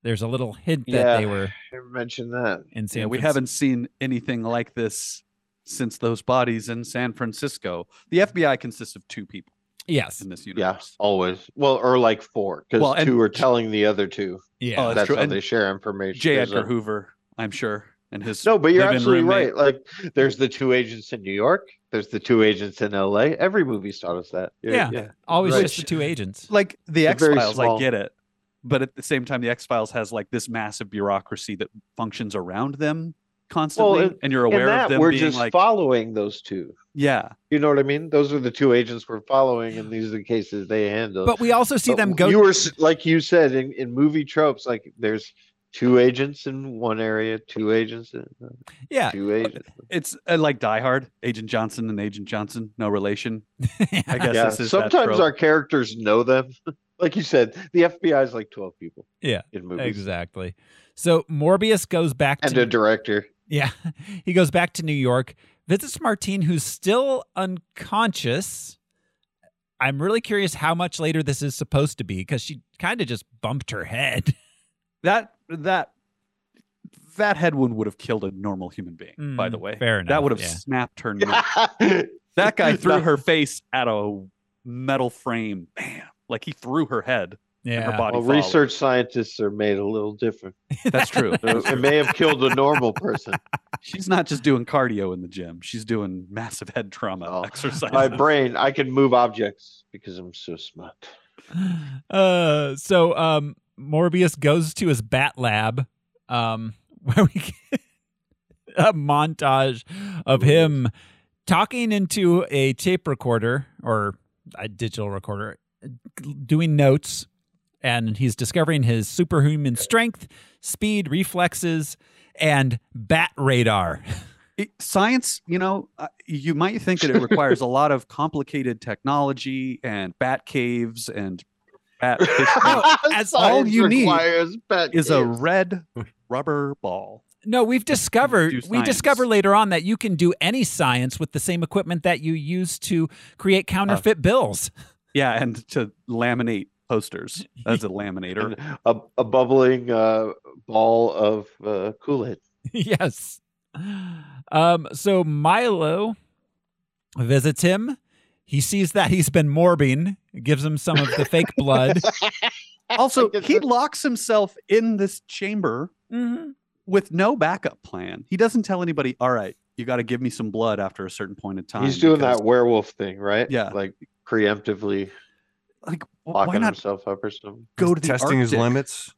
Speaker 1: There's a little hint that
Speaker 2: Yeah.
Speaker 1: they were
Speaker 2: I mentioned that.
Speaker 1: in San.
Speaker 3: yeah, we
Speaker 1: Francisco.
Speaker 3: haven't seen anything like this since those bodies in San Francisco. The FBI consists of two people
Speaker 1: Yes.
Speaker 3: in this
Speaker 2: Yeah,
Speaker 3: universe.
Speaker 2: always. Well, or like four, because
Speaker 3: Well, and-
Speaker 2: two are telling the other two.
Speaker 1: Yeah.
Speaker 3: Oh, that's
Speaker 2: that's
Speaker 3: true.
Speaker 2: how
Speaker 3: And
Speaker 2: they share information.
Speaker 3: J.
Speaker 2: There's a-
Speaker 3: Edgar Hoover, I'm sure, and his
Speaker 2: No, but you're
Speaker 3: live-in
Speaker 2: absolutely right.
Speaker 3: roommate.
Speaker 2: Like, there's the two agents in New York. There's the two agents in L.A. Every movie's taught us that. You're-
Speaker 1: Yeah. Always
Speaker 2: right.
Speaker 1: just the two agents.
Speaker 3: Like the
Speaker 2: They're
Speaker 3: X
Speaker 2: very
Speaker 3: Files, I
Speaker 2: small.
Speaker 3: get it, but at the same time, the X Files has like this massive bureaucracy that functions around them constantly,
Speaker 2: and-
Speaker 3: and you're
Speaker 2: In
Speaker 3: aware
Speaker 2: that,
Speaker 3: of them
Speaker 2: we're
Speaker 3: being
Speaker 2: just
Speaker 3: like,
Speaker 2: following those two.
Speaker 3: yeah,
Speaker 2: You know what I mean? Those are the two agents we're following, and these are the cases they handle.
Speaker 1: But we also see
Speaker 2: But
Speaker 1: them go.
Speaker 2: You were s- like you said in, in movie tropes. Like, there's two agents in one area, two agents in uh,
Speaker 1: yeah.
Speaker 2: two agents.
Speaker 3: it's uh, like Die Hard, Agent Johnson and Agent Johnson, no relation. I guess
Speaker 2: Yeah,
Speaker 3: this is that
Speaker 2: sometimes
Speaker 3: trope.
Speaker 2: our characters know them. like you said, the FBI is like 12 people.
Speaker 1: Yeah,
Speaker 2: in movies.
Speaker 1: Exactly. So Morbius goes back
Speaker 2: And
Speaker 1: to
Speaker 2: a director.
Speaker 1: Yeah. He goes back to New York, visits Martine, who's still unconscious. I'm really curious how much later this is supposed to be because she kind of just bumped her head.
Speaker 3: that that that head wound would have killed a normal human being. by
Speaker 1: Mm,
Speaker 3: the way,
Speaker 1: fair
Speaker 3: That
Speaker 1: enough,
Speaker 3: would have
Speaker 1: yeah.
Speaker 3: snapped her. neck. Mm-hmm. That guy threw her face at a metal frame. Bam! Like he threw her head. and Her body.
Speaker 2: Well,
Speaker 3: followed.
Speaker 2: research scientists are made a little different.
Speaker 3: That's true.
Speaker 2: So it may have killed a normal person.
Speaker 3: She's not just doing cardio in the gym. She's doing massive head trauma
Speaker 2: Oh,
Speaker 3: exercises.
Speaker 2: My brain, I can move objects because I'm so smart.
Speaker 1: Uh, so um, Morbius goes to his bat lab um, where we get a montage of him talking into a tape recorder or a digital recorder, doing notes, and he's discovering his superhuman strength, speed, reflexes, and bat radar.
Speaker 3: It- science, you know, uh, you might think that it requires a lot of complicated technology and bat caves and bat. fish tanks.
Speaker 1: as
Speaker 3: all you need
Speaker 2: requires pet
Speaker 3: is a
Speaker 2: games.
Speaker 3: red rubber ball.
Speaker 1: No, we've discovered
Speaker 3: do
Speaker 1: we
Speaker 3: science.
Speaker 1: discover later on that you can do any science with the same equipment that you use to create counterfeit bills.
Speaker 3: Yeah, and to laminate posters as a laminator.
Speaker 2: And a, a bubbling uh, ball of uh, Kool Aid.
Speaker 1: yes. Um so Milo visits him. He sees that he's been morbing, gives him some of the fake blood.
Speaker 3: Also,
Speaker 2: Like it's
Speaker 3: he
Speaker 2: a-
Speaker 3: locks himself in this chamber
Speaker 1: Mhm.
Speaker 3: with no backup plan. He doesn't tell anybody, all right, you got to give me some blood after a certain point in time.
Speaker 2: He's doing
Speaker 3: because-
Speaker 2: that werewolf thing, right?
Speaker 3: Yeah.
Speaker 2: Like preemptively
Speaker 3: Like, wh- why
Speaker 2: locking
Speaker 3: not
Speaker 2: himself up or something.
Speaker 3: go to the
Speaker 4: testing his
Speaker 3: Arctic?
Speaker 4: limits.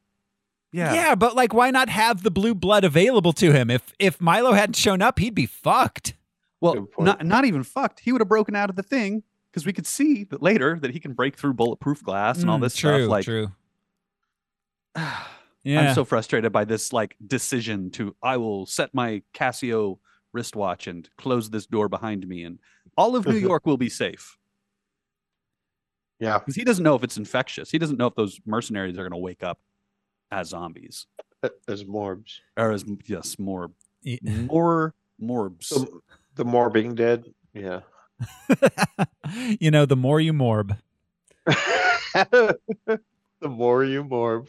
Speaker 3: Yeah.
Speaker 1: yeah, but like, why not have the blue blood available to him? If if Milo hadn't shown up, he'd be fucked.
Speaker 3: Well,
Speaker 2: Good point.
Speaker 3: not not even fucked. He would have broken out of the thing because we could see that later that he can break through bulletproof glass and all
Speaker 1: Mm,
Speaker 3: this
Speaker 1: true,
Speaker 3: stuff. Like,
Speaker 1: true. Yeah.
Speaker 3: I'm so frustrated by this like decision to I will set my Casio wristwatch and close this door behind me, and all of New York will be safe
Speaker 2: Yeah.
Speaker 3: because he doesn't know if it's infectious. He doesn't know if those mercenaries are going to wake up as zombies
Speaker 2: As morbs.
Speaker 3: or as yes, more
Speaker 1: Yeah.
Speaker 3: more morbs.
Speaker 2: The, the morbing dead. Yeah.
Speaker 1: you know, the more you morb.
Speaker 2: the more you morb.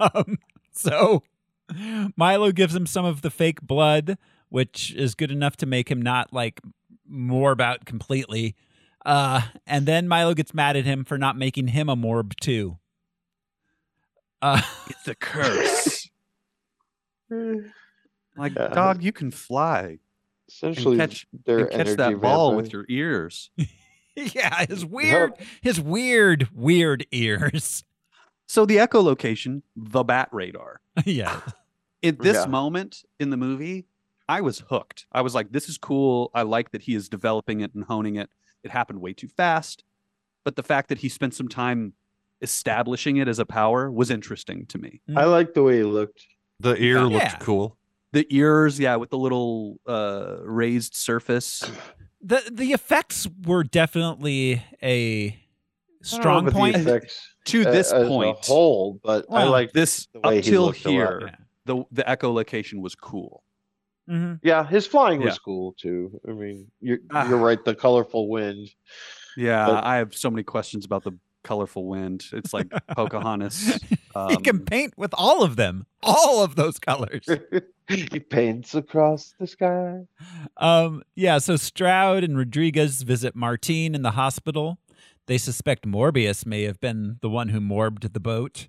Speaker 1: Um, so Milo gives him some of the fake blood, which is good enough to make him not like morb out completely. Uh, and then Milo gets mad at him for not making him a morb too. Uh,
Speaker 3: It's a curse. like
Speaker 2: Yeah.
Speaker 3: dog, you can fly
Speaker 2: Essentially,
Speaker 3: catch-
Speaker 2: their
Speaker 3: and catch
Speaker 2: energy
Speaker 3: that ball with
Speaker 2: vampire.
Speaker 3: your ears.
Speaker 1: yeah, his weird, his weird, weird ears.
Speaker 3: So the echolocation, the bat radar.
Speaker 1: yeah,
Speaker 3: At this
Speaker 2: Yeah.
Speaker 3: moment in the movie, I was hooked. I was like, this is cool. I like that he is developing it and honing it. It happened way too fast. But the fact that he spent some time establishing it as a power was interesting to me.
Speaker 2: I like the way he looked.
Speaker 4: The ear looked
Speaker 1: Yeah.
Speaker 4: cool.
Speaker 3: The ears, yeah, with the little uh, raised surface.
Speaker 1: the the effects were definitely a strong
Speaker 2: I don't know about
Speaker 1: point.
Speaker 2: the effects
Speaker 3: To
Speaker 2: a-
Speaker 3: this
Speaker 2: as
Speaker 3: point,
Speaker 2: A whole, but I
Speaker 1: Well,
Speaker 2: like.
Speaker 3: this
Speaker 2: the way
Speaker 3: up
Speaker 2: he
Speaker 3: till
Speaker 2: looked a lot.
Speaker 3: here,
Speaker 1: Yeah.
Speaker 3: the the echolocation was cool.
Speaker 1: hmm
Speaker 2: Yeah, his flying
Speaker 3: Yeah.
Speaker 2: was cool too. I mean, you're
Speaker 3: Ah.
Speaker 2: you're right. The colorful wind.
Speaker 3: Yeah,
Speaker 2: But-
Speaker 3: I have so many questions about the colorful wind. It's like Pocahontas. Um,
Speaker 1: he can paint with all of them, all of those colors.
Speaker 2: he paints across the sky.
Speaker 1: Um, yeah, so Stroud and Rodriguez visit Martine in the hospital. They suspect Morbius may have been the one who morbed the boat.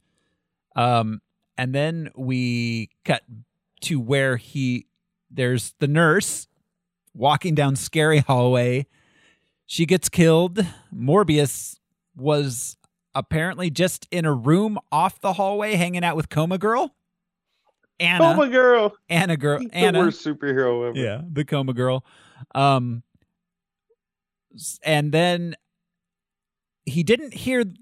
Speaker 1: Um, and then we cut to where he there's the nurse walking down scary hallway. She gets killed. Morbius was apparently just in a room off the hallway hanging out with Coma Girl. Anna,
Speaker 2: Oh my girl!
Speaker 1: Anna girl,
Speaker 2: He's
Speaker 1: Anna
Speaker 2: the worst superhero ever.
Speaker 1: yeah the coma girl um s- and then he didn't hear the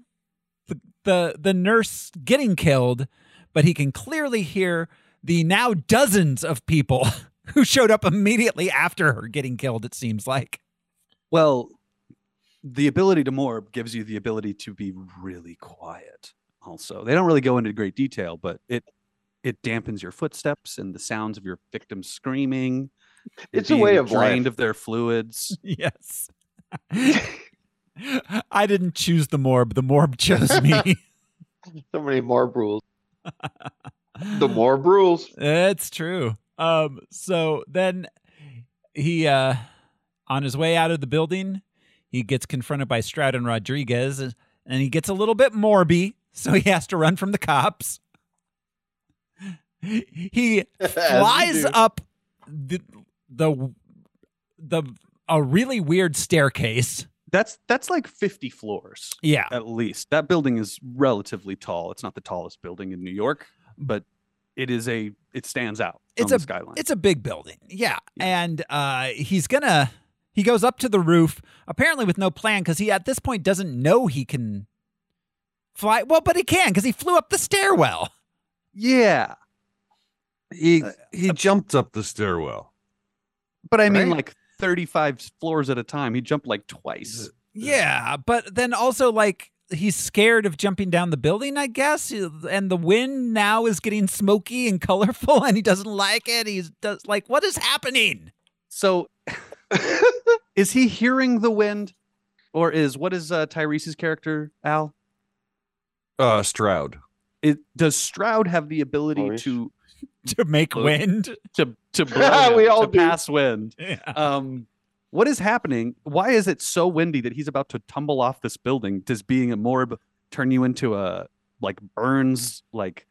Speaker 1: the, the nurse getting killed but he can clearly hear the now dozens of people who showed up immediately after her getting killed it seems like
Speaker 3: well, the ability to morb gives you the ability to be really quiet. Also, they don't really go into great detail, but it it dampens your footsteps and the sounds of your victim screaming. and
Speaker 2: It's a way
Speaker 3: being
Speaker 2: of life.
Speaker 3: drained of their fluids.
Speaker 1: yes i didn't choose the morb the morb chose me
Speaker 2: So many more rules. The more rules.
Speaker 1: That's true. Um, so then he, uh, on his way out of the building, he gets confronted by Stroud and Rodriguez, and he gets a little bit morby, so he has to run from the cops. He
Speaker 2: As you
Speaker 1: flies
Speaker 2: do.
Speaker 1: up the the the a really weird staircase.
Speaker 3: That's that's like fifty floors.
Speaker 1: Yeah,
Speaker 3: at least. That building is relatively tall. It's not the tallest building in New York, but it is a it stands out
Speaker 1: It's
Speaker 3: on
Speaker 1: a-
Speaker 3: the skyline.
Speaker 1: It's a big building. Yeah. And uh, he's going to, he goes up to the roof, apparently with no plan, because he at this point doesn't know he can fly. Well, but he can, because he flew up the stairwell.
Speaker 3: yeah.
Speaker 4: He
Speaker 3: Uh,
Speaker 4: he jumped up the stairwell.
Speaker 3: But I mean
Speaker 2: Right?
Speaker 3: like 35 floors at a time. He jumped like twice.
Speaker 1: Yeah. But then also, like, he's scared of jumping down the building, I guess. And the wind now is getting smoky and colorful, and he doesn't like it. He's does, like, what is happening?
Speaker 3: So is he hearing the wind or is what is uh, Tyrese's character Al?
Speaker 4: Uh, Stroud.
Speaker 3: It, does Stroud have the ability
Speaker 2: Tyrese?
Speaker 3: to
Speaker 1: To make
Speaker 3: Look.
Speaker 1: wind.
Speaker 3: to to blow
Speaker 2: We
Speaker 3: him,
Speaker 2: all
Speaker 3: to
Speaker 2: do.
Speaker 3: pass wind?
Speaker 1: Yeah.
Speaker 3: um what is happening why is it so windy that he's about to tumble off this building does being a morb turn you into a like burns like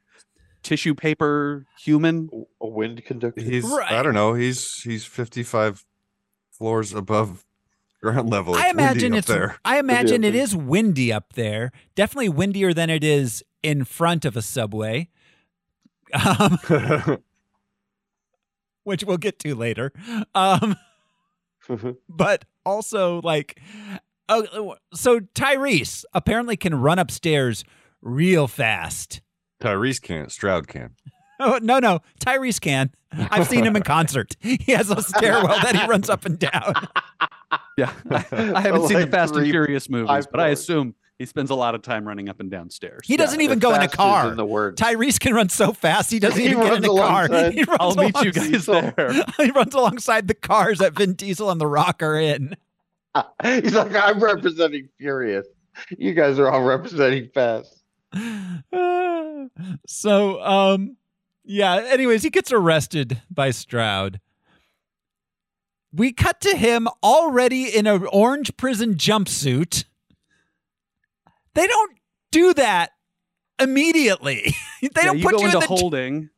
Speaker 3: tissue paper human?
Speaker 2: A wind conductor.
Speaker 4: He's I don't know. He's he's 55 floors above ground level.
Speaker 1: I
Speaker 4: Oh, It's windy
Speaker 1: imagine
Speaker 4: up
Speaker 1: it's.
Speaker 4: there.
Speaker 1: I imagine it is windy up there. Definitely windier than it is in front of a subway, um, which we'll get to later. Um, but also, like, oh, so Tyrese apparently can run upstairs real fast.
Speaker 4: Tyrese can't. Stroud can.
Speaker 1: Oh no, no, Tyrese can. I've seen him in concert. He has a stairwell that he runs up and down.
Speaker 3: Yeah, I, I haven't seen the
Speaker 2: Like
Speaker 3: Fast and
Speaker 2: three-
Speaker 3: Furious movies,
Speaker 2: five
Speaker 3: but I
Speaker 2: floors.
Speaker 3: assume he spends a lot of time running up and down stairs.
Speaker 1: He doesn't even
Speaker 2: the
Speaker 1: go in a
Speaker 2: fastest
Speaker 1: car.
Speaker 2: in the word.
Speaker 1: Tyrese can run so fast he doesn't
Speaker 2: He
Speaker 1: even get in
Speaker 2: runs
Speaker 1: a car.
Speaker 2: alongside
Speaker 1: He runs
Speaker 3: I'll meet you
Speaker 1: along-
Speaker 3: guys there.
Speaker 1: he runs alongside the cars that Vin Diesel and The Rock are in.
Speaker 2: He's like, I'm representing Furious. You guys are all representing Fast.
Speaker 1: so um yeah anyways he gets arrested by stroud we cut to him already in an orange prison jumpsuit they don't do that immediately they
Speaker 3: Yeah,
Speaker 1: don't
Speaker 3: you
Speaker 1: put
Speaker 3: go
Speaker 1: you in
Speaker 3: into
Speaker 1: the
Speaker 3: holding,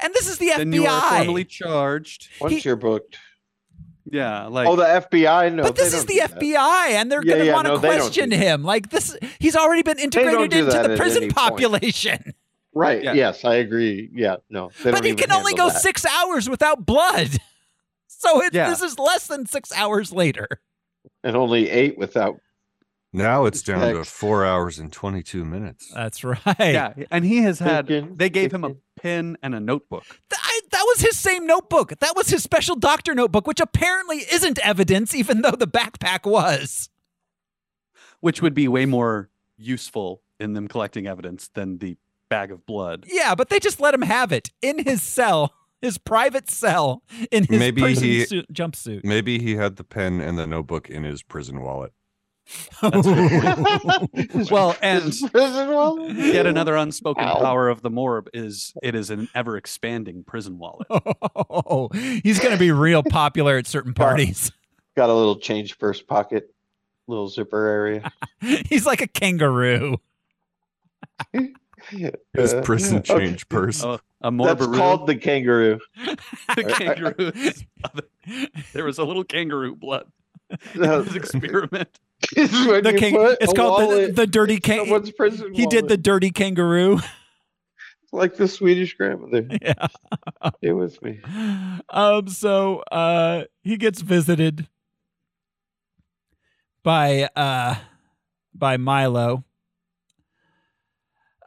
Speaker 1: and this is the
Speaker 3: then you are
Speaker 1: fbi
Speaker 3: formally charged.
Speaker 2: Once
Speaker 1: He-
Speaker 2: you're booked.
Speaker 3: Yeah, like
Speaker 2: oh, the FBI. No,
Speaker 1: but
Speaker 2: they
Speaker 1: this is
Speaker 2: don't
Speaker 1: the
Speaker 2: do that.
Speaker 1: FBI, and they're
Speaker 2: Yeah,
Speaker 1: going to
Speaker 2: yeah,
Speaker 1: want to
Speaker 2: no, they don't do
Speaker 1: question
Speaker 2: that.
Speaker 1: him. Like this—he's already been
Speaker 2: don't
Speaker 1: integrated
Speaker 2: do
Speaker 1: into
Speaker 2: that
Speaker 1: the
Speaker 2: at
Speaker 1: prison
Speaker 2: any point.
Speaker 1: population.
Speaker 2: Right.
Speaker 3: Yeah.
Speaker 2: Yes, I agree. Yeah. No. they
Speaker 1: but
Speaker 2: don't
Speaker 1: he
Speaker 2: even
Speaker 1: can only go
Speaker 2: handle that.
Speaker 1: six hours without blood. So it,
Speaker 3: Yeah.
Speaker 1: this is less than six hours later.
Speaker 2: and only eight without.
Speaker 4: Now it's down to
Speaker 2: Next.
Speaker 4: four hours and 22 minutes.
Speaker 1: That's right.
Speaker 3: yeah, and he has had.
Speaker 2: Thinking,
Speaker 3: They gave him a
Speaker 2: thinking.
Speaker 3: pen and a notebook.
Speaker 1: Th- I- that was his same notebook. That was his special doctor notebook, which apparently isn't evidence, even though the backpack was.
Speaker 3: which would be way more useful in them collecting evidence than the bag of blood.
Speaker 1: Yeah, but they just let him have it in his cell, his private cell, in his
Speaker 4: Maybe
Speaker 1: prison
Speaker 4: he-
Speaker 1: suit, jumpsuit.
Speaker 4: Maybe he had the pen and the notebook in his prison wallet.
Speaker 3: Well, and
Speaker 2: prison wall?
Speaker 3: yet another unspoken
Speaker 2: Ow.
Speaker 3: power of the morb is it is an ever expanding prison wallet.
Speaker 1: Oh, he's going to be real popular at certain parties.
Speaker 2: Got a little change first pocket, little zipper area.
Speaker 1: He's like a kangaroo.
Speaker 4: His
Speaker 2: Uh,
Speaker 4: prison
Speaker 2: okay.
Speaker 4: change purse.
Speaker 3: Oh, a
Speaker 2: That's
Speaker 3: morbaroo.
Speaker 2: called the kangaroo.
Speaker 3: the kangaroo's other- There was a little kangaroo blood in his experiment.
Speaker 1: The king. It's called the, the dirty kangaroo.
Speaker 2: Someone's prison
Speaker 1: He did the
Speaker 2: wallet.
Speaker 1: dirty kangaroo.
Speaker 2: like the Swedish grandmother.
Speaker 1: Yeah.
Speaker 2: Stay with me.
Speaker 1: um so uh he gets visited by uh by Milo.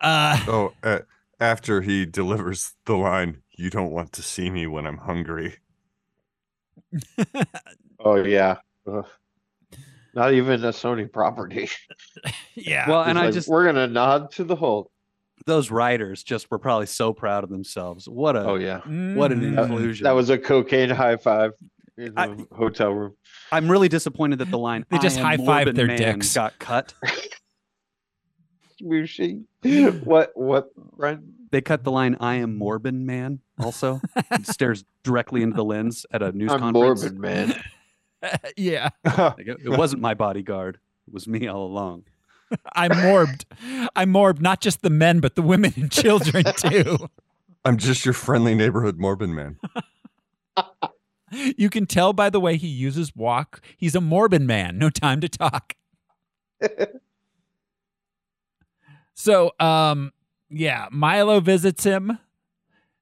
Speaker 1: Uh
Speaker 4: Oh, uh, after he delivers the line, you don't want to see me when I'm hungry.
Speaker 2: Oh yeah. Ugh. Not even a Sony property.
Speaker 1: yeah.
Speaker 3: Well, and
Speaker 2: It's
Speaker 3: I
Speaker 2: like,
Speaker 3: just
Speaker 2: we're gonna nod to the Hulk.
Speaker 3: those writers just were probably so proud of themselves. What a
Speaker 2: Oh yeah.
Speaker 3: what an
Speaker 1: Mm.
Speaker 3: inclusion.
Speaker 2: That was a cocaine high five in the
Speaker 3: I-
Speaker 2: hotel room.
Speaker 3: I'm really disappointed that the line
Speaker 1: They just
Speaker 3: "I am
Speaker 1: high-fived
Speaker 3: Morbid
Speaker 1: their
Speaker 3: man"
Speaker 1: dicks.
Speaker 3: got cut.
Speaker 2: Mushy. What what Brian?
Speaker 3: They cut the line "I am Morbin Man" also. It stares directly into the lens at a news
Speaker 2: I'm
Speaker 3: conference.
Speaker 2: morbid, man.
Speaker 1: yeah.
Speaker 3: Like, it, it wasn't my bodyguard; it was me all along.
Speaker 1: I morbed. I morbed not just the men but the women and children too.
Speaker 4: I'm just your friendly neighborhood Morbin man.
Speaker 1: you can tell by the way he uses walk. He's a morbid man. No time to talk. So, um, yeah, Milo visits him.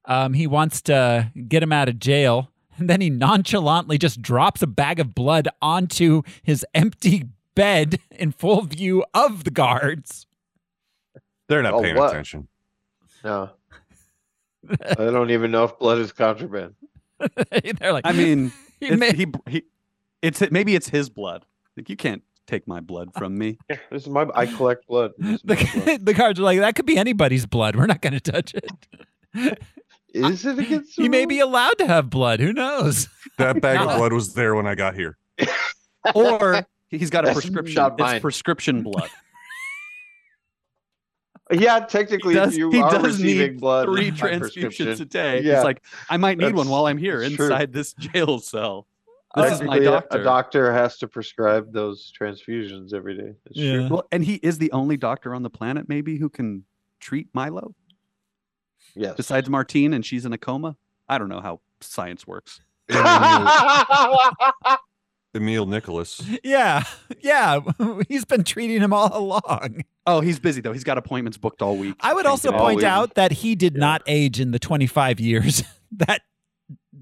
Speaker 1: Um, he wants to get him out of jail, and then he nonchalantly just drops a bag of blood onto his empty bed in full view of the guards.
Speaker 4: They're not
Speaker 2: Oh,
Speaker 4: paying
Speaker 2: what?
Speaker 4: attention.
Speaker 2: No. I don't even know if blood is contraband.
Speaker 1: They're like,
Speaker 3: I mean,
Speaker 1: he
Speaker 3: it's,
Speaker 1: may-
Speaker 3: he, he, it's maybe it's his blood. Like you can't take my blood from me.
Speaker 2: This is my I collect blood. This is my blood.
Speaker 1: the, the guards are like, that could be anybody's blood. We're not going to touch it.
Speaker 2: Is it against the
Speaker 1: he may
Speaker 2: rules?
Speaker 1: be allowed to have blood. Who knows?
Speaker 4: That bag of
Speaker 1: No.
Speaker 4: blood was there when I got here.
Speaker 3: Or he's got a
Speaker 2: That's
Speaker 3: prescription.
Speaker 2: not mine.
Speaker 3: It's prescription blood.
Speaker 2: Yeah, technically,
Speaker 3: He
Speaker 2: if
Speaker 3: does-
Speaker 2: you
Speaker 3: he
Speaker 2: are
Speaker 3: does
Speaker 2: receiving
Speaker 3: need
Speaker 2: blood.
Speaker 3: Three
Speaker 2: by
Speaker 3: transfusions
Speaker 2: prescription.
Speaker 3: a day.
Speaker 2: Yeah.
Speaker 3: It's like I might need one
Speaker 2: That's-
Speaker 3: while I'm here
Speaker 2: that's true.
Speaker 3: inside this jail cell. This is my
Speaker 2: Technically, a-
Speaker 3: doctor.
Speaker 2: A doctor has to prescribe those transfusions every day. It's true.
Speaker 1: Yeah.
Speaker 3: Well, and he is the only doctor on the planet, maybe, who can treat Milo.
Speaker 2: Yes.
Speaker 3: Besides Martine, and she's in a coma. I don't know how science works.
Speaker 4: Emil Nicholas.
Speaker 1: Yeah, yeah. He's been treating him all along.
Speaker 3: Oh, he's busy though. He's got appointments booked all week.
Speaker 1: I would also
Speaker 2: Oh,
Speaker 3: Thank you.
Speaker 1: point
Speaker 3: All
Speaker 1: out that he did not age in the 25 years that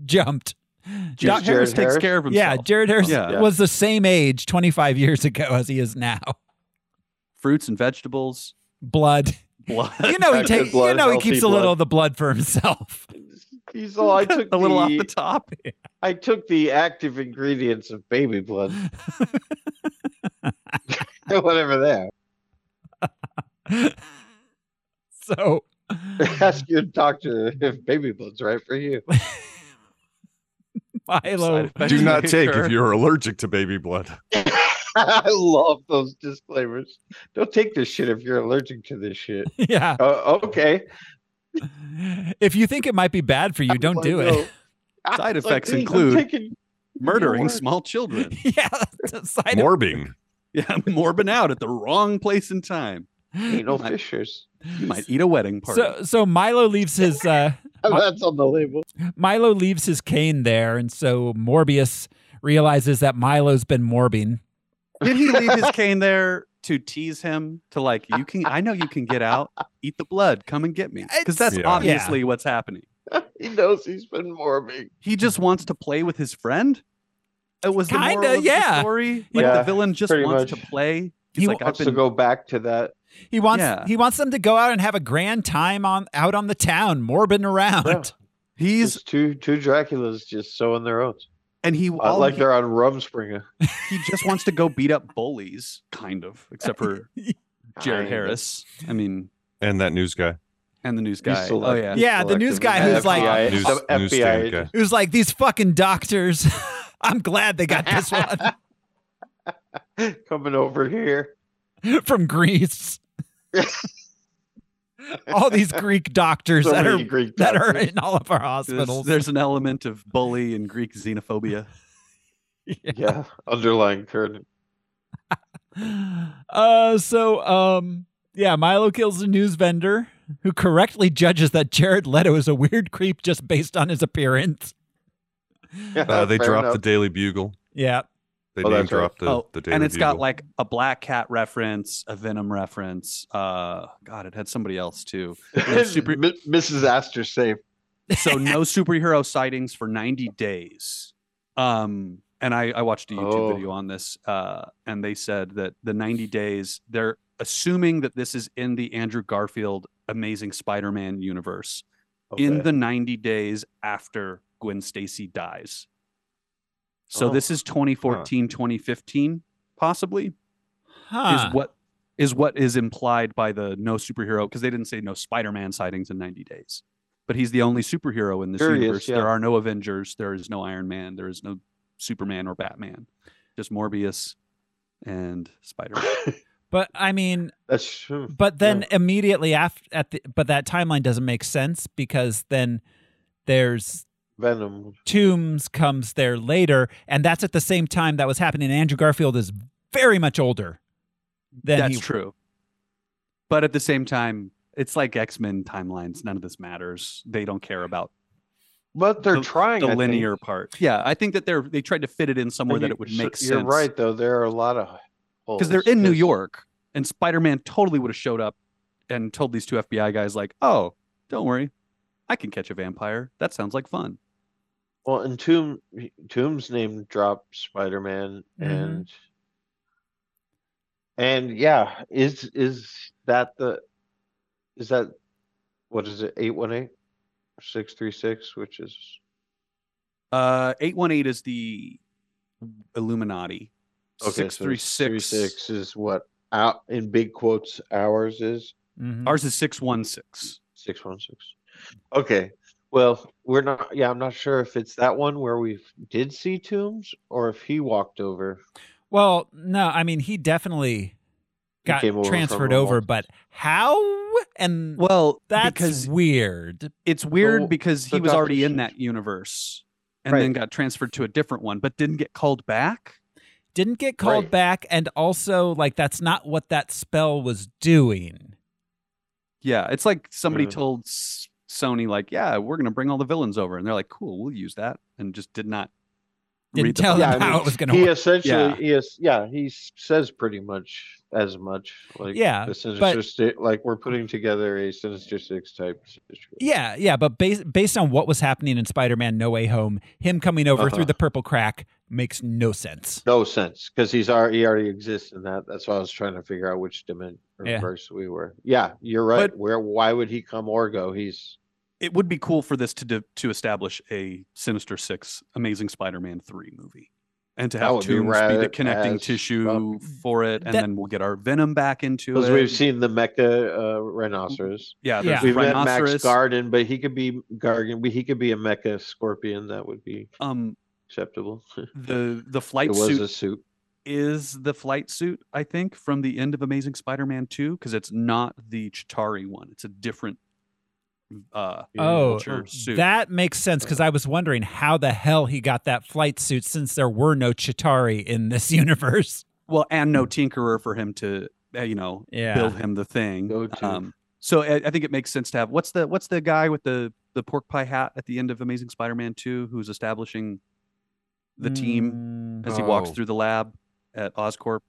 Speaker 1: jumped.
Speaker 3: Doc
Speaker 1: Doc-
Speaker 3: Harris
Speaker 2: Jared
Speaker 3: takes
Speaker 2: Harris?
Speaker 3: care of
Speaker 1: yeah,
Speaker 3: himself.
Speaker 1: Jared Harris
Speaker 3: Yeah.
Speaker 1: was the same age 25 years ago as he is now.
Speaker 3: Fruits and vegetables,
Speaker 1: Blood.
Speaker 3: blood.
Speaker 1: You know he
Speaker 2: Back to
Speaker 1: takes. You
Speaker 2: blood,
Speaker 1: know he
Speaker 2: healthy
Speaker 1: keeps a little
Speaker 2: blood.
Speaker 1: of the blood for himself.
Speaker 2: He's all I took
Speaker 3: a little off
Speaker 2: the-
Speaker 3: the top.
Speaker 2: I took the active ingredients of baby blood. Whatever that.
Speaker 1: So
Speaker 2: Ask your doctor if baby blood's right for you.
Speaker 1: Milo,
Speaker 4: Do not take if you're allergic to baby blood.
Speaker 2: I love those disclaimers. Don't take this shit if you're allergic to this shit.
Speaker 1: yeah.
Speaker 2: Uh, okay.
Speaker 1: If you think it might be bad for you, don't do
Speaker 2: Like,
Speaker 1: it.
Speaker 2: no.
Speaker 3: Side
Speaker 2: It's
Speaker 3: effects
Speaker 2: "Hey, I'm
Speaker 3: include-
Speaker 2: taking-
Speaker 3: murdering
Speaker 2: Lord.
Speaker 3: small children.
Speaker 1: Yeah, that's a side of-
Speaker 4: Morbing.
Speaker 3: Yeah, morbing out at the wrong place and time.
Speaker 2: anal fissures.
Speaker 3: You might eat a wedding party.
Speaker 1: So so Milo leaves his uh,
Speaker 2: That's on the label.
Speaker 1: Milo leaves his cane there, and so Morbius realizes that Milo's been morbing.
Speaker 3: Did he leave his cane there to tease him to like you can? I know you can get out. Eat the blood. Come and get me because that's
Speaker 4: It's- Yeah.
Speaker 3: obviously what's happening.
Speaker 2: He knows he's been morbid.
Speaker 3: He just wants to play with his friend. It was
Speaker 1: Kinda,
Speaker 3: the moral of
Speaker 1: yeah.
Speaker 3: the story. Like
Speaker 2: Yeah,
Speaker 3: the villain just
Speaker 2: pretty
Speaker 3: wants
Speaker 2: much.
Speaker 3: to play. He's
Speaker 1: He
Speaker 3: like, I've
Speaker 2: Wants
Speaker 3: been
Speaker 2: to go back to that.
Speaker 1: He wants
Speaker 3: Yeah.
Speaker 1: he wants them to go out and have a grand time on out on the town, morbing around.
Speaker 2: Yeah.
Speaker 3: he's
Speaker 2: Just two two Draculas just sewing their own.
Speaker 3: and he
Speaker 2: I
Speaker 3: all
Speaker 2: like
Speaker 3: he-
Speaker 2: they're on Rumspringa.
Speaker 3: he just wants to go beat up bullies, kind of, except for Jared
Speaker 2: Kind of.
Speaker 3: Harris. I mean,
Speaker 4: And that news guy.
Speaker 3: and the news
Speaker 2: He's
Speaker 3: guy. Oh
Speaker 2: select-
Speaker 3: yeah.
Speaker 2: he's
Speaker 1: Yeah, the news guy
Speaker 2: selective.
Speaker 1: who's like-
Speaker 2: FBI
Speaker 4: News,
Speaker 2: the
Speaker 4: news
Speaker 2: FBI
Speaker 4: stand
Speaker 2: agent.
Speaker 4: guy.
Speaker 1: It was like these fucking doctors. I'm glad they got this one
Speaker 2: coming over here.
Speaker 1: from Greece. all these Greek doctors
Speaker 2: So
Speaker 1: that
Speaker 2: many
Speaker 1: are
Speaker 2: Greek
Speaker 1: that are
Speaker 2: doctors.
Speaker 1: in all of our
Speaker 3: There's,
Speaker 1: hospitals.
Speaker 3: there's an element of bully and Greek xenophobia.
Speaker 2: Yeah, underlying current.
Speaker 1: Uh, so um, yeah, Milo kills the news vendor who correctly judges that Jared Leto is a weird creep just based on his appearance.
Speaker 2: Yeah,
Speaker 4: Uh, they
Speaker 2: fair
Speaker 4: dropped the
Speaker 2: enough.
Speaker 4: Daily Bugle.
Speaker 1: Yeah,
Speaker 4: They
Speaker 2: Oh,
Speaker 4: name
Speaker 2: that's right.
Speaker 4: dropped the,
Speaker 3: oh,
Speaker 4: the Daily
Speaker 3: and it's
Speaker 4: Bugle.
Speaker 3: got like a black cat reference, a venom reference. Uh, God, it had somebody else too. No super-
Speaker 2: M- Mrs. Astor safe.
Speaker 3: so no superhero sightings for 90 days. Um, and I, I watched a YouTube
Speaker 2: Oh.
Speaker 3: video on this, uh, and they said that the 90 days, they're assuming that this is in the Andrew Garfield Amazing Spider-Man universe. in
Speaker 2: Okay.
Speaker 3: the 90 days after Gwen Stacy dies. So
Speaker 2: Oh.
Speaker 3: this is 2014, 2015 possibly
Speaker 1: huh?
Speaker 3: is what is what is implied by the no superhero because they didn't say no Spider-Man sightings in 90 days. But he's the only superhero in this
Speaker 2: Sure he is,
Speaker 3: universe.
Speaker 2: yeah.
Speaker 3: There are no Avengers, there is no Iron Man, there is no Superman or Batman. Just Morbius and Spider-Man.
Speaker 1: but I mean,
Speaker 2: That's true.
Speaker 1: but then immediately after at the but that timeline doesn't make sense because then there's
Speaker 2: Venom.
Speaker 1: Tombs comes there later, and that's at the same time that was happening. Andrew Garfield is very much older than
Speaker 3: That's
Speaker 1: he
Speaker 3: true. But at the same time, it's like X Men timelines. None of this matters. They don't care about
Speaker 2: But they're
Speaker 3: the,
Speaker 2: trying
Speaker 3: the
Speaker 2: I think.
Speaker 3: linear part. Yeah, I think that they're they tried to fit it in somewhere that
Speaker 2: You-
Speaker 3: it would
Speaker 2: so-
Speaker 3: make sense.
Speaker 2: You're right, though. There are a lot of
Speaker 3: because they're in New York, and Spider Man totally would have showed up and told these two FBI guys like, "Oh, don't worry, I can catch a vampire. That sounds like fun."
Speaker 2: Well, and Tomb Tomb's name dropped Spider Man
Speaker 3: Mm-hmm.
Speaker 1: Mhm.
Speaker 2: and and yeah, is is that the is that what is it, eight one eight? Six three six, which is
Speaker 3: Uh, eight one eight is the Illuminati.
Speaker 2: okay,
Speaker 3: six three six.
Speaker 2: six is what out in big quotes ours is
Speaker 1: Mhm.
Speaker 3: Ours is six one six.
Speaker 2: six one six. Okay. Well, we're not yeah, I'm not sure if it's that one where we did see tombs or if he walked over.
Speaker 1: Well, no, I mean he definitely got
Speaker 2: came over from
Speaker 1: transferred
Speaker 2: a
Speaker 1: over,
Speaker 2: walk.
Speaker 1: but how? And
Speaker 3: Well,
Speaker 1: that's
Speaker 3: because
Speaker 1: weird.
Speaker 3: it's weird
Speaker 2: Well,
Speaker 3: because he
Speaker 2: the
Speaker 3: was
Speaker 2: Doctor
Speaker 3: already in
Speaker 2: Strange-
Speaker 3: that universe and
Speaker 2: Right.
Speaker 3: then got transferred to a different one, but didn't get called back.
Speaker 1: Didn't get called
Speaker 2: Right.
Speaker 1: back, and also like that's not what that spell was doing.
Speaker 3: Yeah, it's like somebody
Speaker 2: Mm.
Speaker 3: told S- Sony like, yeah, we're gonna bring all the villains over, and they're like, cool, we'll use that, and just did not
Speaker 1: Didn't
Speaker 3: read the
Speaker 1: tell
Speaker 3: book.
Speaker 1: them
Speaker 2: I mean,
Speaker 1: how it was going to
Speaker 2: he
Speaker 1: work.
Speaker 2: essentially
Speaker 3: Yeah.
Speaker 2: he is yeah he s- says pretty much as much like
Speaker 1: Yeah,
Speaker 2: the
Speaker 1: but-
Speaker 2: sinister Six- like we're putting together a sinister six type situation
Speaker 1: Yeah, yeah, but based based on what was happening in Spider-Man: No Way Home, him coming over
Speaker 2: Uh-huh.
Speaker 1: through the purple crack makes no sense.
Speaker 2: no sense because he's already he already exists in that that's why i was trying to figure out which dimension or
Speaker 1: Yeah.
Speaker 2: verse we were yeah you're right where why would he come or go he's
Speaker 3: It would be cool for this to de- to establish a Sinister Six, Amazing Spider-Man three movie, and to
Speaker 2: That
Speaker 3: have
Speaker 2: would be
Speaker 3: Tombs be the
Speaker 2: rad
Speaker 3: connecting
Speaker 2: as
Speaker 3: tissue for it, and
Speaker 1: That-
Speaker 3: then we'll get our Venom back into
Speaker 2: because
Speaker 3: it.
Speaker 2: we've seen the mecha uh, rhinoceros
Speaker 3: yeah,
Speaker 1: Yeah.
Speaker 3: there's
Speaker 2: We've met Max
Speaker 3: Rhinoceros.
Speaker 2: Garden, but he could be Gargan. but He could be a mecha scorpion. That would be
Speaker 3: um,
Speaker 2: acceptable.
Speaker 3: the the
Speaker 2: it
Speaker 3: flight
Speaker 2: was
Speaker 3: suit
Speaker 2: a suit.
Speaker 3: is the flight suit, I think, from the end of Amazing Spider-Man 2, because it's not the Chitari one. It's a different uh
Speaker 1: Oh,
Speaker 3: vulture suit.
Speaker 1: that makes sense because I was wondering how the hell he got that flight suit since there were no Chitari in this universe.
Speaker 3: well, and no tinkerer for him to uh, you know
Speaker 1: Yeah.
Speaker 3: build him the thing.
Speaker 2: Go to.
Speaker 3: Um so I, I think it makes sense to have what's the what's the guy with the the pork pie hat at the end of Amazing Spider-Man 2 who's establishing the
Speaker 1: Mm.
Speaker 3: team
Speaker 1: team.
Speaker 3: as he walks
Speaker 4: Oh.
Speaker 3: through the lab at Oscorp.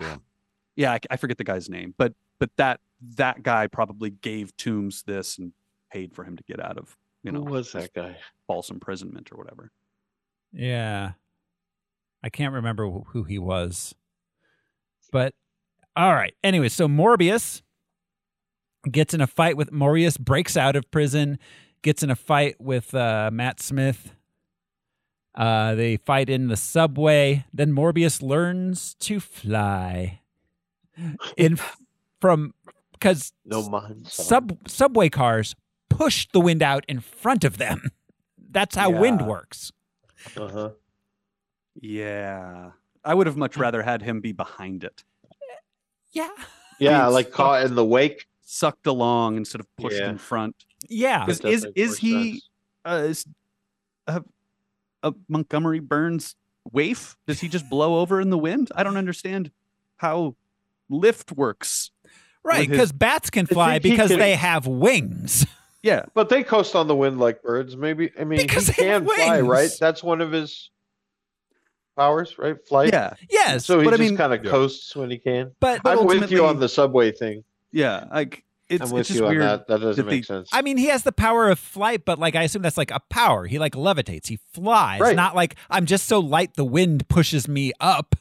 Speaker 4: Yeah.
Speaker 3: yeah, I, I forget the guy's name, but but that that guy probably gave Toombs this and paid for him to get out of you know
Speaker 2: Who was
Speaker 3: his
Speaker 2: that guy?
Speaker 3: false imprisonment or whatever.
Speaker 1: Yeah. I can't remember wh- who he was. But all right. Anyway, so Morbius gets in a fight with Morbius, breaks out of prison, gets in a fight with uh, Matt Smith. Uh, they fight in the subway. Then Morbius learns to fly. In from because
Speaker 2: No mind.
Speaker 1: sub subway cars push the wind out in front of them. That's how wind
Speaker 3: Yeah.
Speaker 1: works.
Speaker 2: Uh huh.
Speaker 3: Yeah, I would have much rather had him be behind it,
Speaker 1: Yeah.
Speaker 2: Yeah,
Speaker 3: Being
Speaker 2: like caught in the wake.
Speaker 3: sucked along instead of pushed
Speaker 2: Yeah.
Speaker 3: in front.
Speaker 1: Yeah.
Speaker 3: Because
Speaker 2: That
Speaker 3: is
Speaker 2: does make
Speaker 3: is
Speaker 2: more
Speaker 3: he
Speaker 2: sense.
Speaker 3: uh, is, uh, uh, Montgomery Burns waif? Does he just blow over in the wind? I don't understand how lift works.
Speaker 1: Right,
Speaker 3: with his-
Speaker 1: because bats can
Speaker 2: I
Speaker 1: fly
Speaker 2: think he
Speaker 1: because
Speaker 2: can-
Speaker 1: they have wings.
Speaker 3: Yeah,
Speaker 2: But they coast on the wind like birds. Maybe I mean
Speaker 1: Because
Speaker 2: he
Speaker 1: they have
Speaker 2: can fly, right?
Speaker 1: wings.
Speaker 2: That's one of his powers, right? Flight.
Speaker 3: yeah,
Speaker 1: Yes,
Speaker 2: So he
Speaker 3: but I
Speaker 2: just
Speaker 3: mean-
Speaker 2: kind of coasts when he can.
Speaker 1: but
Speaker 3: But
Speaker 2: I'm with you on
Speaker 3: ultimately-
Speaker 2: the subway thing.
Speaker 3: yeah. Like it's,
Speaker 2: I'm
Speaker 3: it's
Speaker 2: with
Speaker 3: just
Speaker 2: you on
Speaker 3: weird.
Speaker 2: that. That doesn't
Speaker 3: that
Speaker 2: make
Speaker 3: they-
Speaker 2: sense.
Speaker 1: I mean, he has the power of flight, but like I assume that's like a power. He like levitates. He flies.
Speaker 2: Right.
Speaker 1: Not like I'm just so light the wind pushes me up.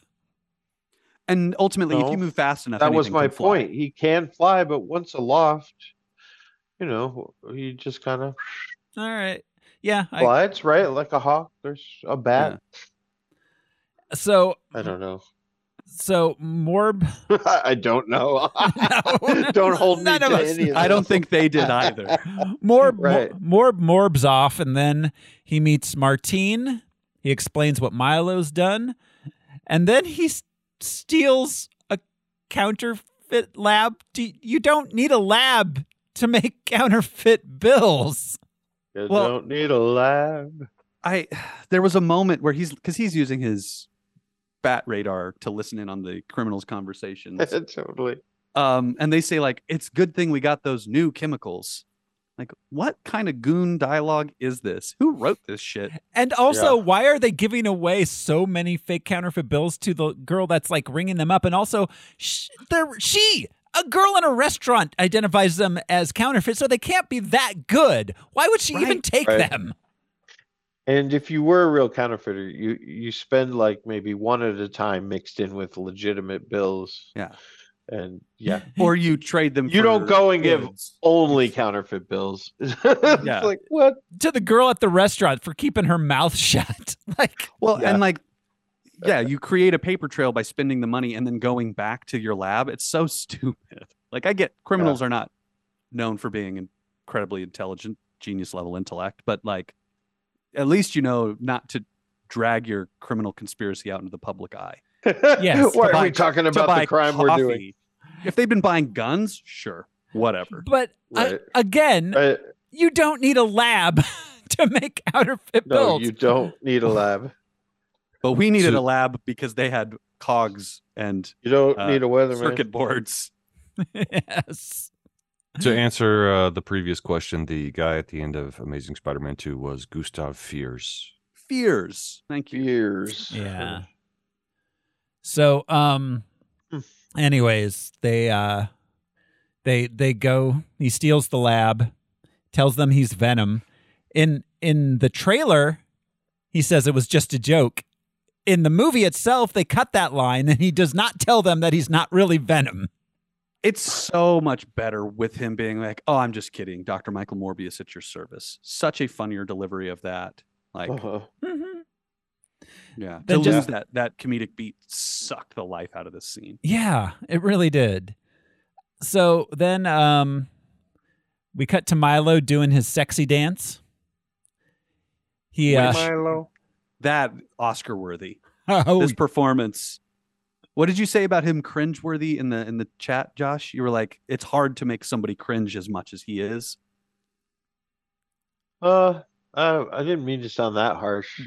Speaker 3: And ultimately, if
Speaker 2: No,
Speaker 3: you move fast enough,
Speaker 2: that was
Speaker 3: anything
Speaker 2: my
Speaker 3: can fly.
Speaker 2: point. He can fly, but once aloft, you know, he just kind of
Speaker 1: All right. Yeah. I,
Speaker 2: flies, right? Like a hawk. There's a bat.
Speaker 1: so
Speaker 2: I don't know.
Speaker 1: so Morb.
Speaker 2: I don't know.
Speaker 1: No,
Speaker 2: don't hold me
Speaker 1: none
Speaker 2: to
Speaker 1: of us-
Speaker 2: any of
Speaker 3: I don't
Speaker 2: this.
Speaker 3: think they did either.
Speaker 1: Morb,
Speaker 2: Right.
Speaker 1: Morb Morb's off, and then he meets Martine. He explains what Milo's done, and then he s- steals a counterfeit lab. Do, you don't need a lab to make counterfeit bills.
Speaker 2: You
Speaker 3: Well-
Speaker 2: don't need a lab.
Speaker 3: I there was a moment where he's because he's using his bat radar to listen in on the criminals' conversations.
Speaker 2: totally.
Speaker 3: um, and they say like it's good thing we got those new chemicals like what kind of goon dialogue is this who wrote this shit
Speaker 1: And also,
Speaker 2: Yeah.
Speaker 1: why are they giving away so many fake counterfeit bills to the girl that's like ringing them up? And also, sh- they're, she, a girl in a restaurant, identifies them as counterfeit, so they can't be that good. Why would she even
Speaker 3: Right.
Speaker 1: take
Speaker 2: Right.
Speaker 1: them?
Speaker 2: And if you were a real counterfeiter, you you spend like maybe one at a time mixed in with legitimate bills.
Speaker 3: Yeah.
Speaker 2: And yeah,
Speaker 3: or you trade them
Speaker 2: You don't
Speaker 3: for
Speaker 2: go and give-
Speaker 3: goods.
Speaker 2: only counterfeit bills. it's
Speaker 3: Yeah.
Speaker 2: like what?
Speaker 1: to the girl at the restaurant for keeping her mouth shut. like,
Speaker 3: well
Speaker 2: Yeah.
Speaker 3: and like yeah you create a paper trail by spending the money and then going back to your lab it's so stupid like i get criminals are not known for being incredibly intelligent genius level intellect but like at least you know not to drag your criminal conspiracy out into the public eye
Speaker 1: Yes,
Speaker 2: Why
Speaker 3: to
Speaker 2: are
Speaker 3: buy-
Speaker 2: we talking about the crime we're doing?
Speaker 3: If they've been buying guns, sure, whatever.
Speaker 1: but uh,
Speaker 2: Right.
Speaker 1: again,
Speaker 2: Uh,
Speaker 1: you don't need a lab to make counterfeit
Speaker 2: no,
Speaker 1: bills.
Speaker 2: you don't need a lab.
Speaker 3: But we needed
Speaker 4: So-
Speaker 3: a lab because they had cogs and
Speaker 2: You don't
Speaker 3: Uh,
Speaker 2: need a weatherman.
Speaker 3: circuit boards.
Speaker 1: yes.
Speaker 4: to answer uh, the previous question, the guy at the end of Amazing Spider-Man Two was Gustav Fiers.
Speaker 3: Fears. Thank you.
Speaker 2: Fears.
Speaker 1: Yeah. So, um, anyways, they uh, they they go. He steals the lab, tells them he's Venom. In in the trailer, he says it was just a joke. In the movie itself, they cut that line, and he does not tell them that he's not really Venom.
Speaker 3: It's so much better with him being like, "Oh, I'm just kidding, Doctor Michael Morbius at your service." Such a funnier delivery of that. Like,
Speaker 2: Uh-huh.
Speaker 3: yeah,
Speaker 1: Then
Speaker 3: to lose
Speaker 1: just-
Speaker 3: that that comedic beat sucked the life out of this scene.
Speaker 1: Yeah, it really did. So then um we cut to Milo doing his sexy dance. He uh,
Speaker 2: Milo.
Speaker 3: That Oscar worthy.
Speaker 1: oh,
Speaker 3: This performance. What did you say about him cringeworthy in the in the chat, Josh? You were like, it's hard to make somebody cringe as much as he is.
Speaker 2: Uh, I, I didn't mean to sound that harsh.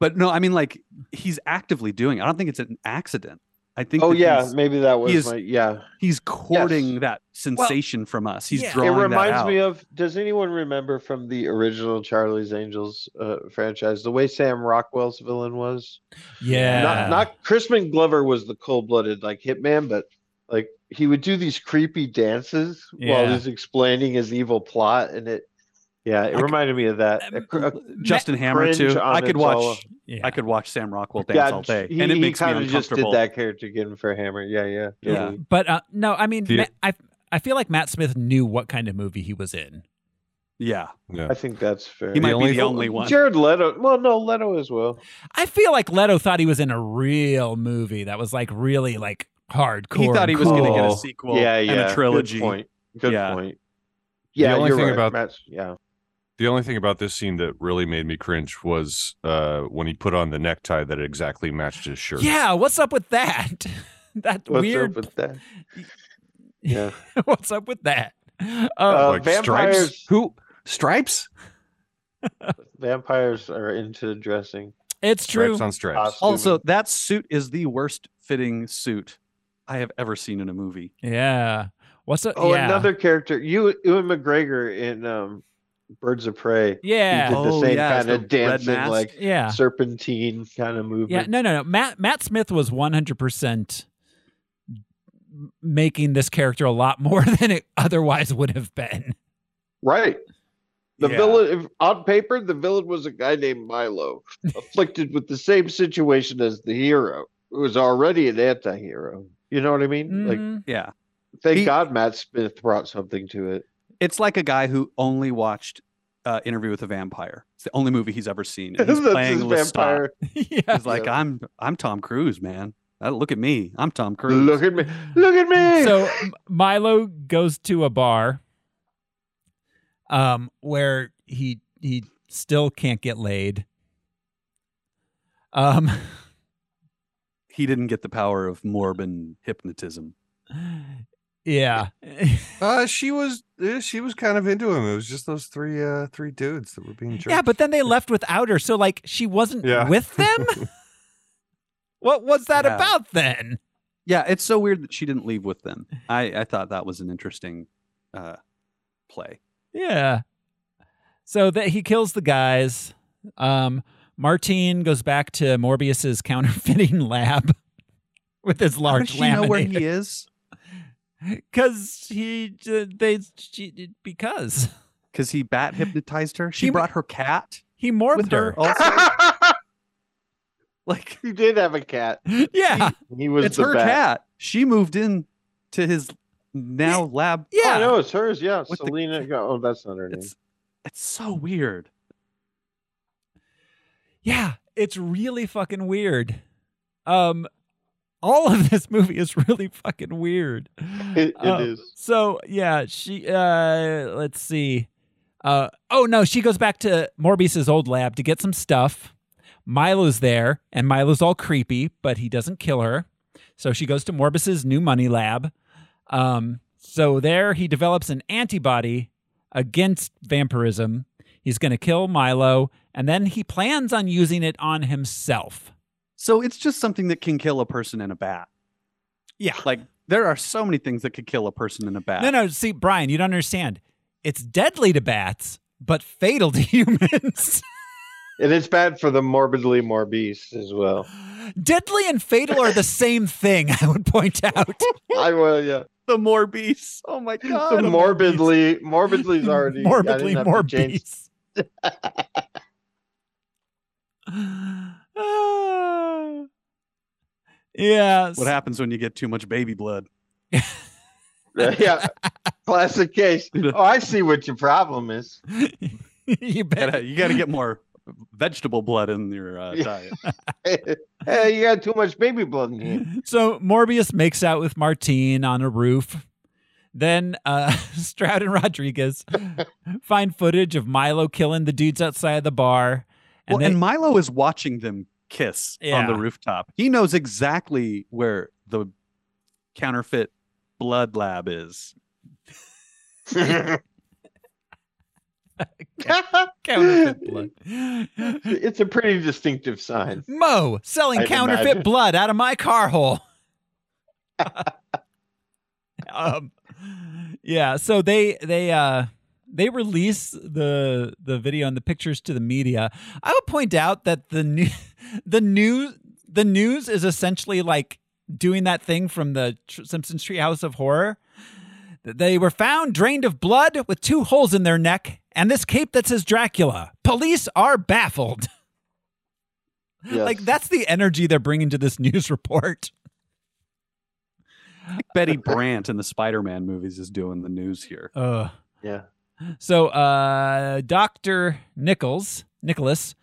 Speaker 3: But no, I mean like he's actively doing. It. I don't think it's an accident. I think.
Speaker 2: Oh
Speaker 3: that
Speaker 2: yeah,
Speaker 3: he's,
Speaker 2: maybe that was
Speaker 3: is-
Speaker 2: my yeah.
Speaker 3: he's courting that sensation from us. He's
Speaker 1: yeah. It
Speaker 3: drawing
Speaker 2: it
Speaker 3: that
Speaker 2: reminds
Speaker 3: out.
Speaker 2: me of does anyone remember from the original charlie's angels uh, franchise the way sam rockwell's villain was
Speaker 1: yeah.
Speaker 2: not not crispin glover was the cold-blooded like hitman but like he would do these creepy dances while
Speaker 1: Yeah.
Speaker 2: he's explaining his evil plot and it yeah it
Speaker 1: I c-
Speaker 2: reminded me of that A cr- uh, a
Speaker 3: Justin Hammer
Speaker 2: cringe
Speaker 3: too.
Speaker 2: on
Speaker 3: I could
Speaker 2: its
Speaker 3: watch.
Speaker 2: all.
Speaker 1: yeah.
Speaker 3: I could watch Sam Rockwell dance
Speaker 2: yeah,
Speaker 3: all day,
Speaker 2: he,
Speaker 3: and it
Speaker 2: he
Speaker 3: makes me
Speaker 2: kinda just did
Speaker 3: uncomfortable.
Speaker 2: that character again for hammer yeah yeah
Speaker 3: Yeah.
Speaker 2: totally.
Speaker 1: But uh, no, I mean
Speaker 4: Do you-
Speaker 1: Matt, I I feel like Matt Smith knew what kind of movie he was in.
Speaker 3: Yeah,
Speaker 4: Yeah.
Speaker 2: i think that's fair
Speaker 3: he might
Speaker 4: only-
Speaker 3: be the only one.
Speaker 2: jared leto well no leto as well
Speaker 1: I feel like Leto thought he was in a real movie that was like really like hardcore.
Speaker 3: He thought he
Speaker 1: and
Speaker 3: was going to
Speaker 1: cool.
Speaker 3: get
Speaker 2: Oh,
Speaker 3: a sequel
Speaker 2: yeah, yeah.
Speaker 3: and a
Speaker 2: Good
Speaker 3: trilogy.
Speaker 2: point. Good
Speaker 3: Yeah.
Speaker 2: point.
Speaker 4: The
Speaker 2: Yeah,
Speaker 4: only
Speaker 2: you're
Speaker 4: thing
Speaker 2: right.
Speaker 4: about-
Speaker 2: Matt's- yeah.
Speaker 4: The only thing about this scene that really made me cringe was uh, when he put on the necktie that exactly matched his shirt.
Speaker 1: Yeah, what's up with that? that
Speaker 2: What's
Speaker 1: weird.
Speaker 2: up with that? Yeah.
Speaker 1: what's up with that? Um,
Speaker 2: Uh,
Speaker 4: like stripes.
Speaker 2: vampires-
Speaker 4: Who stripes?
Speaker 2: Vampires are into dressing.
Speaker 1: it's true.
Speaker 4: Stripes on stripes.
Speaker 2: Awesome.
Speaker 3: Also, that suit is the worst fitting suit I have ever seen in a movie.
Speaker 1: Yeah. What's up?
Speaker 2: Oh,
Speaker 1: yeah.
Speaker 2: another character. You Ewan McGregor in um, Birds of Prey. He
Speaker 1: Yeah.
Speaker 2: did
Speaker 3: Oh,
Speaker 2: the same
Speaker 3: yeah, it's
Speaker 2: kind
Speaker 3: the
Speaker 2: of
Speaker 3: red
Speaker 2: dancing,
Speaker 3: mask.
Speaker 2: like
Speaker 1: Yeah.
Speaker 2: serpentine kind of
Speaker 1: Yeah.
Speaker 2: movement.
Speaker 1: No, no, no. Matt Matt Smith was 100% making this character a lot more than it otherwise would have been.
Speaker 2: Right. The
Speaker 1: Yeah.
Speaker 2: villain, if, on paper, the villain was a guy named Milo, afflicted with the same situation as the hero, who was already an anti hero. You know what I mean? Like,
Speaker 1: Mhm.
Speaker 3: Yeah,
Speaker 2: Thank
Speaker 3: He-
Speaker 2: God Matt Smith brought something to it.
Speaker 3: it's like a guy who only watched uh, Interview with a Vampire. It's the only movie he's ever seen. And he's
Speaker 2: That's
Speaker 3: playing
Speaker 2: his
Speaker 3: Lestat.
Speaker 2: vampire.
Speaker 1: yeah.
Speaker 3: He's like,
Speaker 2: Yeah.
Speaker 3: I'm I'm Tom Cruise, man. Uh, Look at me, I'm Tom Cruise.
Speaker 2: Look at me! Look at me!
Speaker 1: So M- Milo goes to a bar um where he he still can't get laid. Um
Speaker 3: he didn't get the power of Morbin hypnotism.
Speaker 1: yeah.
Speaker 4: Uh, she was eh, she was kind of into him. It was just those three uh three dudes that were being jerks.
Speaker 1: Yeah, but then they left without her, so like she wasn't
Speaker 4: Yeah.
Speaker 1: with them. what was that
Speaker 3: Yeah.
Speaker 1: about then?
Speaker 3: Yeah, it's so weird that she didn't leave with them. I I thought that was an interesting uh, play.
Speaker 1: Yeah. So that he kills the guys. Um, Martine goes back to Morbius's counterfeiting lab with his
Speaker 3: How
Speaker 1: large
Speaker 3: does she know where
Speaker 1: laminator.
Speaker 3: he is?
Speaker 1: Because he, j- they, she, because
Speaker 3: Because he bat hypnotized her. She
Speaker 1: He-
Speaker 3: brought her cat
Speaker 1: he morbed
Speaker 3: with her. Also, like
Speaker 2: he did have a cat.
Speaker 1: Yeah,
Speaker 2: He was
Speaker 3: it's
Speaker 2: the
Speaker 3: her
Speaker 2: bat.
Speaker 3: cat. She moved in to his now lab.
Speaker 2: Oh, I
Speaker 1: yeah.
Speaker 2: know it's hers. Yeah,
Speaker 3: With the-
Speaker 2: Selena. Go- oh, that's not her name.
Speaker 3: It's it's so weird.
Speaker 1: Yeah, it's really fucking weird. Um all of this movie is really fucking weird.
Speaker 2: It- it
Speaker 3: oh.
Speaker 1: Uh,
Speaker 2: is.
Speaker 1: So, yeah, she uh let's see. Uh oh no, she goes back to Morbius's old lab to get some stuff. Milo's there and Milo's all creepy, but he doesn't kill her. So she goes to Morbius's new money lab. Um so there he develops an antibody against vampirism. He's going to kill Milo, and then he plans on using it on himself.
Speaker 3: So it's just something that can kill a person in a bat.
Speaker 1: Yeah.
Speaker 3: Like There are so many things that could kill a person in a bat.
Speaker 1: No, no. See, Brian, you don't understand. It's deadly to bats, but fatal to humans.
Speaker 2: and it's bad for the morbidly morbise as well.
Speaker 1: Deadly and fatal are the same thing. I would point out.
Speaker 2: I will, yeah.
Speaker 3: The morbise. Oh my god.
Speaker 2: The morbidly, morbidly's already
Speaker 1: Morbidly
Speaker 2: I didn't have to change-
Speaker 1: morbise. Ah. yes.
Speaker 3: What happens when you get too much baby blood?
Speaker 2: yeah, classic case. Oh, I see what your problem is.
Speaker 1: you
Speaker 3: You
Speaker 1: bet.
Speaker 3: gotta, uh, you gotta get more vegetable blood in your uh,
Speaker 2: Yeah.
Speaker 3: diet.
Speaker 2: hey, you got too much baby blood in here.
Speaker 1: So Morbius makes out with Martine on a roof. Then uh, Stroud and Rodriguez find footage of Milo killing the dudes outside the bar. And
Speaker 3: well,
Speaker 1: they-
Speaker 3: and Milo is watching them kiss on the
Speaker 1: Yeah.
Speaker 3: rooftop. He knows exactly where the counterfeit blood lab is.
Speaker 1: counterfeit blood.
Speaker 2: it's a pretty distinctive sign.
Speaker 1: Mo selling
Speaker 2: I'd
Speaker 1: counterfeit
Speaker 2: imagine.
Speaker 1: blood out of my car hole. um, yeah, so they they uh they release the the video and the pictures to the media. I would point out that the new the news the news is essentially like doing that thing from the Tr- Simpsons Treehouse of Horror. They were found drained of blood with two holes in their neck and this cape that says Dracula. Police are baffled.
Speaker 2: Yes.
Speaker 1: Like that's the energy they're bringing to this news report.
Speaker 3: Betty Brant in the Spider-Man movies is doing the news here.
Speaker 1: Uh,
Speaker 2: Yeah.
Speaker 1: so uh, Doctor Nichols Nicholas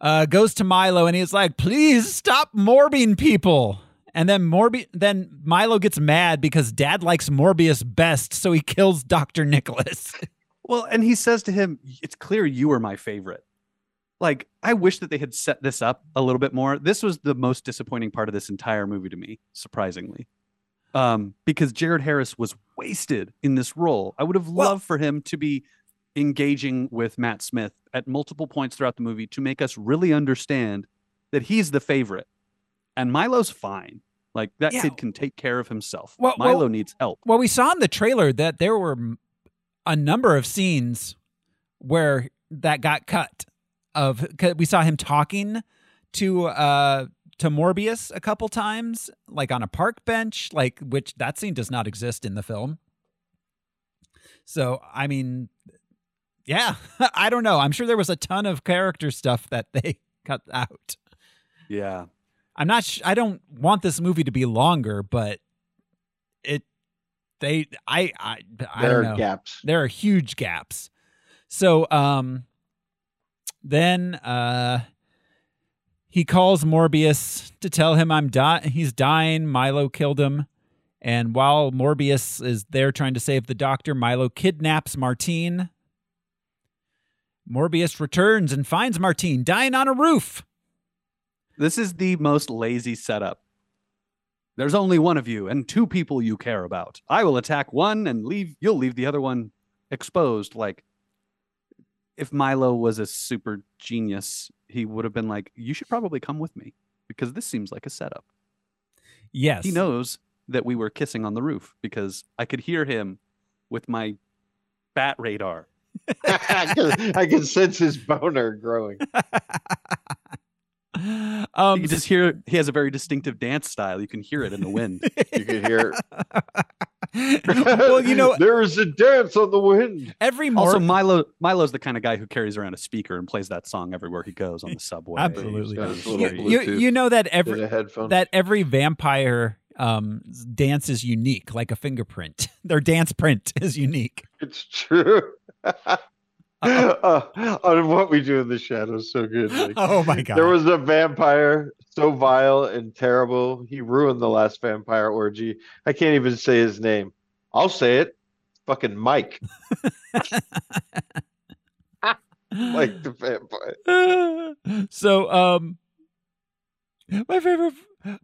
Speaker 1: uh, goes to Milo and he's like, "Please stop morbing people." And then Morbi- then Milo gets mad because Dad likes Morbius best, so he kills Doctor Nicholas.
Speaker 3: Well, and he says to him, "It's clear you are my favorite." Like, I wish that they had set this up a little bit more. This was the most disappointing part of this entire movie to me, surprisingly. Um, because Jared Harris was wasted in this role. I would have
Speaker 1: Well-
Speaker 3: loved for him to be engaging with Matt Smith at multiple points throughout the movie to make us really understand that he's the favorite. And Milo's fine. Like that
Speaker 1: Yeah.
Speaker 3: kid can take care of himself.
Speaker 1: Well- well-
Speaker 3: Milo needs help.
Speaker 1: Well, we saw in the trailer that there were m- a number of scenes where that got cut. Of 'cause we saw him talking to uh to Morbius a couple times, like on a park bench, like which that scene does not exist in the film. So I mean, yeah, I don't know. I'm sure there was a ton of character stuff that they cut out.
Speaker 3: Yeah.
Speaker 1: I'm not. Sh- I don't want this movie to be longer, but it. They. I. I. I
Speaker 2: There
Speaker 1: don't
Speaker 2: are
Speaker 1: know.
Speaker 2: gaps.
Speaker 1: There are huge gaps. So um, then uh, he calls Morbius to tell him I'm di- he's dying. Milo killed him, and while Morbius is there trying to save the doctor, Milo kidnaps Martine. Morbius returns and finds Martine dying on a roof.
Speaker 3: This is the most lazy setup. There's only one of you and two people you care about. I will attack one and leave you'll leave the other one exposed like if Milo was a super genius, he would have been like, "You should probably come with me because this seems like a setup."
Speaker 1: Yes,
Speaker 3: He knows that we were kissing on the roof because I could hear him with my bat radar.
Speaker 2: I, can, I can sense his boner growing.
Speaker 3: You
Speaker 1: Um,
Speaker 3: can just hear he has a very distinctive dance style. You can hear it in the wind.
Speaker 2: You can hear.
Speaker 1: well, you know,
Speaker 2: there is a dance on the wind.
Speaker 1: every Mor-
Speaker 3: Also, Milo Milo's the kind of guy who carries around a speaker and plays that song everywhere he goes on the subway.
Speaker 1: Absolutely.
Speaker 2: Got his
Speaker 3: You-
Speaker 2: little
Speaker 1: you,
Speaker 2: Bluetooth
Speaker 1: you know that
Speaker 2: and
Speaker 1: every
Speaker 2: a headphone.
Speaker 1: that every vampire um dance is unique, like a fingerprint. Their dance print is unique.
Speaker 2: It's true. Uh, on what we do in the shadows, so good. Like,
Speaker 1: Oh my god!
Speaker 2: There was a vampire so vile and terrible. He ruined the last vampire orgy. I can't even say his name. I'll say it. Fucking Mike, like the vampire.
Speaker 1: so um, my favorite.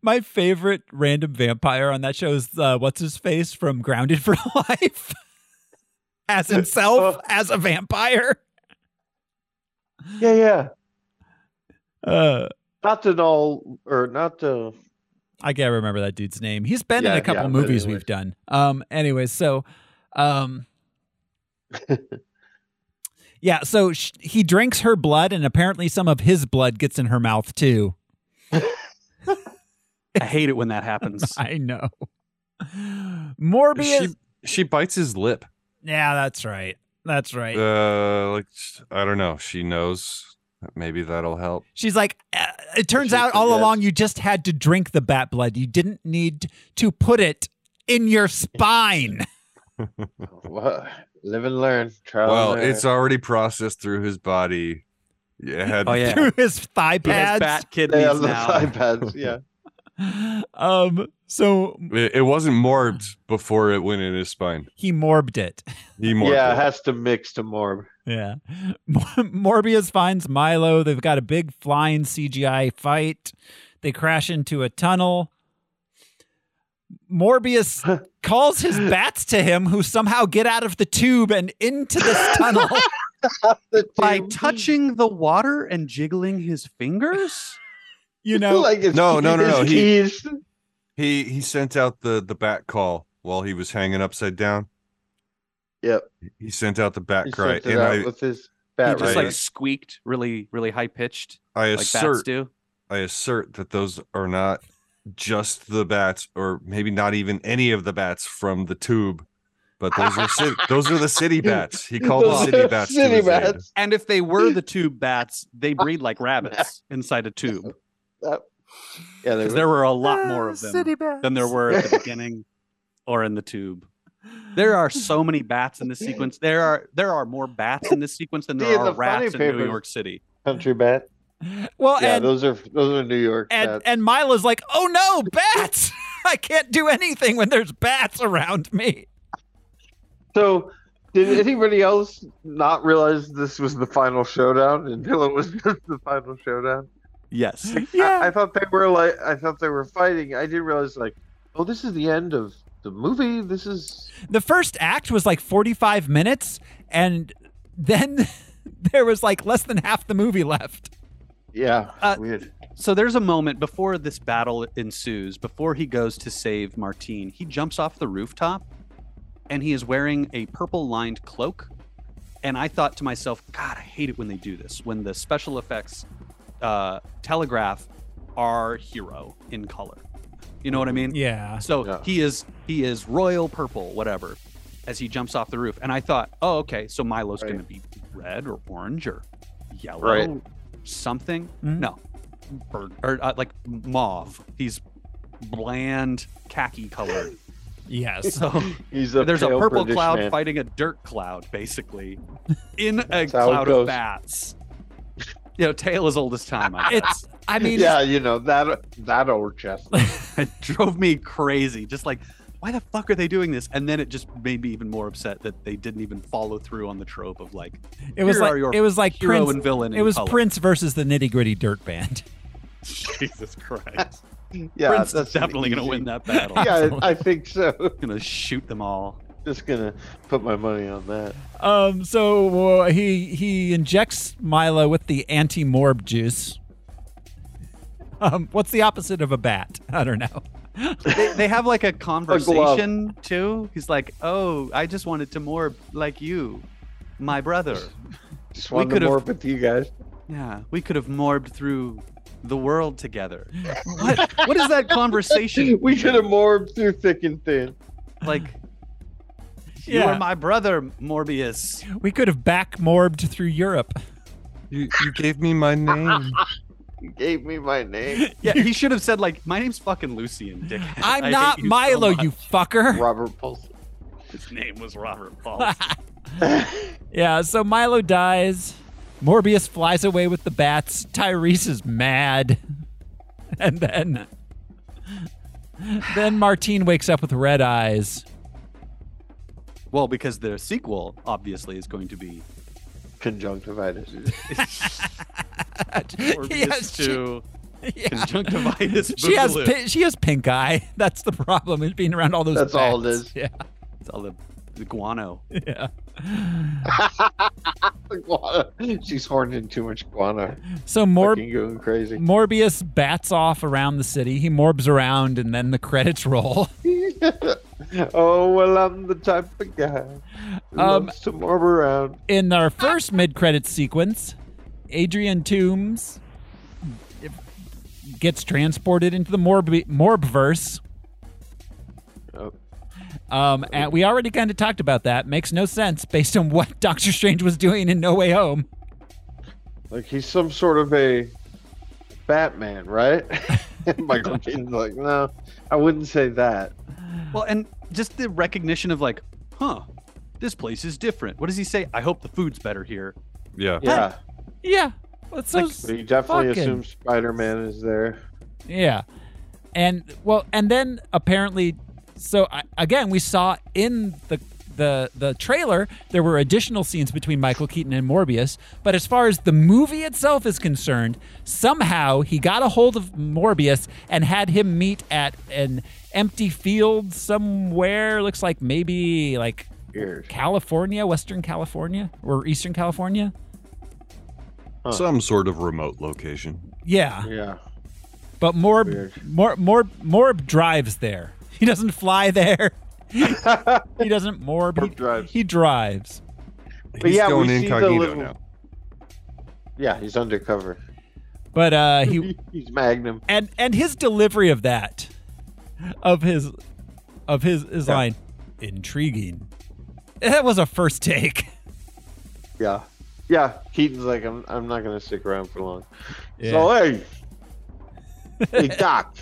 Speaker 1: My favorite random vampire on that show is uh, what's his face from Grounded for Life, as
Speaker 2: Oh.
Speaker 1: himself as a vampire.
Speaker 2: Yeah, yeah.
Speaker 1: Uh,
Speaker 2: Not to know, or not to.
Speaker 1: I can't remember that dude's name. He's been in
Speaker 2: Yeah,
Speaker 1: a couple
Speaker 2: yeah, but
Speaker 1: movies
Speaker 2: anyway.
Speaker 1: we've done. Um, anyways, so, um, yeah, so sh- he drinks her blood, and apparently some of his blood gets in her mouth too.
Speaker 3: I hate it when that happens.
Speaker 1: I know. Morbius.
Speaker 4: She, she bites his lip.
Speaker 1: yeah, that's right. That's right.
Speaker 4: Uh, like I don't know. She knows. Maybe that'll help.
Speaker 1: She's like, "Uh, it turns
Speaker 4: She
Speaker 1: out all
Speaker 4: forgets.
Speaker 1: along you just had to drink the bat blood. You didn't need to put it in your spine.
Speaker 2: Well, live and learn. Trial
Speaker 4: Well,
Speaker 2: and learn.
Speaker 4: it's already processed through his body. Yeah. it had-
Speaker 3: Oh, yeah.
Speaker 1: through his thigh
Speaker 3: He
Speaker 1: pads.
Speaker 3: has bat kidneys
Speaker 2: yeah, the
Speaker 3: now.
Speaker 2: iPads. Yeah.
Speaker 1: Um, so
Speaker 4: It, it wasn't morbed before it went in his spine.
Speaker 1: he morbed it.
Speaker 4: He morbed.
Speaker 2: yeah,
Speaker 4: it.
Speaker 2: it has to mix to morb.
Speaker 1: Yeah. Mor- Morbius finds Milo. They've got a big flying CGI fight. They crash into a tunnel. Morbius calls his bats to him, who somehow get out of the tube and into this tunnel.
Speaker 2: The
Speaker 3: By
Speaker 2: two-
Speaker 3: touching the water and jiggling his fingers?
Speaker 1: You know,
Speaker 2: like his,
Speaker 4: No, no, no, no,
Speaker 2: his
Speaker 4: he-
Speaker 2: keys.
Speaker 4: He he sent out the the bat call while he was hanging upside down.
Speaker 2: Yep.
Speaker 4: He sent out the bat
Speaker 2: He
Speaker 4: cry,
Speaker 2: sent it
Speaker 4: and
Speaker 2: out
Speaker 4: I
Speaker 2: with his
Speaker 3: He
Speaker 2: bat
Speaker 3: just
Speaker 4: right.
Speaker 3: like squeaked really, really high pitched
Speaker 4: I
Speaker 3: like bats
Speaker 4: assert
Speaker 3: do.
Speaker 4: I assert that those are not just the bats, or maybe not even any of the bats from the tube, but those are ci- those are the city bats. He called the
Speaker 2: Those
Speaker 4: city
Speaker 2: are
Speaker 4: bats. to
Speaker 2: City
Speaker 4: his aid.
Speaker 2: bats.
Speaker 3: And if they were the tube bats, they breed like rabbits inside a tube.
Speaker 2: Yeah, they
Speaker 3: Because
Speaker 2: were-
Speaker 3: there were a
Speaker 1: Ah,
Speaker 3: lot more
Speaker 7: Ah,
Speaker 3: of them than there were at the beginning or in the tube. There are so many bats in this sequence. There are there are more bats in this sequence than
Speaker 2: See,
Speaker 3: there
Speaker 2: in
Speaker 3: are
Speaker 2: the funny
Speaker 3: rats in New
Speaker 2: papers-
Speaker 3: York City.
Speaker 2: country bat.
Speaker 1: well,
Speaker 2: Yeah,
Speaker 1: and
Speaker 2: those are those are New York
Speaker 1: and
Speaker 2: bats.
Speaker 1: and Milo's like, "Oh no, bats! I can't do anything when there's bats around me."
Speaker 2: So, did anybody else not realize this was the final showdown until it was just the final showdown?
Speaker 3: Yes.
Speaker 2: I, I thought they were like, I thought they were fighting. I didn't realize like, oh, this is the end of the movie. This is
Speaker 1: The first act was like 45 minutes, and then there was like less than half the movie left.
Speaker 2: yeah,
Speaker 3: Uh,
Speaker 2: weird.
Speaker 3: So there's a moment before this battle ensues, before he goes to save Martine, he jumps off the rooftop and he is wearing a purple lined cloak. And I thought to myself, God, I hate it when they do this, when the special effects uh, telegraph our hero in color. You know what I mean?
Speaker 1: Yeah.
Speaker 3: So
Speaker 2: Yeah.
Speaker 3: he is he is royal purple, whatever, as he jumps off the roof. And I thought, oh, okay, so Milo's
Speaker 2: Right.
Speaker 3: gonna be red or orange or yellow,
Speaker 2: Right.
Speaker 3: something.
Speaker 1: Mhm.
Speaker 3: No, Bird, or uh, like mauve. He's bland khaki colored.
Speaker 1: Yes.
Speaker 3: So
Speaker 2: He's a
Speaker 3: there's a
Speaker 2: pale
Speaker 3: purple
Speaker 2: British
Speaker 3: cloud
Speaker 2: man.
Speaker 3: fighting a dirt cloud, basically, in a
Speaker 2: how it
Speaker 3: cloud
Speaker 2: goes.
Speaker 3: of bats. You know, tale as old as time. I guess.
Speaker 1: It's, I mean,
Speaker 2: Yeah, you know that that old chestnut.
Speaker 3: it drove me crazy. Just like, why the fuck are they doing this? And then it just made me even more upset that they didn't even follow through on the trope of like
Speaker 1: it was
Speaker 3: here
Speaker 1: like,
Speaker 3: are your
Speaker 1: it was like
Speaker 3: hero
Speaker 1: Prince.
Speaker 3: and villain.
Speaker 1: it
Speaker 3: in
Speaker 1: was
Speaker 3: color.
Speaker 1: Prince versus the nitty gritty dirt band.
Speaker 3: Jesus Christ.
Speaker 2: Yeah,
Speaker 3: Prince is
Speaker 2: that's an
Speaker 3: definitely gonna
Speaker 2: easy-
Speaker 3: win that battle.
Speaker 2: Yeah, I I think so.
Speaker 3: gonna shoot them all.
Speaker 2: Just gonna put my money on that.
Speaker 1: Um, so uh, he he injects Milo with the anti morb juice. Um, what's the opposite of a bat? I don't know.
Speaker 3: They, they have like a conversation too. He's like, "Oh, I just wanted to more like you, my brother.
Speaker 2: Just
Speaker 3: We
Speaker 2: wanted to
Speaker 3: could've-
Speaker 2: morph with you guys.
Speaker 3: Yeah, we could have morbed through the world together. What? what is that conversation?
Speaker 2: We could have morphed through thick and thin.
Speaker 3: like you
Speaker 1: Yeah.
Speaker 3: are my brother, Morbius.
Speaker 1: We could have back morbed through Europe.
Speaker 4: You you gave me my name.
Speaker 2: You gave me my name,
Speaker 3: Yeah, he should have said like, "My name's fucking Lucian, dick."
Speaker 1: I'm not Milo, you fucker.
Speaker 2: Robert Paulson.
Speaker 3: His name was Robert Paul.
Speaker 1: Yeah, so Milo dies. Morbius flies away with the bats. Tyrese is mad. And then then Martine wakes up with red eyes.
Speaker 3: well, because the sequel obviously is going to be
Speaker 2: Conjunctivitis.
Speaker 3: Morbius
Speaker 1: Yes, she-
Speaker 3: to
Speaker 1: Yeah.
Speaker 3: conjunctivitis.
Speaker 1: She has
Speaker 3: boogaloo.
Speaker 1: pi- she has pink eye. That's the problem. Is being around all those.
Speaker 2: That's all it
Speaker 1: bats.
Speaker 2: is.
Speaker 1: Yeah,
Speaker 3: It's all the, the guano.
Speaker 1: yeah.
Speaker 2: the guana. She's horned in too much guana.
Speaker 1: So Mor-
Speaker 2: Fucking going crazy.
Speaker 1: Morbius bats off around the city. He morbs around, and then the credits roll.
Speaker 2: oh well, I'm the type of guy who
Speaker 1: Um,
Speaker 2: loves to mob around.
Speaker 1: In our first mid-credits sequence, Adrian Toomes gets transported into the Morb Morbverse.
Speaker 2: Oh.
Speaker 1: Um, and we already kind of talked about that. Makes no sense based on what Doctor Strange was doing in No Way Home.
Speaker 2: Like he's some sort of a Batman, right? Michael Keaton's like, no, I wouldn't say that.
Speaker 3: Well, and just the recognition of like, huh, this place is different. What does he say? I hope the food's better here.
Speaker 4: Yeah.
Speaker 2: Yeah,
Speaker 1: Yeah, that's so
Speaker 2: but he definitely
Speaker 1: fucking-
Speaker 2: assumes Spider-Man is there.
Speaker 1: Yeah. And well, and then apparently so I, again we saw in the the the trailer there were additional scenes between Michael Keaton and Morbius, but as far as the movie itself is concerned, somehow he got a hold of Morbius and had him meet at an empty field somewhere, looks like maybe like
Speaker 2: Weird.
Speaker 1: California, Western California or Eastern California.
Speaker 4: Some sort of remote location.
Speaker 1: Yeah.
Speaker 2: Yeah.
Speaker 1: But Morb,
Speaker 2: Weird.
Speaker 1: Morb, Morb, Morb drives there. He doesn't fly there. he doesn't Morb. he,
Speaker 2: Morb drives.
Speaker 1: He drives.
Speaker 2: But
Speaker 4: He's
Speaker 2: yeah,
Speaker 4: going
Speaker 2: we see the
Speaker 4: incognito
Speaker 2: little-
Speaker 4: now.
Speaker 2: Yeah, he's undercover.
Speaker 1: But uh, he
Speaker 2: he's Magnum.
Speaker 1: and and his delivery of that, of his, of his his
Speaker 2: Yeah.
Speaker 1: line, intriguing. That was a first take.
Speaker 2: Yeah. Yeah, Keaton's like, I'm, I'm not going to stick around for long.
Speaker 1: Yeah.
Speaker 2: So, hey, hey, Doc,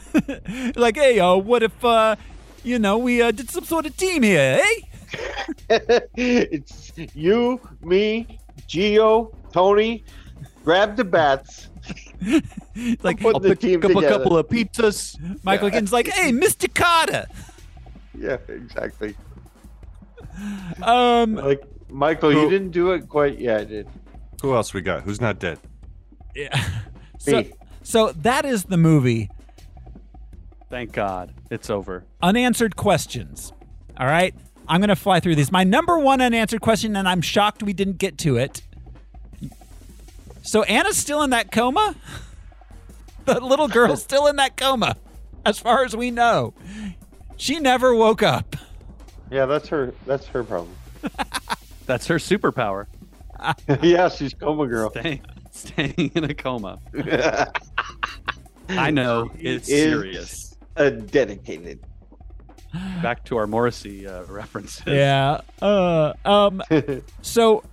Speaker 1: like, hey, uh, what if uh, you know, we uh, did some sort of team here, eh?
Speaker 2: it's you, me, Geo, Tony, grab the bats.
Speaker 1: It's like
Speaker 2: Put the team
Speaker 3: Pick up a
Speaker 2: together.
Speaker 3: couple of pizzas.
Speaker 1: Michael Keaton's like, hey, Mr. Carter.
Speaker 2: Yeah, exactly.
Speaker 1: Um,
Speaker 2: Like, Michael, you didn't do it quite yet, did
Speaker 4: Who else we got? Who's not dead?
Speaker 1: yeah. So,
Speaker 2: Me.
Speaker 1: so that is the movie.
Speaker 3: Thank God it's over.
Speaker 1: unanswered questions. All right. I'm going to fly through these. My number one unanswered question, and I'm shocked we didn't get to it. So Anna's still in that coma? The little girl's still in that coma, as far as we know. She never woke up.
Speaker 2: Yeah, that's her. That's her problem.
Speaker 3: That's her superpower.
Speaker 2: yeah, she's coma girl.
Speaker 3: Staying, staying in a coma. I know it's
Speaker 2: Is-
Speaker 3: serious.
Speaker 2: A dedicated.
Speaker 3: Back to our Morrissey uh, references.
Speaker 1: Yeah. Uh, um, so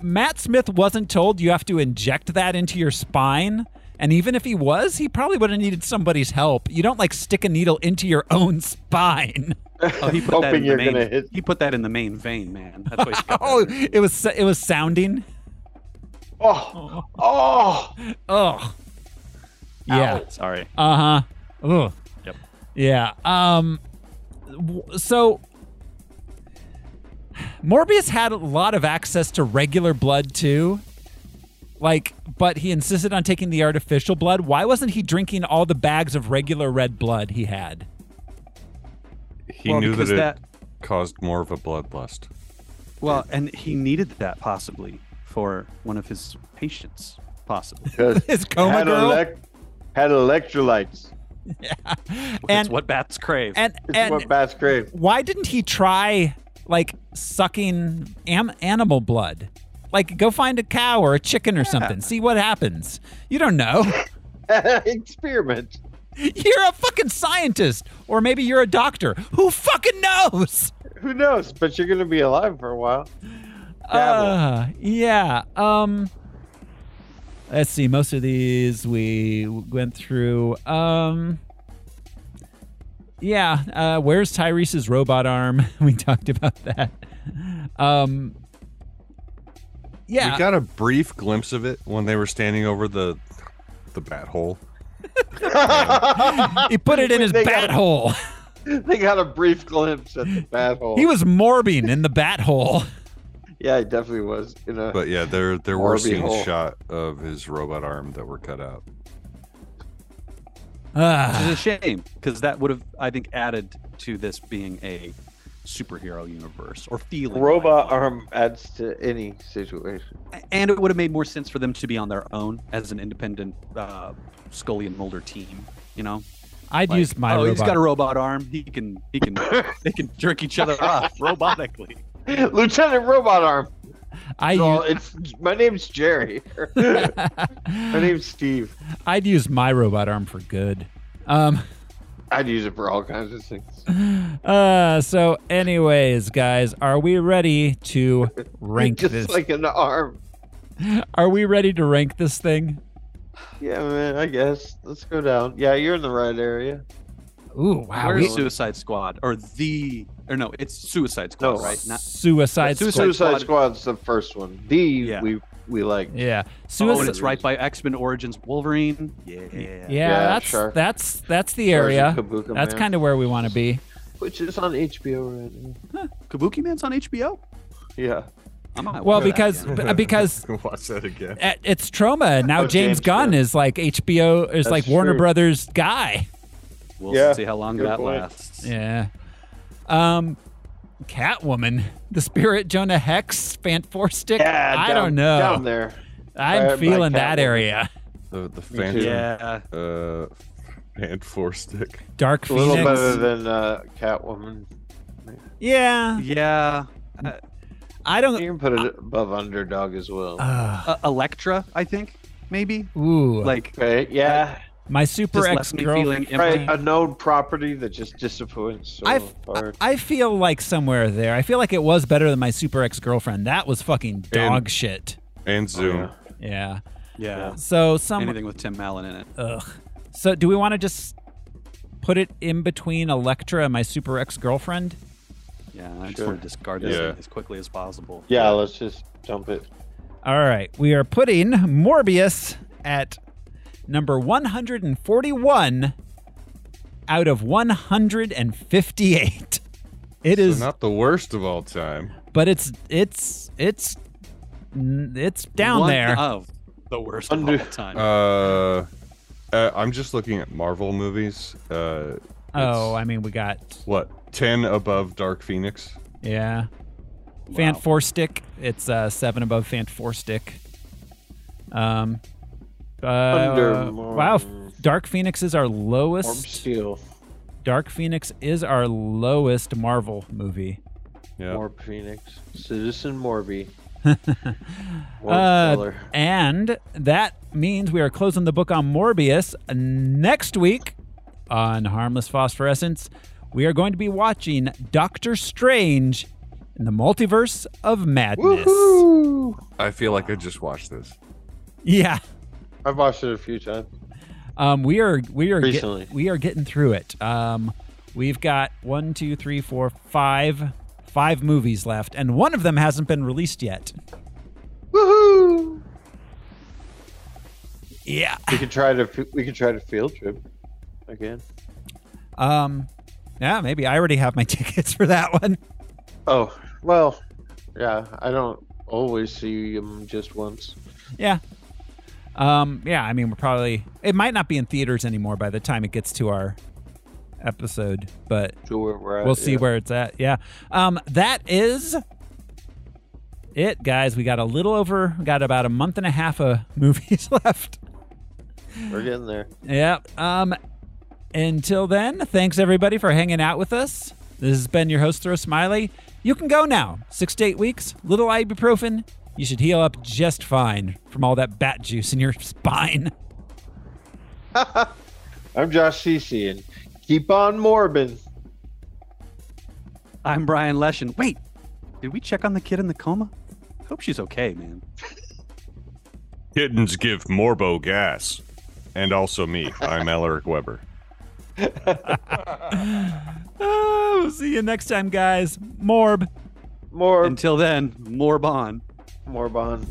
Speaker 1: Matt Smith wasn't told you have to inject that into your spine. And even if he was, he probably would have needed somebody's help. You don't like stick a needle into your own spine.
Speaker 3: Oh, he put that
Speaker 2: Hoping
Speaker 3: in the
Speaker 2: you're
Speaker 3: main.
Speaker 2: gonna hit.
Speaker 3: He put that in the main vein, man. That's why. He got
Speaker 1: Oh,
Speaker 3: that.
Speaker 1: it was it was sounding.
Speaker 2: Oh, oh,
Speaker 1: Oh, yeah.
Speaker 3: Ow, Sorry.
Speaker 1: Uh huh. Ugh.
Speaker 3: Yep.
Speaker 1: Yeah. Um. w- So Morbius had a lot of access to regular blood too. Like, but he insisted on taking the artificial blood. Why wasn't he drinking all the bags of regular red blood he had?
Speaker 4: He
Speaker 3: Well,
Speaker 4: knew that
Speaker 3: because
Speaker 4: it
Speaker 3: that-
Speaker 4: caused more of a bloodlust.
Speaker 3: Well, and he needed that possibly for one of his patients, possibly.
Speaker 2: 'Cause
Speaker 1: His coma
Speaker 2: oh. had
Speaker 1: girl.
Speaker 2: elec- had electrolytes.
Speaker 1: And-
Speaker 3: That's what bats crave.
Speaker 1: And
Speaker 2: It's
Speaker 1: and
Speaker 2: what bats crave.
Speaker 1: why didn't he try like sucking am- animal blood? Like go find a cow or a chicken or something. See what happens. You don't know.
Speaker 2: Experiment.
Speaker 1: you're a fucking scientist or maybe you're a doctor. Who fucking knows?
Speaker 2: Who knows? But you're gonna be alive for a while. Dabble.
Speaker 1: Uh, yeah. Um Let's see. Most of these we went through um Yeah, uh where's Tyrese's robot arm? we talked about that. Um yeah.
Speaker 4: We got a brief glimpse of it when they were standing over the the bat hole.
Speaker 1: he put it in his
Speaker 2: They
Speaker 1: bat
Speaker 2: got-
Speaker 1: hole.
Speaker 2: they got a brief glimpse at the bat hole.
Speaker 1: He was morbing in the bat hole.
Speaker 2: yeah, he definitely was. You know,
Speaker 4: But yeah, there there
Speaker 2: Or
Speaker 4: were
Speaker 2: be
Speaker 4: scenes
Speaker 2: whole.
Speaker 4: shot of his robot arm that were cut out.
Speaker 3: Which
Speaker 1: Ah,
Speaker 3: is a shame because that would have, I think, added to this being a superhero universe or feeling.
Speaker 2: Robot arm adds to any situation.
Speaker 3: And it would have made more sense for them to be on their own as an independent uh, Scully and Mulder team. You know,
Speaker 1: I'd
Speaker 3: Like,
Speaker 1: use my
Speaker 3: oh,
Speaker 1: robot.
Speaker 3: he's got a robot arm. He can he can they can jerk each other off robotically.
Speaker 2: Lieutenant Robot Arm.
Speaker 1: I
Speaker 2: Well,
Speaker 1: use-
Speaker 2: it's my name's Jerry. my name's Steve.
Speaker 1: I'd use my robot arm for good. Um,
Speaker 2: I'd use it for all kinds of things.
Speaker 1: uh, so, anyways, guys, are we ready to rank
Speaker 2: Just
Speaker 1: this?
Speaker 2: like an arm.
Speaker 1: Are we ready to rank this thing?
Speaker 2: Yeah, man. I guess. Let's go down. Yeah, you're in the right area.
Speaker 1: Ooh, wow.
Speaker 3: Where's
Speaker 1: we-
Speaker 3: Suicide Squad or the or no, it's Suicide Squad,
Speaker 2: No.
Speaker 3: right? Not
Speaker 1: Suicide
Speaker 3: Suicide
Speaker 1: Squad.
Speaker 2: Suicide
Speaker 3: Squad.
Speaker 2: Squad's the first one. The
Speaker 3: Yeah.
Speaker 2: we we like.
Speaker 1: Yeah.
Speaker 3: oh,
Speaker 1: Suicide.
Speaker 3: and it's right by X Men Origins Wolverine. Yeah,
Speaker 1: yeah,
Speaker 3: yeah.
Speaker 1: that's
Speaker 2: sure.
Speaker 1: that's that's the area.
Speaker 2: Kabuki
Speaker 1: That's
Speaker 2: Man.
Speaker 1: kind of where we want to be.
Speaker 2: Which is on HBO right now.
Speaker 3: Kabuki Man's on HBO.
Speaker 2: Yeah.
Speaker 3: I might
Speaker 1: Well,
Speaker 3: watch that
Speaker 1: because
Speaker 3: again.
Speaker 1: b- because
Speaker 4: Watch that again.
Speaker 1: a- it's trauma. and Now
Speaker 2: Oh,
Speaker 1: James
Speaker 2: James
Speaker 1: Gunn
Speaker 2: Gunn.
Speaker 1: is like HBO is
Speaker 2: That's
Speaker 1: like Warner
Speaker 2: true.
Speaker 1: Brothers guy.
Speaker 3: we'll
Speaker 2: Yeah,
Speaker 3: see how long
Speaker 2: good
Speaker 3: that
Speaker 2: point.
Speaker 3: lasts.
Speaker 1: Yeah. Um, Catwoman, the Spirit, Jonah Hex, Fan Four Stick.
Speaker 2: Yeah.
Speaker 1: I
Speaker 2: down-
Speaker 1: don't know.
Speaker 2: Down there.
Speaker 1: I'm
Speaker 2: by- by
Speaker 1: feeling that
Speaker 2: Catwoman.
Speaker 1: area.
Speaker 4: The, the
Speaker 2: Me
Speaker 4: fan,
Speaker 2: too.
Speaker 3: Yeah.
Speaker 4: uh, fan four stick.
Speaker 1: Dark
Speaker 2: A little
Speaker 1: Phoenix.
Speaker 2: better than uh, Catwoman.
Speaker 1: yeah.
Speaker 3: Yeah.
Speaker 1: I don't.
Speaker 2: You can put it above Underdog as well.
Speaker 1: Uh,
Speaker 3: Uh, Electra, I think maybe
Speaker 1: ooh.
Speaker 3: like
Speaker 2: Right? Yeah.
Speaker 1: my super
Speaker 3: just
Speaker 1: ex
Speaker 3: left me feeling
Speaker 1: girlfriend.
Speaker 3: empty.
Speaker 2: Right, a known property that just disappoints so
Speaker 1: I, f-
Speaker 2: hard.
Speaker 1: I feel like somewhere there. I feel like it was better than my super ex girlfriend. That was fucking dog shit.
Speaker 2: Oh,
Speaker 4: And Zoom.
Speaker 1: Yeah.
Speaker 3: Yeah.
Speaker 1: So some.
Speaker 3: Anything with Tim Allen in it.
Speaker 1: Ugh. So do we want to just put it in between Electra and my super ex girlfriend?
Speaker 3: Yeah, I just
Speaker 2: Sure.
Speaker 3: want to discard this
Speaker 4: Yeah.
Speaker 3: thing as quickly as possible.
Speaker 2: yeah, let's just dump it.
Speaker 1: All right, we are putting Morbius at number 141 out of 158. It
Speaker 4: So
Speaker 1: is,
Speaker 4: not the worst of all time.
Speaker 1: but it's it's it's n- it's down
Speaker 3: One
Speaker 1: there.
Speaker 3: Of the worst
Speaker 2: Under-
Speaker 3: of all time.
Speaker 4: Uh, uh, I'm just looking at Marvel movies. Uh,
Speaker 1: oh,
Speaker 4: it's,
Speaker 1: I mean, we got
Speaker 4: what ten above Dark Phoenix?
Speaker 1: yeah.
Speaker 3: Wow.
Speaker 1: Fan four stick. It's uh, seven above Fan four stick. Um. Uh,
Speaker 2: Under
Speaker 1: wow,
Speaker 2: Morb-
Speaker 1: Dark Phoenix is our lowest.
Speaker 2: Orb Steel.
Speaker 1: Dark Phoenix is our lowest Marvel movie.
Speaker 4: Yeah.
Speaker 2: Morb Phoenix. Citizen Morby. Morb
Speaker 1: Uh,
Speaker 2: Killer.
Speaker 1: and that means we are closing the book on Morbius. Next week on Harmless Phosphorescence, we are going to be watching Doctor Strange in the Multiverse of Madness.
Speaker 2: Woohoo!
Speaker 4: I feel like I just watched this.
Speaker 1: Yeah.
Speaker 2: I've watched it a few times.
Speaker 1: Um, we are we are get-
Speaker 2: Recently.
Speaker 1: we are getting through it. Um, we've got one, two, three, four, five, five movies left, and one of them hasn't been released yet.
Speaker 2: Woohoo!
Speaker 1: Yeah.
Speaker 2: We could try to f- we could try to field trip again.
Speaker 1: Um, yeah, maybe I already have my tickets for that one.
Speaker 2: Oh well, yeah. I don't always see them just once.
Speaker 1: Yeah. Um, yeah, I mean, we're probably, it might not be in theaters anymore by the time it gets to our episode, but
Speaker 2: To where we're at.
Speaker 1: we'll see
Speaker 2: Uh, yeah.
Speaker 1: where it's at. Yeah. Um, that is it, guys. We got a little over, we got about a month and a half of movies left.
Speaker 2: we're getting there.
Speaker 1: Yep. Um, until then, thanks everybody for hanging out with us. This has been your host, Throw Smiley. You can go now. Six to eight weeks, little ibuprofen. You should heal up just fine from all that bat juice in your spine.
Speaker 2: I'm Josh Cece and keep on morbin.
Speaker 3: I'm Brian Leshin. Wait, did we check on the kid in the coma? I hope she's okay, man.
Speaker 4: Kittens give Morbo gas. And also me. I'm Alaric Weber.
Speaker 1: Oh, we'll see you next time, guys. Morb.
Speaker 2: Morb.
Speaker 3: Until then, more Bond.
Speaker 2: Morbon.